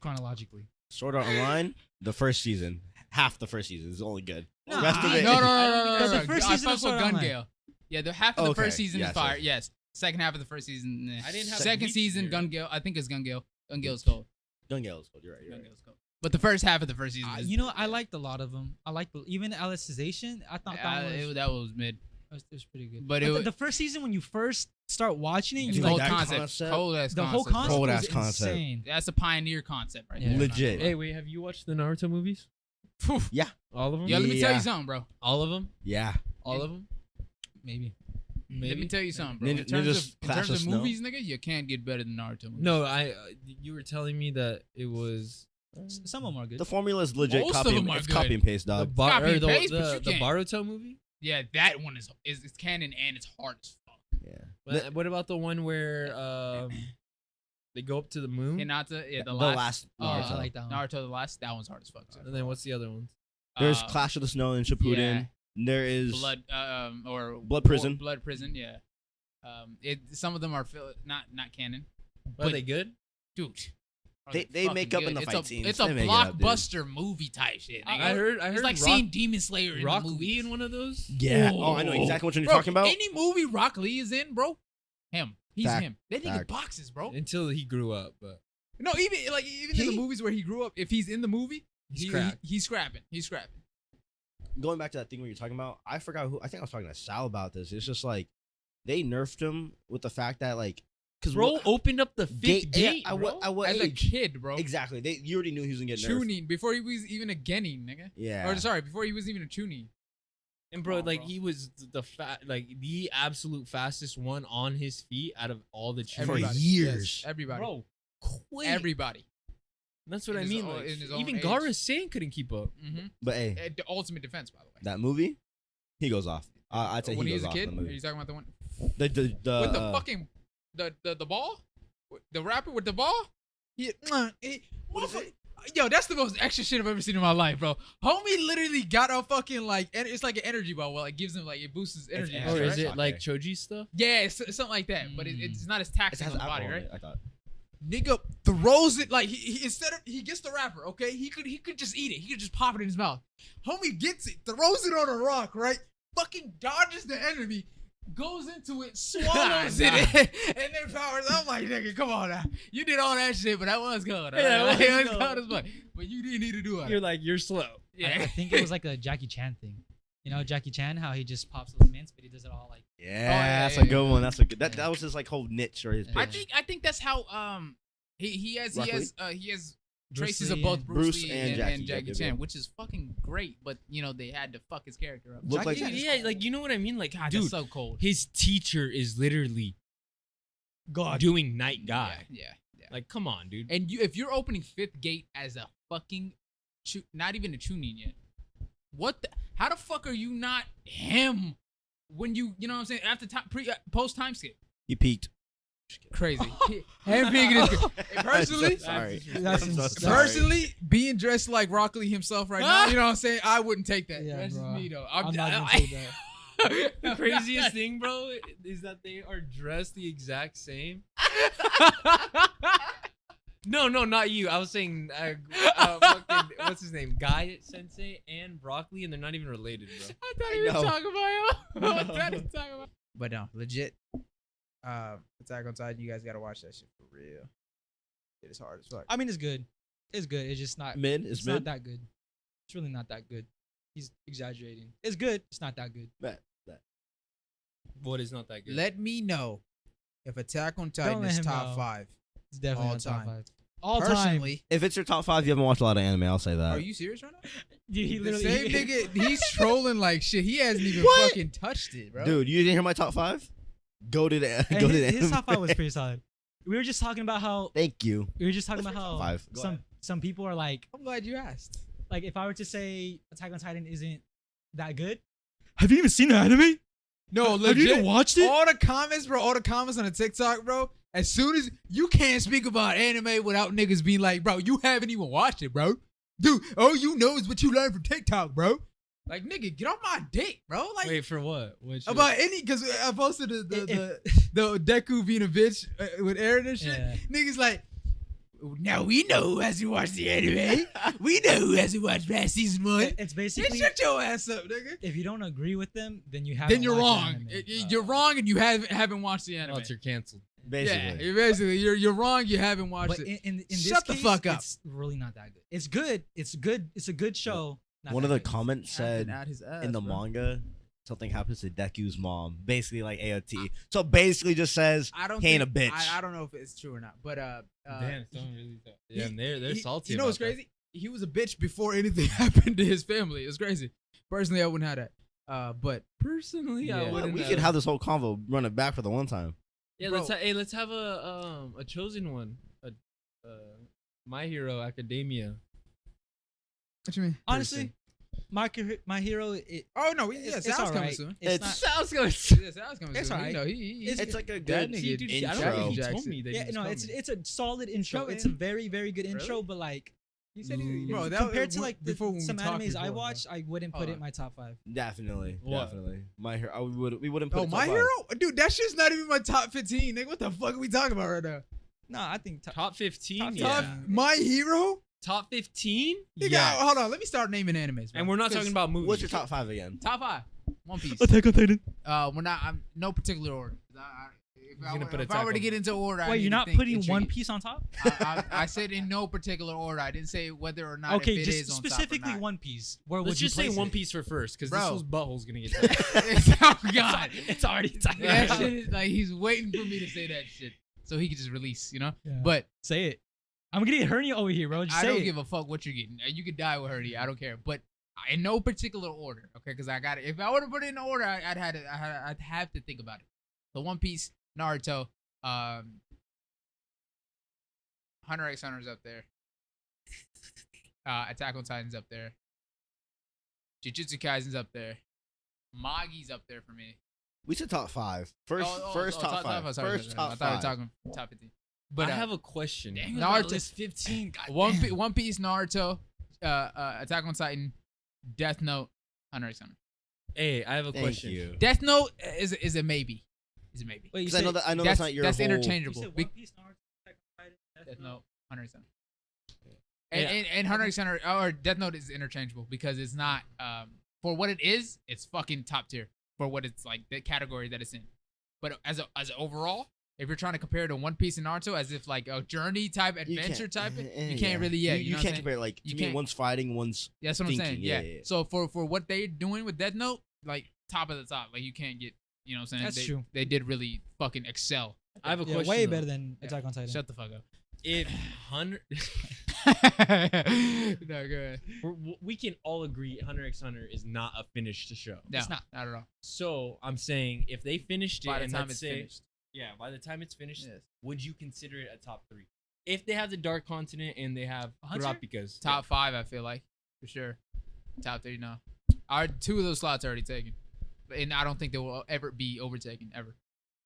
[SPEAKER 4] chronologically.
[SPEAKER 3] Sword Art Online, the first season, half the first season is only good.
[SPEAKER 4] Nah,
[SPEAKER 3] rest of it.
[SPEAKER 1] No, no, no, no, no,
[SPEAKER 4] Because
[SPEAKER 1] no.
[SPEAKER 4] the first
[SPEAKER 1] I
[SPEAKER 4] season
[SPEAKER 1] fuck
[SPEAKER 4] of
[SPEAKER 1] with
[SPEAKER 4] Sword Art
[SPEAKER 1] Gun
[SPEAKER 4] Online.
[SPEAKER 1] Gale. Yeah, the half of the
[SPEAKER 3] Okay,
[SPEAKER 1] first season
[SPEAKER 3] yeah,
[SPEAKER 1] is fire.
[SPEAKER 3] so-
[SPEAKER 1] Yes. Second half of the first season. Nah.
[SPEAKER 2] I didn't have
[SPEAKER 1] Second
[SPEAKER 2] Bleach
[SPEAKER 1] season,
[SPEAKER 2] here.
[SPEAKER 1] Gun Gale. I think it's Gun Gale. Gun Gale's cold.
[SPEAKER 3] Gun Gale is good. You're right. You're
[SPEAKER 1] Gun
[SPEAKER 3] right.
[SPEAKER 1] Gale's cold. But the first half of the first season,
[SPEAKER 4] I,
[SPEAKER 1] is,
[SPEAKER 4] Ah, you know, I liked a lot of them. I liked even Alicization. I thought
[SPEAKER 1] I-
[SPEAKER 4] that was,
[SPEAKER 1] it- that was mid.
[SPEAKER 4] it was, it was pretty good.
[SPEAKER 1] But
[SPEAKER 4] the-
[SPEAKER 1] it was
[SPEAKER 4] the first season when you first start watching it,
[SPEAKER 1] the
[SPEAKER 4] you
[SPEAKER 3] like
[SPEAKER 1] whole
[SPEAKER 4] like
[SPEAKER 3] that
[SPEAKER 1] concept,
[SPEAKER 3] concept?
[SPEAKER 1] cold ass
[SPEAKER 4] the whole
[SPEAKER 1] concept.
[SPEAKER 4] concept
[SPEAKER 3] Cold
[SPEAKER 4] was
[SPEAKER 3] ass concept.
[SPEAKER 4] insane.
[SPEAKER 1] That's a pioneer concept, right?
[SPEAKER 4] Yeah.
[SPEAKER 1] there.
[SPEAKER 3] Legit.
[SPEAKER 2] Hey, wait. Have you watched the Naruto movies?
[SPEAKER 1] Poof.
[SPEAKER 2] All of them?
[SPEAKER 1] Yo, let me tell
[SPEAKER 3] Yeah.
[SPEAKER 1] you something, bro.
[SPEAKER 2] All of them?
[SPEAKER 3] Yeah.
[SPEAKER 2] All of them?
[SPEAKER 4] Maybe.
[SPEAKER 1] Let me
[SPEAKER 2] Maybe.
[SPEAKER 1] tell you something, bro.
[SPEAKER 3] Ninja-
[SPEAKER 1] in terms
[SPEAKER 3] Ninja's
[SPEAKER 1] of, in terms
[SPEAKER 3] Clash of
[SPEAKER 1] of
[SPEAKER 3] Snow.
[SPEAKER 1] movies, nigga, you can't get better than Naruto. Movies.
[SPEAKER 2] No, I. Uh, you were telling me that it was
[SPEAKER 4] S- Some of them are good.
[SPEAKER 3] The formula is legit.
[SPEAKER 1] Most of
[SPEAKER 3] copy,
[SPEAKER 1] them are
[SPEAKER 3] it's
[SPEAKER 1] good.
[SPEAKER 3] copy and paste,
[SPEAKER 2] the,
[SPEAKER 3] dog.
[SPEAKER 2] Uh, bar-
[SPEAKER 1] copy
[SPEAKER 2] or
[SPEAKER 1] and
[SPEAKER 2] the,
[SPEAKER 1] paste, but
[SPEAKER 2] the,
[SPEAKER 1] you
[SPEAKER 2] the
[SPEAKER 1] can't.
[SPEAKER 2] Baruto movie.
[SPEAKER 1] Yeah, that one is, is it's canon and it's hard as fuck.
[SPEAKER 3] yeah.
[SPEAKER 2] What, what about the one where um, they go up to the moon? And,
[SPEAKER 1] Hinata, yeah, the,
[SPEAKER 3] The
[SPEAKER 1] last, uh,
[SPEAKER 3] last.
[SPEAKER 4] Oh,
[SPEAKER 3] Naruto.
[SPEAKER 4] I like that one.
[SPEAKER 1] Naruto, the last, that one's hard as fuck. too.
[SPEAKER 2] then what's the other ones?
[SPEAKER 3] There's
[SPEAKER 1] Uh,
[SPEAKER 3] Clash of the Snow and Shippuden.
[SPEAKER 1] yeah.
[SPEAKER 3] There is
[SPEAKER 1] blood, um, or
[SPEAKER 3] Blood
[SPEAKER 1] or
[SPEAKER 3] Prison.
[SPEAKER 1] blood prison, yeah. Um, it some of them are fil- not not canon,
[SPEAKER 2] Are
[SPEAKER 1] But-
[SPEAKER 2] they good?
[SPEAKER 1] dude. are
[SPEAKER 3] They- they
[SPEAKER 1] fucking
[SPEAKER 3] make up in the
[SPEAKER 1] it's
[SPEAKER 3] fight
[SPEAKER 1] a,
[SPEAKER 3] scenes.
[SPEAKER 1] It's a
[SPEAKER 3] They make it up, dude.
[SPEAKER 1] blockbuster movie type shit. nigga.
[SPEAKER 2] I heard. I heard.
[SPEAKER 1] it's like
[SPEAKER 2] Rock,
[SPEAKER 1] seeing Demon Slayer in
[SPEAKER 2] Rock
[SPEAKER 1] the movie.
[SPEAKER 2] Lee in one of those.
[SPEAKER 3] Yeah. Oh, I know
[SPEAKER 1] Oh.
[SPEAKER 3] exactly what you're
[SPEAKER 1] bro,
[SPEAKER 3] talking about.
[SPEAKER 1] Any movie Rock Lee is in, bro, him. He's
[SPEAKER 3] Fact.
[SPEAKER 1] him. That nigga
[SPEAKER 3] Fact.
[SPEAKER 1] boxes, bro.
[SPEAKER 2] Until he grew up, but
[SPEAKER 1] No, even like even in
[SPEAKER 3] He-
[SPEAKER 1] the movies where he grew up, if he's in the movie,
[SPEAKER 2] he's
[SPEAKER 1] he,
[SPEAKER 2] cracked.
[SPEAKER 1] he- he's scrapping. He's scrapping.
[SPEAKER 3] Going back to that thing where you're talking about, I forgot who. I think I was talking to Sal about this. It's just like they nerfed him with the fact that like because
[SPEAKER 2] bro
[SPEAKER 1] oh,
[SPEAKER 2] opened up the fifth
[SPEAKER 3] gate.
[SPEAKER 2] gate.
[SPEAKER 3] yeah, I
[SPEAKER 2] bro.
[SPEAKER 3] what? I what
[SPEAKER 1] As a
[SPEAKER 3] age?
[SPEAKER 1] kid, bro.
[SPEAKER 3] Exactly. They you already knew he was gonna get nerfed.
[SPEAKER 1] Chunin before he was even a Genin, nigga.
[SPEAKER 3] Yeah.
[SPEAKER 1] Or sorry, before he was even a Chunin.
[SPEAKER 2] And bro,
[SPEAKER 4] on,
[SPEAKER 2] like
[SPEAKER 4] bro.
[SPEAKER 2] he was th- the fat, like the absolute fastest one on his feet out of all the
[SPEAKER 3] for
[SPEAKER 2] cheaters.
[SPEAKER 1] Everybody.
[SPEAKER 3] years.
[SPEAKER 1] Everybody.
[SPEAKER 2] Bro, quick.
[SPEAKER 1] Everybody.
[SPEAKER 2] That's what
[SPEAKER 1] in
[SPEAKER 2] I
[SPEAKER 1] his
[SPEAKER 2] mean.
[SPEAKER 1] own-
[SPEAKER 2] like,
[SPEAKER 1] in his own
[SPEAKER 2] even
[SPEAKER 1] age.
[SPEAKER 2] Gara Singh couldn't keep up.
[SPEAKER 1] Mm-hmm.
[SPEAKER 3] But hey,
[SPEAKER 1] The ultimate defense, by the way.
[SPEAKER 3] that movie, he goes off. I, I'd say
[SPEAKER 1] when
[SPEAKER 3] he
[SPEAKER 1] he was
[SPEAKER 3] goes
[SPEAKER 1] a
[SPEAKER 3] off.
[SPEAKER 1] kid,
[SPEAKER 3] in the
[SPEAKER 1] are
[SPEAKER 3] movie.
[SPEAKER 1] you talking about the one
[SPEAKER 3] The, the, the,
[SPEAKER 1] with the
[SPEAKER 3] uh,
[SPEAKER 1] fucking the, the the ball, With- the rapper with the ball? He,
[SPEAKER 3] eh,
[SPEAKER 1] he- motherfucker- Yo, that's the most extra shit I've ever seen in my life, bro. Homie literally got a fucking like, en- it's like an energy ball. Well, it gives him like it boosts his energy. and
[SPEAKER 3] Yeah,
[SPEAKER 2] or
[SPEAKER 1] shit,
[SPEAKER 3] that's
[SPEAKER 2] Oh,
[SPEAKER 1] right?
[SPEAKER 2] is it
[SPEAKER 3] okay.
[SPEAKER 2] like Choji stuff?
[SPEAKER 1] Yeah, it's, it's something like that. But it,
[SPEAKER 2] Mm.
[SPEAKER 1] it's not as
[SPEAKER 3] It
[SPEAKER 1] taxing
[SPEAKER 3] has
[SPEAKER 1] on the
[SPEAKER 3] alcohol
[SPEAKER 1] body,
[SPEAKER 3] in
[SPEAKER 1] right? Oh,
[SPEAKER 3] it, I thought.
[SPEAKER 1] Nigga throws it like he, he instead of he gets the wrapper, okay? He could he could just eat it. He could just pop it in his mouth. Homie gets it, throws it on a rock, right? Fucking dodges the enemy, goes into it, swallows it, and then powers. I'm like, nigga, come on now. You did all that shit, but that one's gone.
[SPEAKER 2] Yeah,
[SPEAKER 1] alright? Like,
[SPEAKER 2] that one's
[SPEAKER 1] it was
[SPEAKER 2] gone.
[SPEAKER 1] gone as fuck. But you didn't need to do
[SPEAKER 2] You're
[SPEAKER 1] it.
[SPEAKER 2] like you're slow.
[SPEAKER 4] I- I,
[SPEAKER 1] Yeah.
[SPEAKER 4] think it was like a Jackie Chan thing. You know Jackie Chan, how he just pops those mints, but he does it all like
[SPEAKER 3] Yeah,
[SPEAKER 1] yeah,
[SPEAKER 3] that's
[SPEAKER 1] yeah,
[SPEAKER 3] a good one. That's a good. That
[SPEAKER 4] Yeah.
[SPEAKER 3] that was his like whole niche or his.
[SPEAKER 4] Yeah.
[SPEAKER 1] I
[SPEAKER 3] pitch.
[SPEAKER 1] think I think that's how um he he has
[SPEAKER 3] Rock
[SPEAKER 1] he has uh, he has
[SPEAKER 4] Bruce
[SPEAKER 1] traces
[SPEAKER 4] Lee
[SPEAKER 1] of both
[SPEAKER 4] and-
[SPEAKER 1] Bruce,
[SPEAKER 3] Bruce
[SPEAKER 1] Lee
[SPEAKER 3] and
[SPEAKER 1] and,
[SPEAKER 3] Jackie,
[SPEAKER 1] and
[SPEAKER 3] yeah,
[SPEAKER 1] Jackie
[SPEAKER 3] yeah,
[SPEAKER 1] Chan,
[SPEAKER 3] yeah.
[SPEAKER 1] which is fucking great. But you know they had to fuck his character up.
[SPEAKER 3] Look like
[SPEAKER 2] Dude, yeah, like you know what I mean? Like,
[SPEAKER 1] God,
[SPEAKER 2] dude,
[SPEAKER 1] that's so cold.
[SPEAKER 2] his teacher is literally
[SPEAKER 4] God.
[SPEAKER 2] doing night guy.
[SPEAKER 1] Yeah, yeah,
[SPEAKER 2] Like, come on, dude.
[SPEAKER 1] yeah. And you, if you're opening Fifth Gate as a fucking, chu- not even a chunin yet, what? The, how the fuck are you not him when you, you know what I'm saying? After time, pre, uh, post time skip,
[SPEAKER 3] he peaked.
[SPEAKER 1] crazy. him being in his, personally,
[SPEAKER 3] I'm so sorry.
[SPEAKER 4] That's
[SPEAKER 3] I'm so
[SPEAKER 4] insane.
[SPEAKER 3] sorry.
[SPEAKER 1] personally being dressed like Rock Lee himself right now, you know what I'm saying? I wouldn't take that.
[SPEAKER 9] Yeah,
[SPEAKER 1] That's just
[SPEAKER 9] bro.
[SPEAKER 1] me though.
[SPEAKER 9] I'm,
[SPEAKER 1] I'm,
[SPEAKER 9] not
[SPEAKER 1] I-
[SPEAKER 9] gonna say that.
[SPEAKER 2] The craziest thing, bro, is that they are dressed the exact same. no, no, not you. I was saying, uh, uh, fucking, what's his name? Guy Sensei and Broccoli, and they're not even related, bro.
[SPEAKER 1] I thought he was
[SPEAKER 3] know.
[SPEAKER 1] talking about him. I thought he
[SPEAKER 3] No.
[SPEAKER 1] was talking about. But no, legit. Um, Attack on Titan, you guys gotta watch that shit for real. It is hard as fuck.
[SPEAKER 4] I mean it's good. It's good. It's just not
[SPEAKER 3] Mid
[SPEAKER 4] it's
[SPEAKER 3] is
[SPEAKER 4] not
[SPEAKER 3] mid.
[SPEAKER 4] that good. It's really not that good. He's exaggerating. It's good. It's not that good.
[SPEAKER 3] Bet.
[SPEAKER 2] What is not that good?
[SPEAKER 10] Let me know if Attack on
[SPEAKER 4] Don't
[SPEAKER 10] Titan
[SPEAKER 4] let
[SPEAKER 10] is
[SPEAKER 4] him
[SPEAKER 10] top
[SPEAKER 4] know.
[SPEAKER 10] five.
[SPEAKER 4] It's definitely
[SPEAKER 10] All
[SPEAKER 4] not top
[SPEAKER 10] time.
[SPEAKER 4] five. All time.
[SPEAKER 10] Personally,
[SPEAKER 3] If it's your top five, you haven't watched a lot of anime. I'll say that.
[SPEAKER 10] are you serious right now?
[SPEAKER 4] Dude, he
[SPEAKER 10] The same
[SPEAKER 4] literally
[SPEAKER 10] nigga, he's trolling like shit. He hasn't even
[SPEAKER 3] What?
[SPEAKER 10] fucking touched it, bro.
[SPEAKER 3] Dude, you didn't hear my top five? Go to the.
[SPEAKER 4] Hey,
[SPEAKER 3] Go to the.
[SPEAKER 4] his, his top five was
[SPEAKER 3] anime.
[SPEAKER 4] pretty solid. We were just talking about how
[SPEAKER 3] Thank you.
[SPEAKER 4] we were just talking
[SPEAKER 3] What's
[SPEAKER 4] about
[SPEAKER 3] your
[SPEAKER 4] how
[SPEAKER 3] top five? Go
[SPEAKER 4] some
[SPEAKER 3] ahead.
[SPEAKER 4] some people are like
[SPEAKER 10] I'm glad you asked.
[SPEAKER 4] like if I were to say Attack on Titan isn't that good. Have you even seen the anime?
[SPEAKER 10] No,
[SPEAKER 9] Oh,
[SPEAKER 4] Have you
[SPEAKER 10] legit.
[SPEAKER 4] even watched it?
[SPEAKER 10] all the comments, bro. All the comments on the TikTok, bro. As soon as you can't speak about anime without niggas being like, bro, you haven't even watched it, bro. Dude, all you know is what you learned from TikTok, bro. Like, nigga, get on my dick, bro. Like,
[SPEAKER 2] Wait for what? Which
[SPEAKER 10] about any, because I posted the the,
[SPEAKER 4] If-
[SPEAKER 10] the the Deku being a bitch uh, with Aaron and shit.
[SPEAKER 4] Yeah.
[SPEAKER 10] Niggas like, now we know who hasn't watched the anime. we know who hasn't watched past season one.
[SPEAKER 4] It's
[SPEAKER 10] Then
[SPEAKER 4] basically
[SPEAKER 10] shut your ass up, nigga.
[SPEAKER 4] if you don't agree with them, then you have
[SPEAKER 10] Then you're wrong. Y- y- You're wrong, and you haven't haven't watched the anime.
[SPEAKER 2] Thoughts are canceled.
[SPEAKER 1] Yeah,
[SPEAKER 3] Basically.
[SPEAKER 10] you're basically, you're you're wrong. You haven't watched
[SPEAKER 4] But
[SPEAKER 10] it.
[SPEAKER 4] in, in, in this
[SPEAKER 10] Shut the
[SPEAKER 4] case,
[SPEAKER 10] fuck up.
[SPEAKER 4] It's really not that good. It's good. It's good. It's a good show. Not
[SPEAKER 3] One
[SPEAKER 4] that
[SPEAKER 3] of the
[SPEAKER 4] good.
[SPEAKER 3] comments said
[SPEAKER 10] his ass,
[SPEAKER 3] in the manga, something happens to Deku's mom. Basically, like AOT. So basically, just says
[SPEAKER 10] I don't.
[SPEAKER 3] he ain't
[SPEAKER 10] think-
[SPEAKER 3] a bitch.
[SPEAKER 10] I, I don't know if it's true or not, but uh, uh
[SPEAKER 2] Damn, someone really thought. Yeah,
[SPEAKER 10] he-
[SPEAKER 2] and they're they're
[SPEAKER 10] he-
[SPEAKER 2] salty.
[SPEAKER 10] You know
[SPEAKER 2] about
[SPEAKER 10] what's
[SPEAKER 2] that.
[SPEAKER 10] crazy? He was a bitch before anything happened to his family. It's crazy. Personally, I wouldn't have that. Uh, but
[SPEAKER 2] Personally,
[SPEAKER 10] Yeah.
[SPEAKER 2] I
[SPEAKER 10] Well,
[SPEAKER 2] wouldn't.
[SPEAKER 3] we
[SPEAKER 2] have-
[SPEAKER 3] could have this whole convo run it back for the one time.
[SPEAKER 2] Yeah, let's ha- hey, let's have a um a chosen one. A, uh, my Hero Academia.
[SPEAKER 10] what you mean?
[SPEAKER 4] Honestly, my Hero- my hero. It,
[SPEAKER 10] Oh no, yeah, Sal's
[SPEAKER 4] it's, it's all
[SPEAKER 10] coming
[SPEAKER 4] right.
[SPEAKER 10] soon.
[SPEAKER 4] It's,
[SPEAKER 3] It's-
[SPEAKER 4] not.
[SPEAKER 2] Sounds good.
[SPEAKER 10] Yeah, Sal's coming
[SPEAKER 4] It's
[SPEAKER 10] soon.
[SPEAKER 4] all
[SPEAKER 10] You know, he, he,
[SPEAKER 4] It's-
[SPEAKER 3] It's like a
[SPEAKER 10] that
[SPEAKER 3] good
[SPEAKER 10] nigga
[SPEAKER 2] See, dude, I don't
[SPEAKER 3] intro.
[SPEAKER 2] think he told
[SPEAKER 10] Jackson.
[SPEAKER 2] me that. he
[SPEAKER 4] Yeah,
[SPEAKER 2] was
[SPEAKER 4] no, it's
[SPEAKER 2] coming.
[SPEAKER 4] it's a solid intro.
[SPEAKER 10] Come
[SPEAKER 4] It's a
[SPEAKER 10] in.
[SPEAKER 4] very very good intro, but like
[SPEAKER 10] he said he,
[SPEAKER 2] Ooh.
[SPEAKER 10] bro, that
[SPEAKER 4] compared
[SPEAKER 10] was
[SPEAKER 4] to
[SPEAKER 10] w-
[SPEAKER 4] like the,
[SPEAKER 10] before when we
[SPEAKER 4] some
[SPEAKER 10] talked
[SPEAKER 4] animes
[SPEAKER 10] before,
[SPEAKER 4] I
[SPEAKER 10] bro.
[SPEAKER 4] watched, I wouldn't put
[SPEAKER 10] Hold
[SPEAKER 4] it
[SPEAKER 10] on.
[SPEAKER 4] in my top five.
[SPEAKER 3] Definitely,
[SPEAKER 2] What?
[SPEAKER 3] definitely. My hero. I would, we wouldn't put.
[SPEAKER 10] Oh,
[SPEAKER 3] it
[SPEAKER 10] my
[SPEAKER 3] top five.
[SPEAKER 10] hero, dude, that shit's not even my top fifteen, nigga. What the fuck are we talking about right now?
[SPEAKER 4] No, I think top.
[SPEAKER 2] top fifteen.
[SPEAKER 4] Top
[SPEAKER 2] yeah.
[SPEAKER 10] Top, my hero,
[SPEAKER 2] Top fifteen.
[SPEAKER 10] nigga.
[SPEAKER 2] Yeah.
[SPEAKER 10] Hold on, let me start naming animes. Bro.
[SPEAKER 2] And we're not talking about movies.
[SPEAKER 3] What's your top five again?
[SPEAKER 1] top five, One Piece.
[SPEAKER 4] Attack on Titan.
[SPEAKER 10] Uh, we're not. I'm no particular order. I, I, if
[SPEAKER 2] You're
[SPEAKER 10] I,
[SPEAKER 2] gonna
[SPEAKER 10] were-
[SPEAKER 2] put
[SPEAKER 10] if I
[SPEAKER 2] Attack
[SPEAKER 10] were to
[SPEAKER 2] on-
[SPEAKER 10] get into order, I
[SPEAKER 4] Wait,
[SPEAKER 10] need
[SPEAKER 4] you're
[SPEAKER 10] to
[SPEAKER 4] not
[SPEAKER 10] think
[SPEAKER 4] putting
[SPEAKER 10] intriguing.
[SPEAKER 4] One Piece on top?
[SPEAKER 10] I, I, I said in no particular order. I didn't say whether or not. if
[SPEAKER 4] okay,
[SPEAKER 10] it
[SPEAKER 4] just
[SPEAKER 10] is on top or
[SPEAKER 4] specifically
[SPEAKER 10] not.
[SPEAKER 4] One Piece. Where
[SPEAKER 2] Let's
[SPEAKER 4] would you
[SPEAKER 2] just say
[SPEAKER 4] place
[SPEAKER 2] One
[SPEAKER 4] it?
[SPEAKER 2] Piece for first, because this
[SPEAKER 10] Bro.
[SPEAKER 2] whole butthole's gonna get. tired.
[SPEAKER 1] oh God,
[SPEAKER 4] It's already tied.
[SPEAKER 1] that shit is like he's waiting for me to say that shit so he can just release, you know. But
[SPEAKER 4] Say it. I'm gonna get hernia over here, bro. Just
[SPEAKER 1] I
[SPEAKER 4] say
[SPEAKER 1] don't
[SPEAKER 4] it.
[SPEAKER 1] give a fuck what you're getting. You could die with Herdy. I don't care. But in no particular order, okay? Because I got it. If I were to put it in order, I, would had to, I had, I'd have to think about it. The One Piece, Naruto, um, Hunter X Hunter's up there. Uh, Attack on Titan's up there. Jujutsu Kaisen's up there. Magi's up there for me.
[SPEAKER 3] We said top five. First,
[SPEAKER 1] Oh, oh,
[SPEAKER 3] first
[SPEAKER 1] oh,
[SPEAKER 3] top, five.
[SPEAKER 1] sorry,
[SPEAKER 3] first
[SPEAKER 1] sorry, sorry.
[SPEAKER 3] top five.
[SPEAKER 1] I thought we were talking top 15.
[SPEAKER 2] But
[SPEAKER 1] But uh,
[SPEAKER 2] I have a question.
[SPEAKER 11] Dang,
[SPEAKER 1] Naruto-
[SPEAKER 11] Naruto is 15. God
[SPEAKER 1] One,
[SPEAKER 11] damn.
[SPEAKER 1] Pi- One Piece, Naruto, uh, uh, Attack on Titan, Death Note, Hunter X Hunter.
[SPEAKER 2] Hey, I have a
[SPEAKER 3] Thank
[SPEAKER 2] question.
[SPEAKER 3] you.
[SPEAKER 1] Death Note is is a maybe. Is a maybe.
[SPEAKER 11] Wait, you
[SPEAKER 3] 'Cause I
[SPEAKER 11] said,
[SPEAKER 3] know that I know
[SPEAKER 1] that's
[SPEAKER 3] that's, not your
[SPEAKER 1] that's
[SPEAKER 3] whole-
[SPEAKER 11] you
[SPEAKER 1] interchangeable.
[SPEAKER 11] said
[SPEAKER 1] Be-
[SPEAKER 11] One Piece, Naruto, Attack on Titan, Death
[SPEAKER 1] Death
[SPEAKER 11] Note.
[SPEAKER 1] Note, Hunter X Hunter. And, and, and Hunter X Hunter or Death Note is interchangeable because it's not um for what it is, it's fucking top tier for what it's like the category that it's in. But as a as a overall, if you're trying to compare it to One Piece and Naruto as if like a journey type,
[SPEAKER 3] You can't-
[SPEAKER 1] adventure type,
[SPEAKER 3] eh, eh,
[SPEAKER 1] you can't really yeah.
[SPEAKER 3] You,
[SPEAKER 1] You,
[SPEAKER 3] you
[SPEAKER 1] know what I'm
[SPEAKER 3] can't
[SPEAKER 1] saying?
[SPEAKER 3] compare like
[SPEAKER 1] You
[SPEAKER 3] to me.
[SPEAKER 1] can't-
[SPEAKER 3] One's fighting, one's
[SPEAKER 1] That's what I'm saying.
[SPEAKER 3] thinking,
[SPEAKER 1] Yeah.
[SPEAKER 3] yeah, yeah, yeah.
[SPEAKER 1] So for for what they're doing with Death Note, like top of the top, like you can't get. You know what I'm saying?
[SPEAKER 11] That's
[SPEAKER 1] they,
[SPEAKER 11] true.
[SPEAKER 1] They did really fucking excel.
[SPEAKER 2] I have a
[SPEAKER 4] yeah,
[SPEAKER 2] question.
[SPEAKER 4] way
[SPEAKER 2] though.
[SPEAKER 4] better than Attack on Titan.
[SPEAKER 1] Shut the fuck up.
[SPEAKER 2] If Hunter,
[SPEAKER 1] no, good.
[SPEAKER 2] we're- we can all agree Hunter X Hunter is not a finished show.
[SPEAKER 1] No,
[SPEAKER 11] It's not.
[SPEAKER 1] not at all.
[SPEAKER 2] So I'm saying if they finished it
[SPEAKER 1] By the
[SPEAKER 2] and
[SPEAKER 1] time
[SPEAKER 2] let's
[SPEAKER 1] it's
[SPEAKER 2] say-
[SPEAKER 1] finished.
[SPEAKER 2] yeah, by the time it's finished,
[SPEAKER 1] Yes.
[SPEAKER 2] would you consider it a top three? If they have the Dark Continent and they have
[SPEAKER 11] Hunter?
[SPEAKER 2] Kurapika's
[SPEAKER 1] Top five, I feel like for sure. Top three, no. Our two of those slots are already taken, and I don't think they will ever be overtaken ever.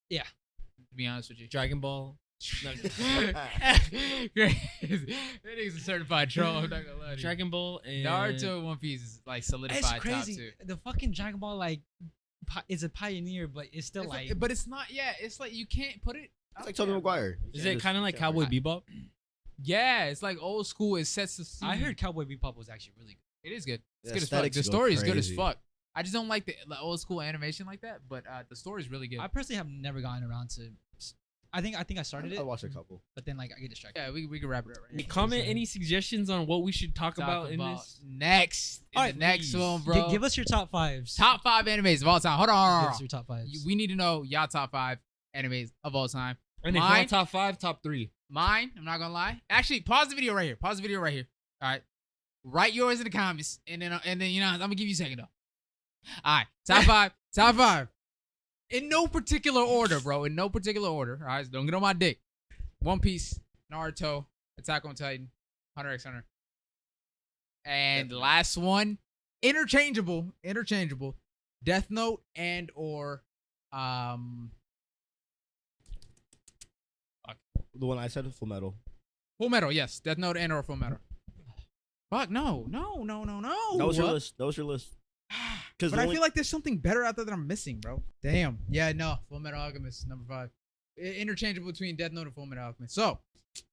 [SPEAKER 11] Yeah.
[SPEAKER 1] To be honest with you.
[SPEAKER 2] Dragon Ball. No,
[SPEAKER 1] Crazy. that nigga's a certified troll. I'm not gonna lie to you.
[SPEAKER 2] Dragon Ball and
[SPEAKER 1] Naruto and One Piece is like solidified
[SPEAKER 11] It's
[SPEAKER 1] top
[SPEAKER 11] crazy.
[SPEAKER 1] two.
[SPEAKER 11] The fucking Dragon Ball like pi- is a pioneer, but it's still
[SPEAKER 1] It's
[SPEAKER 11] like,
[SPEAKER 1] like- but it's not. Yeah, it's like you can't put it.
[SPEAKER 3] It's
[SPEAKER 1] out
[SPEAKER 3] like Tobey
[SPEAKER 1] there, bro.
[SPEAKER 3] Maguire.
[SPEAKER 2] Is it kind of like Cowboy Bebop?
[SPEAKER 1] Yeah, it's like old school. It sets the. Scene.
[SPEAKER 11] I heard Cowboy Bebop was actually really good.
[SPEAKER 1] it is good. It's
[SPEAKER 3] The
[SPEAKER 1] good as fuck.
[SPEAKER 3] aesthetics
[SPEAKER 1] The
[SPEAKER 3] go
[SPEAKER 1] story is good as
[SPEAKER 3] crazy.
[SPEAKER 1] fuck. I just don't like the, the old school animation like that, but uh, the story is really good.
[SPEAKER 11] I personally have never gotten around to. I think I think I started
[SPEAKER 3] I
[SPEAKER 11] it,
[SPEAKER 3] watched a couple.
[SPEAKER 11] but then like I get distracted.
[SPEAKER 1] yeah, we we can wrap it up right now.
[SPEAKER 2] Comment any suggestions on what we should talk,
[SPEAKER 1] Talk
[SPEAKER 2] about, in this.
[SPEAKER 1] next. in
[SPEAKER 11] All
[SPEAKER 1] the
[SPEAKER 11] right,
[SPEAKER 1] next
[SPEAKER 2] please.
[SPEAKER 1] one,
[SPEAKER 2] Gi-
[SPEAKER 1] bro.
[SPEAKER 11] Gi- give us your top fives.
[SPEAKER 1] top five animes of all time. Hold on, hold on,
[SPEAKER 11] Give
[SPEAKER 1] hold
[SPEAKER 11] us your top
[SPEAKER 1] on.
[SPEAKER 11] fives.
[SPEAKER 1] We need to know y'all top five animes of all time.
[SPEAKER 2] And if
[SPEAKER 1] Mine-
[SPEAKER 2] not top five, top three.
[SPEAKER 1] Mine, I'm not gonna lie. Actually, pause the video right here. Pause the video right here. All right, write yours in the comments, and then uh, and then you know I'm gonna give you a second though. All right, top five, top five, in no particular order, bro. In no particular order. All right, so don't get on my dick. One Piece, Naruto, Attack on Titan, Hunter X Hunter, and last one, interchangeable, interchangeable, Death Note and or um
[SPEAKER 3] The one I said, Full Metal.
[SPEAKER 1] Full Metal, yes. Death Note and or Full Metal. Fuck no, no, no, no, no. Ah,
[SPEAKER 3] That was your list. That was your list. Because
[SPEAKER 1] Oh, But I feel like there's something better out there that I'm missing, bro. Damn. Yeah, no. Full Metal Alchemist, number five. I- Interchangeable between Death Note and Full Metal Alchemist. So,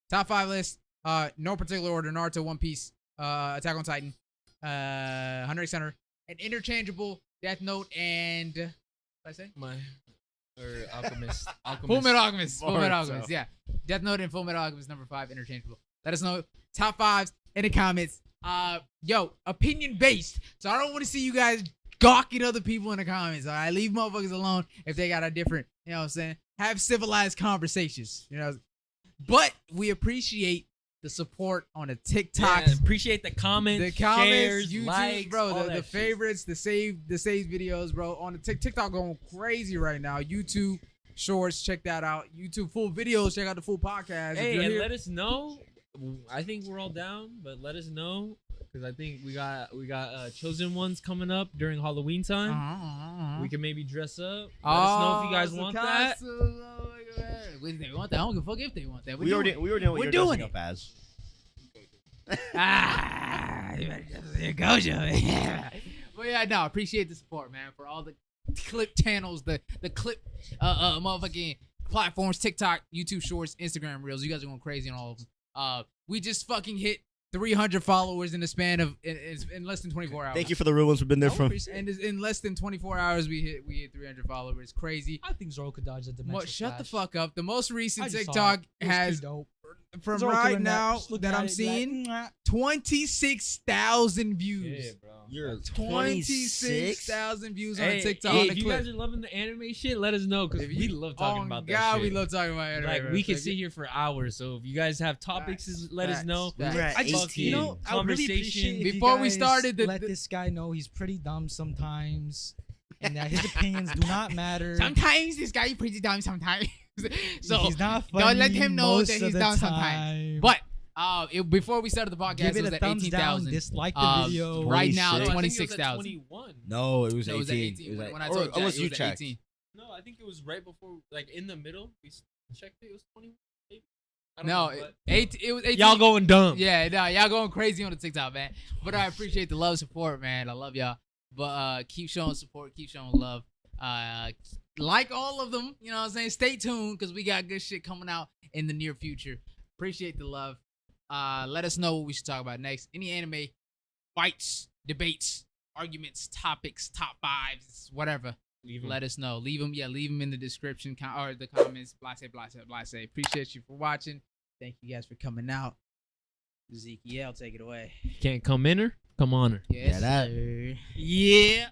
[SPEAKER 1] top five list. Uh, no particular order. Naruto, One Piece, uh, Attack on Titan, uh, Hunter X Hunter, and interchangeable Death Note and what I say?
[SPEAKER 2] My or Alchemist. Alchemist.
[SPEAKER 1] Full Metal Alchemist. Full Metal
[SPEAKER 3] Boruto.
[SPEAKER 1] Alchemist. Yeah. Death Note and Full Metal Alchemist number five interchangeable. Let us know top fives in the comments. Uh, yo, opinion based. So I don't want to see you guys gawking other people in the comments. All right, leave motherfuckers alone if they got a different. You know what I'm saying? Have civilized conversations. You know. But we appreciate the support on the TikTok.
[SPEAKER 2] Yeah, appreciate the comments,
[SPEAKER 1] The comments,
[SPEAKER 2] shares,
[SPEAKER 1] YouTube,
[SPEAKER 2] likes,
[SPEAKER 1] bro,
[SPEAKER 2] all
[SPEAKER 1] the,
[SPEAKER 2] that
[SPEAKER 1] the
[SPEAKER 2] shit.
[SPEAKER 1] favorites, the save, the saved videos, bro. On the Tik- TikTok going crazy right now. YouTube shorts, check that out. YouTube full videos, check out the full podcast. If
[SPEAKER 2] Hey,
[SPEAKER 1] you're
[SPEAKER 2] and
[SPEAKER 1] here-
[SPEAKER 2] let us know. I think we're all down, but let us know because I think we got we got uh, chosen ones coming up during Halloween
[SPEAKER 1] Uh-huh,
[SPEAKER 2] time.
[SPEAKER 6] Uh-huh.
[SPEAKER 2] We can maybe dress up. Let us know if you guys
[SPEAKER 1] Oh,
[SPEAKER 2] want
[SPEAKER 1] it's a
[SPEAKER 2] that.
[SPEAKER 1] costume. Oh my God. Wait, they want that? I don't give a fuck if they want that. We're
[SPEAKER 3] we already
[SPEAKER 1] doing
[SPEAKER 3] we already know what
[SPEAKER 1] We're
[SPEAKER 3] you're
[SPEAKER 1] doing
[SPEAKER 3] dressing
[SPEAKER 1] it.
[SPEAKER 3] up as.
[SPEAKER 1] it. Ah, you better just- here goes you. But yeah, no, appreciate the support, man, for all the clip channels, the the clip, uh, uh, motherfucking platforms, TikTok, YouTube Shorts, Instagram Reels. You guys are going crazy on all of them. Uh, we just fucking hit 300 followers in the span of in, in, in less than 24 hours.
[SPEAKER 3] Thank you for the real ones who've been
[SPEAKER 1] Oh,
[SPEAKER 3] there
[SPEAKER 11] I would
[SPEAKER 3] from.
[SPEAKER 11] appreciate-
[SPEAKER 1] And it's- in less than 24 hours, we hit we hit 300 followers. Crazy.
[SPEAKER 11] I think Zoro could dodge the
[SPEAKER 1] Mo-
[SPEAKER 11] dimension.
[SPEAKER 1] shut the
[SPEAKER 11] flash.
[SPEAKER 1] fuck up. The most
[SPEAKER 11] I
[SPEAKER 1] recent
[SPEAKER 11] just saw it.
[SPEAKER 1] TikTok
[SPEAKER 11] It was pretty
[SPEAKER 1] has
[SPEAKER 11] dope.
[SPEAKER 6] from
[SPEAKER 11] It's okay
[SPEAKER 6] right
[SPEAKER 11] when that-
[SPEAKER 6] now
[SPEAKER 11] just looking
[SPEAKER 6] that
[SPEAKER 11] at
[SPEAKER 6] I'm
[SPEAKER 11] it, like, mm, ah,
[SPEAKER 6] seeing,
[SPEAKER 11] mwah.
[SPEAKER 6] twenty six thousand
[SPEAKER 2] Yeah,
[SPEAKER 6] views.
[SPEAKER 2] bro.
[SPEAKER 3] You're
[SPEAKER 6] Twenty six
[SPEAKER 3] 26?
[SPEAKER 6] thousand views
[SPEAKER 2] Hey,
[SPEAKER 6] on TikTok.
[SPEAKER 2] hey,
[SPEAKER 6] on
[SPEAKER 2] if
[SPEAKER 6] the
[SPEAKER 2] you
[SPEAKER 6] clip.
[SPEAKER 2] guys are loving the anime shit, let us know because
[SPEAKER 6] If you-
[SPEAKER 2] we love talking
[SPEAKER 6] oh,
[SPEAKER 2] about that.
[SPEAKER 6] God, we
[SPEAKER 2] shit.
[SPEAKER 6] love talking about it.
[SPEAKER 2] Like we could sit here for hours. So if you guys have topics,
[SPEAKER 6] Facts,
[SPEAKER 2] let us
[SPEAKER 6] facts,
[SPEAKER 2] know.
[SPEAKER 6] facts.
[SPEAKER 3] We're at
[SPEAKER 11] I just, you
[SPEAKER 3] 18.
[SPEAKER 11] know, I would really
[SPEAKER 2] Conversation.
[SPEAKER 11] appreciate if you
[SPEAKER 6] Before we
[SPEAKER 11] guys
[SPEAKER 6] started the-
[SPEAKER 11] let
[SPEAKER 6] the-
[SPEAKER 11] this guy know he's pretty dumb sometimes, and that his opinions do not matter.
[SPEAKER 1] Sometimes this guy pretty dumb. Sometimes, so
[SPEAKER 11] he's not funny.
[SPEAKER 1] don't let him know
[SPEAKER 11] most
[SPEAKER 1] that
[SPEAKER 11] of
[SPEAKER 1] he's
[SPEAKER 11] the
[SPEAKER 1] down
[SPEAKER 11] time.
[SPEAKER 1] sometimes. But uh, it, before we started the podcast,
[SPEAKER 11] give
[SPEAKER 1] it
[SPEAKER 11] it
[SPEAKER 1] was
[SPEAKER 11] a
[SPEAKER 1] at
[SPEAKER 11] thumbs
[SPEAKER 1] eighteen
[SPEAKER 11] down,
[SPEAKER 1] thousand.
[SPEAKER 11] dislike the
[SPEAKER 1] Um,
[SPEAKER 11] video.
[SPEAKER 1] right now,
[SPEAKER 2] No, I think it was
[SPEAKER 1] twenty
[SPEAKER 2] at
[SPEAKER 1] six thousand.
[SPEAKER 2] 21.
[SPEAKER 3] No, it was
[SPEAKER 1] No, it was at
[SPEAKER 3] 18.
[SPEAKER 1] eighteen. When, when I
[SPEAKER 3] or-
[SPEAKER 1] told Jack,
[SPEAKER 3] unless
[SPEAKER 1] it
[SPEAKER 3] you
[SPEAKER 1] was at
[SPEAKER 3] checked.
[SPEAKER 1] eighteen.
[SPEAKER 2] No, I think it was right before, like in the middle. We s- checked it. It was 21. Maybe. I don't
[SPEAKER 1] No,
[SPEAKER 2] know,
[SPEAKER 1] it,
[SPEAKER 2] but-
[SPEAKER 1] eight, it was 18.
[SPEAKER 2] y'all going dumb.
[SPEAKER 1] Yeah, no, y'all going crazy on the TikTok, man. But I appreciate the love, support, man. I love y'all. But uh, keep showing support, keep showing love. Uh, like all of them, you know what I'm saying? Stay tuned because we got good shit coming out in the near future. Appreciate the love. Uh, let us know what we should talk about next. Any anime, fights, debates, arguments, topics, top fives, whatever.
[SPEAKER 2] Leave 'em.
[SPEAKER 1] Let us know. Leave them, yeah, leave them in the description com- or the comments. Blase, blase, blase. Appreciate you for watching. Thank you guys for coming out. Ezekiel, take it away.
[SPEAKER 2] Can't come in her. Come on her.
[SPEAKER 1] Yes,
[SPEAKER 3] that-
[SPEAKER 1] sir. Yeah.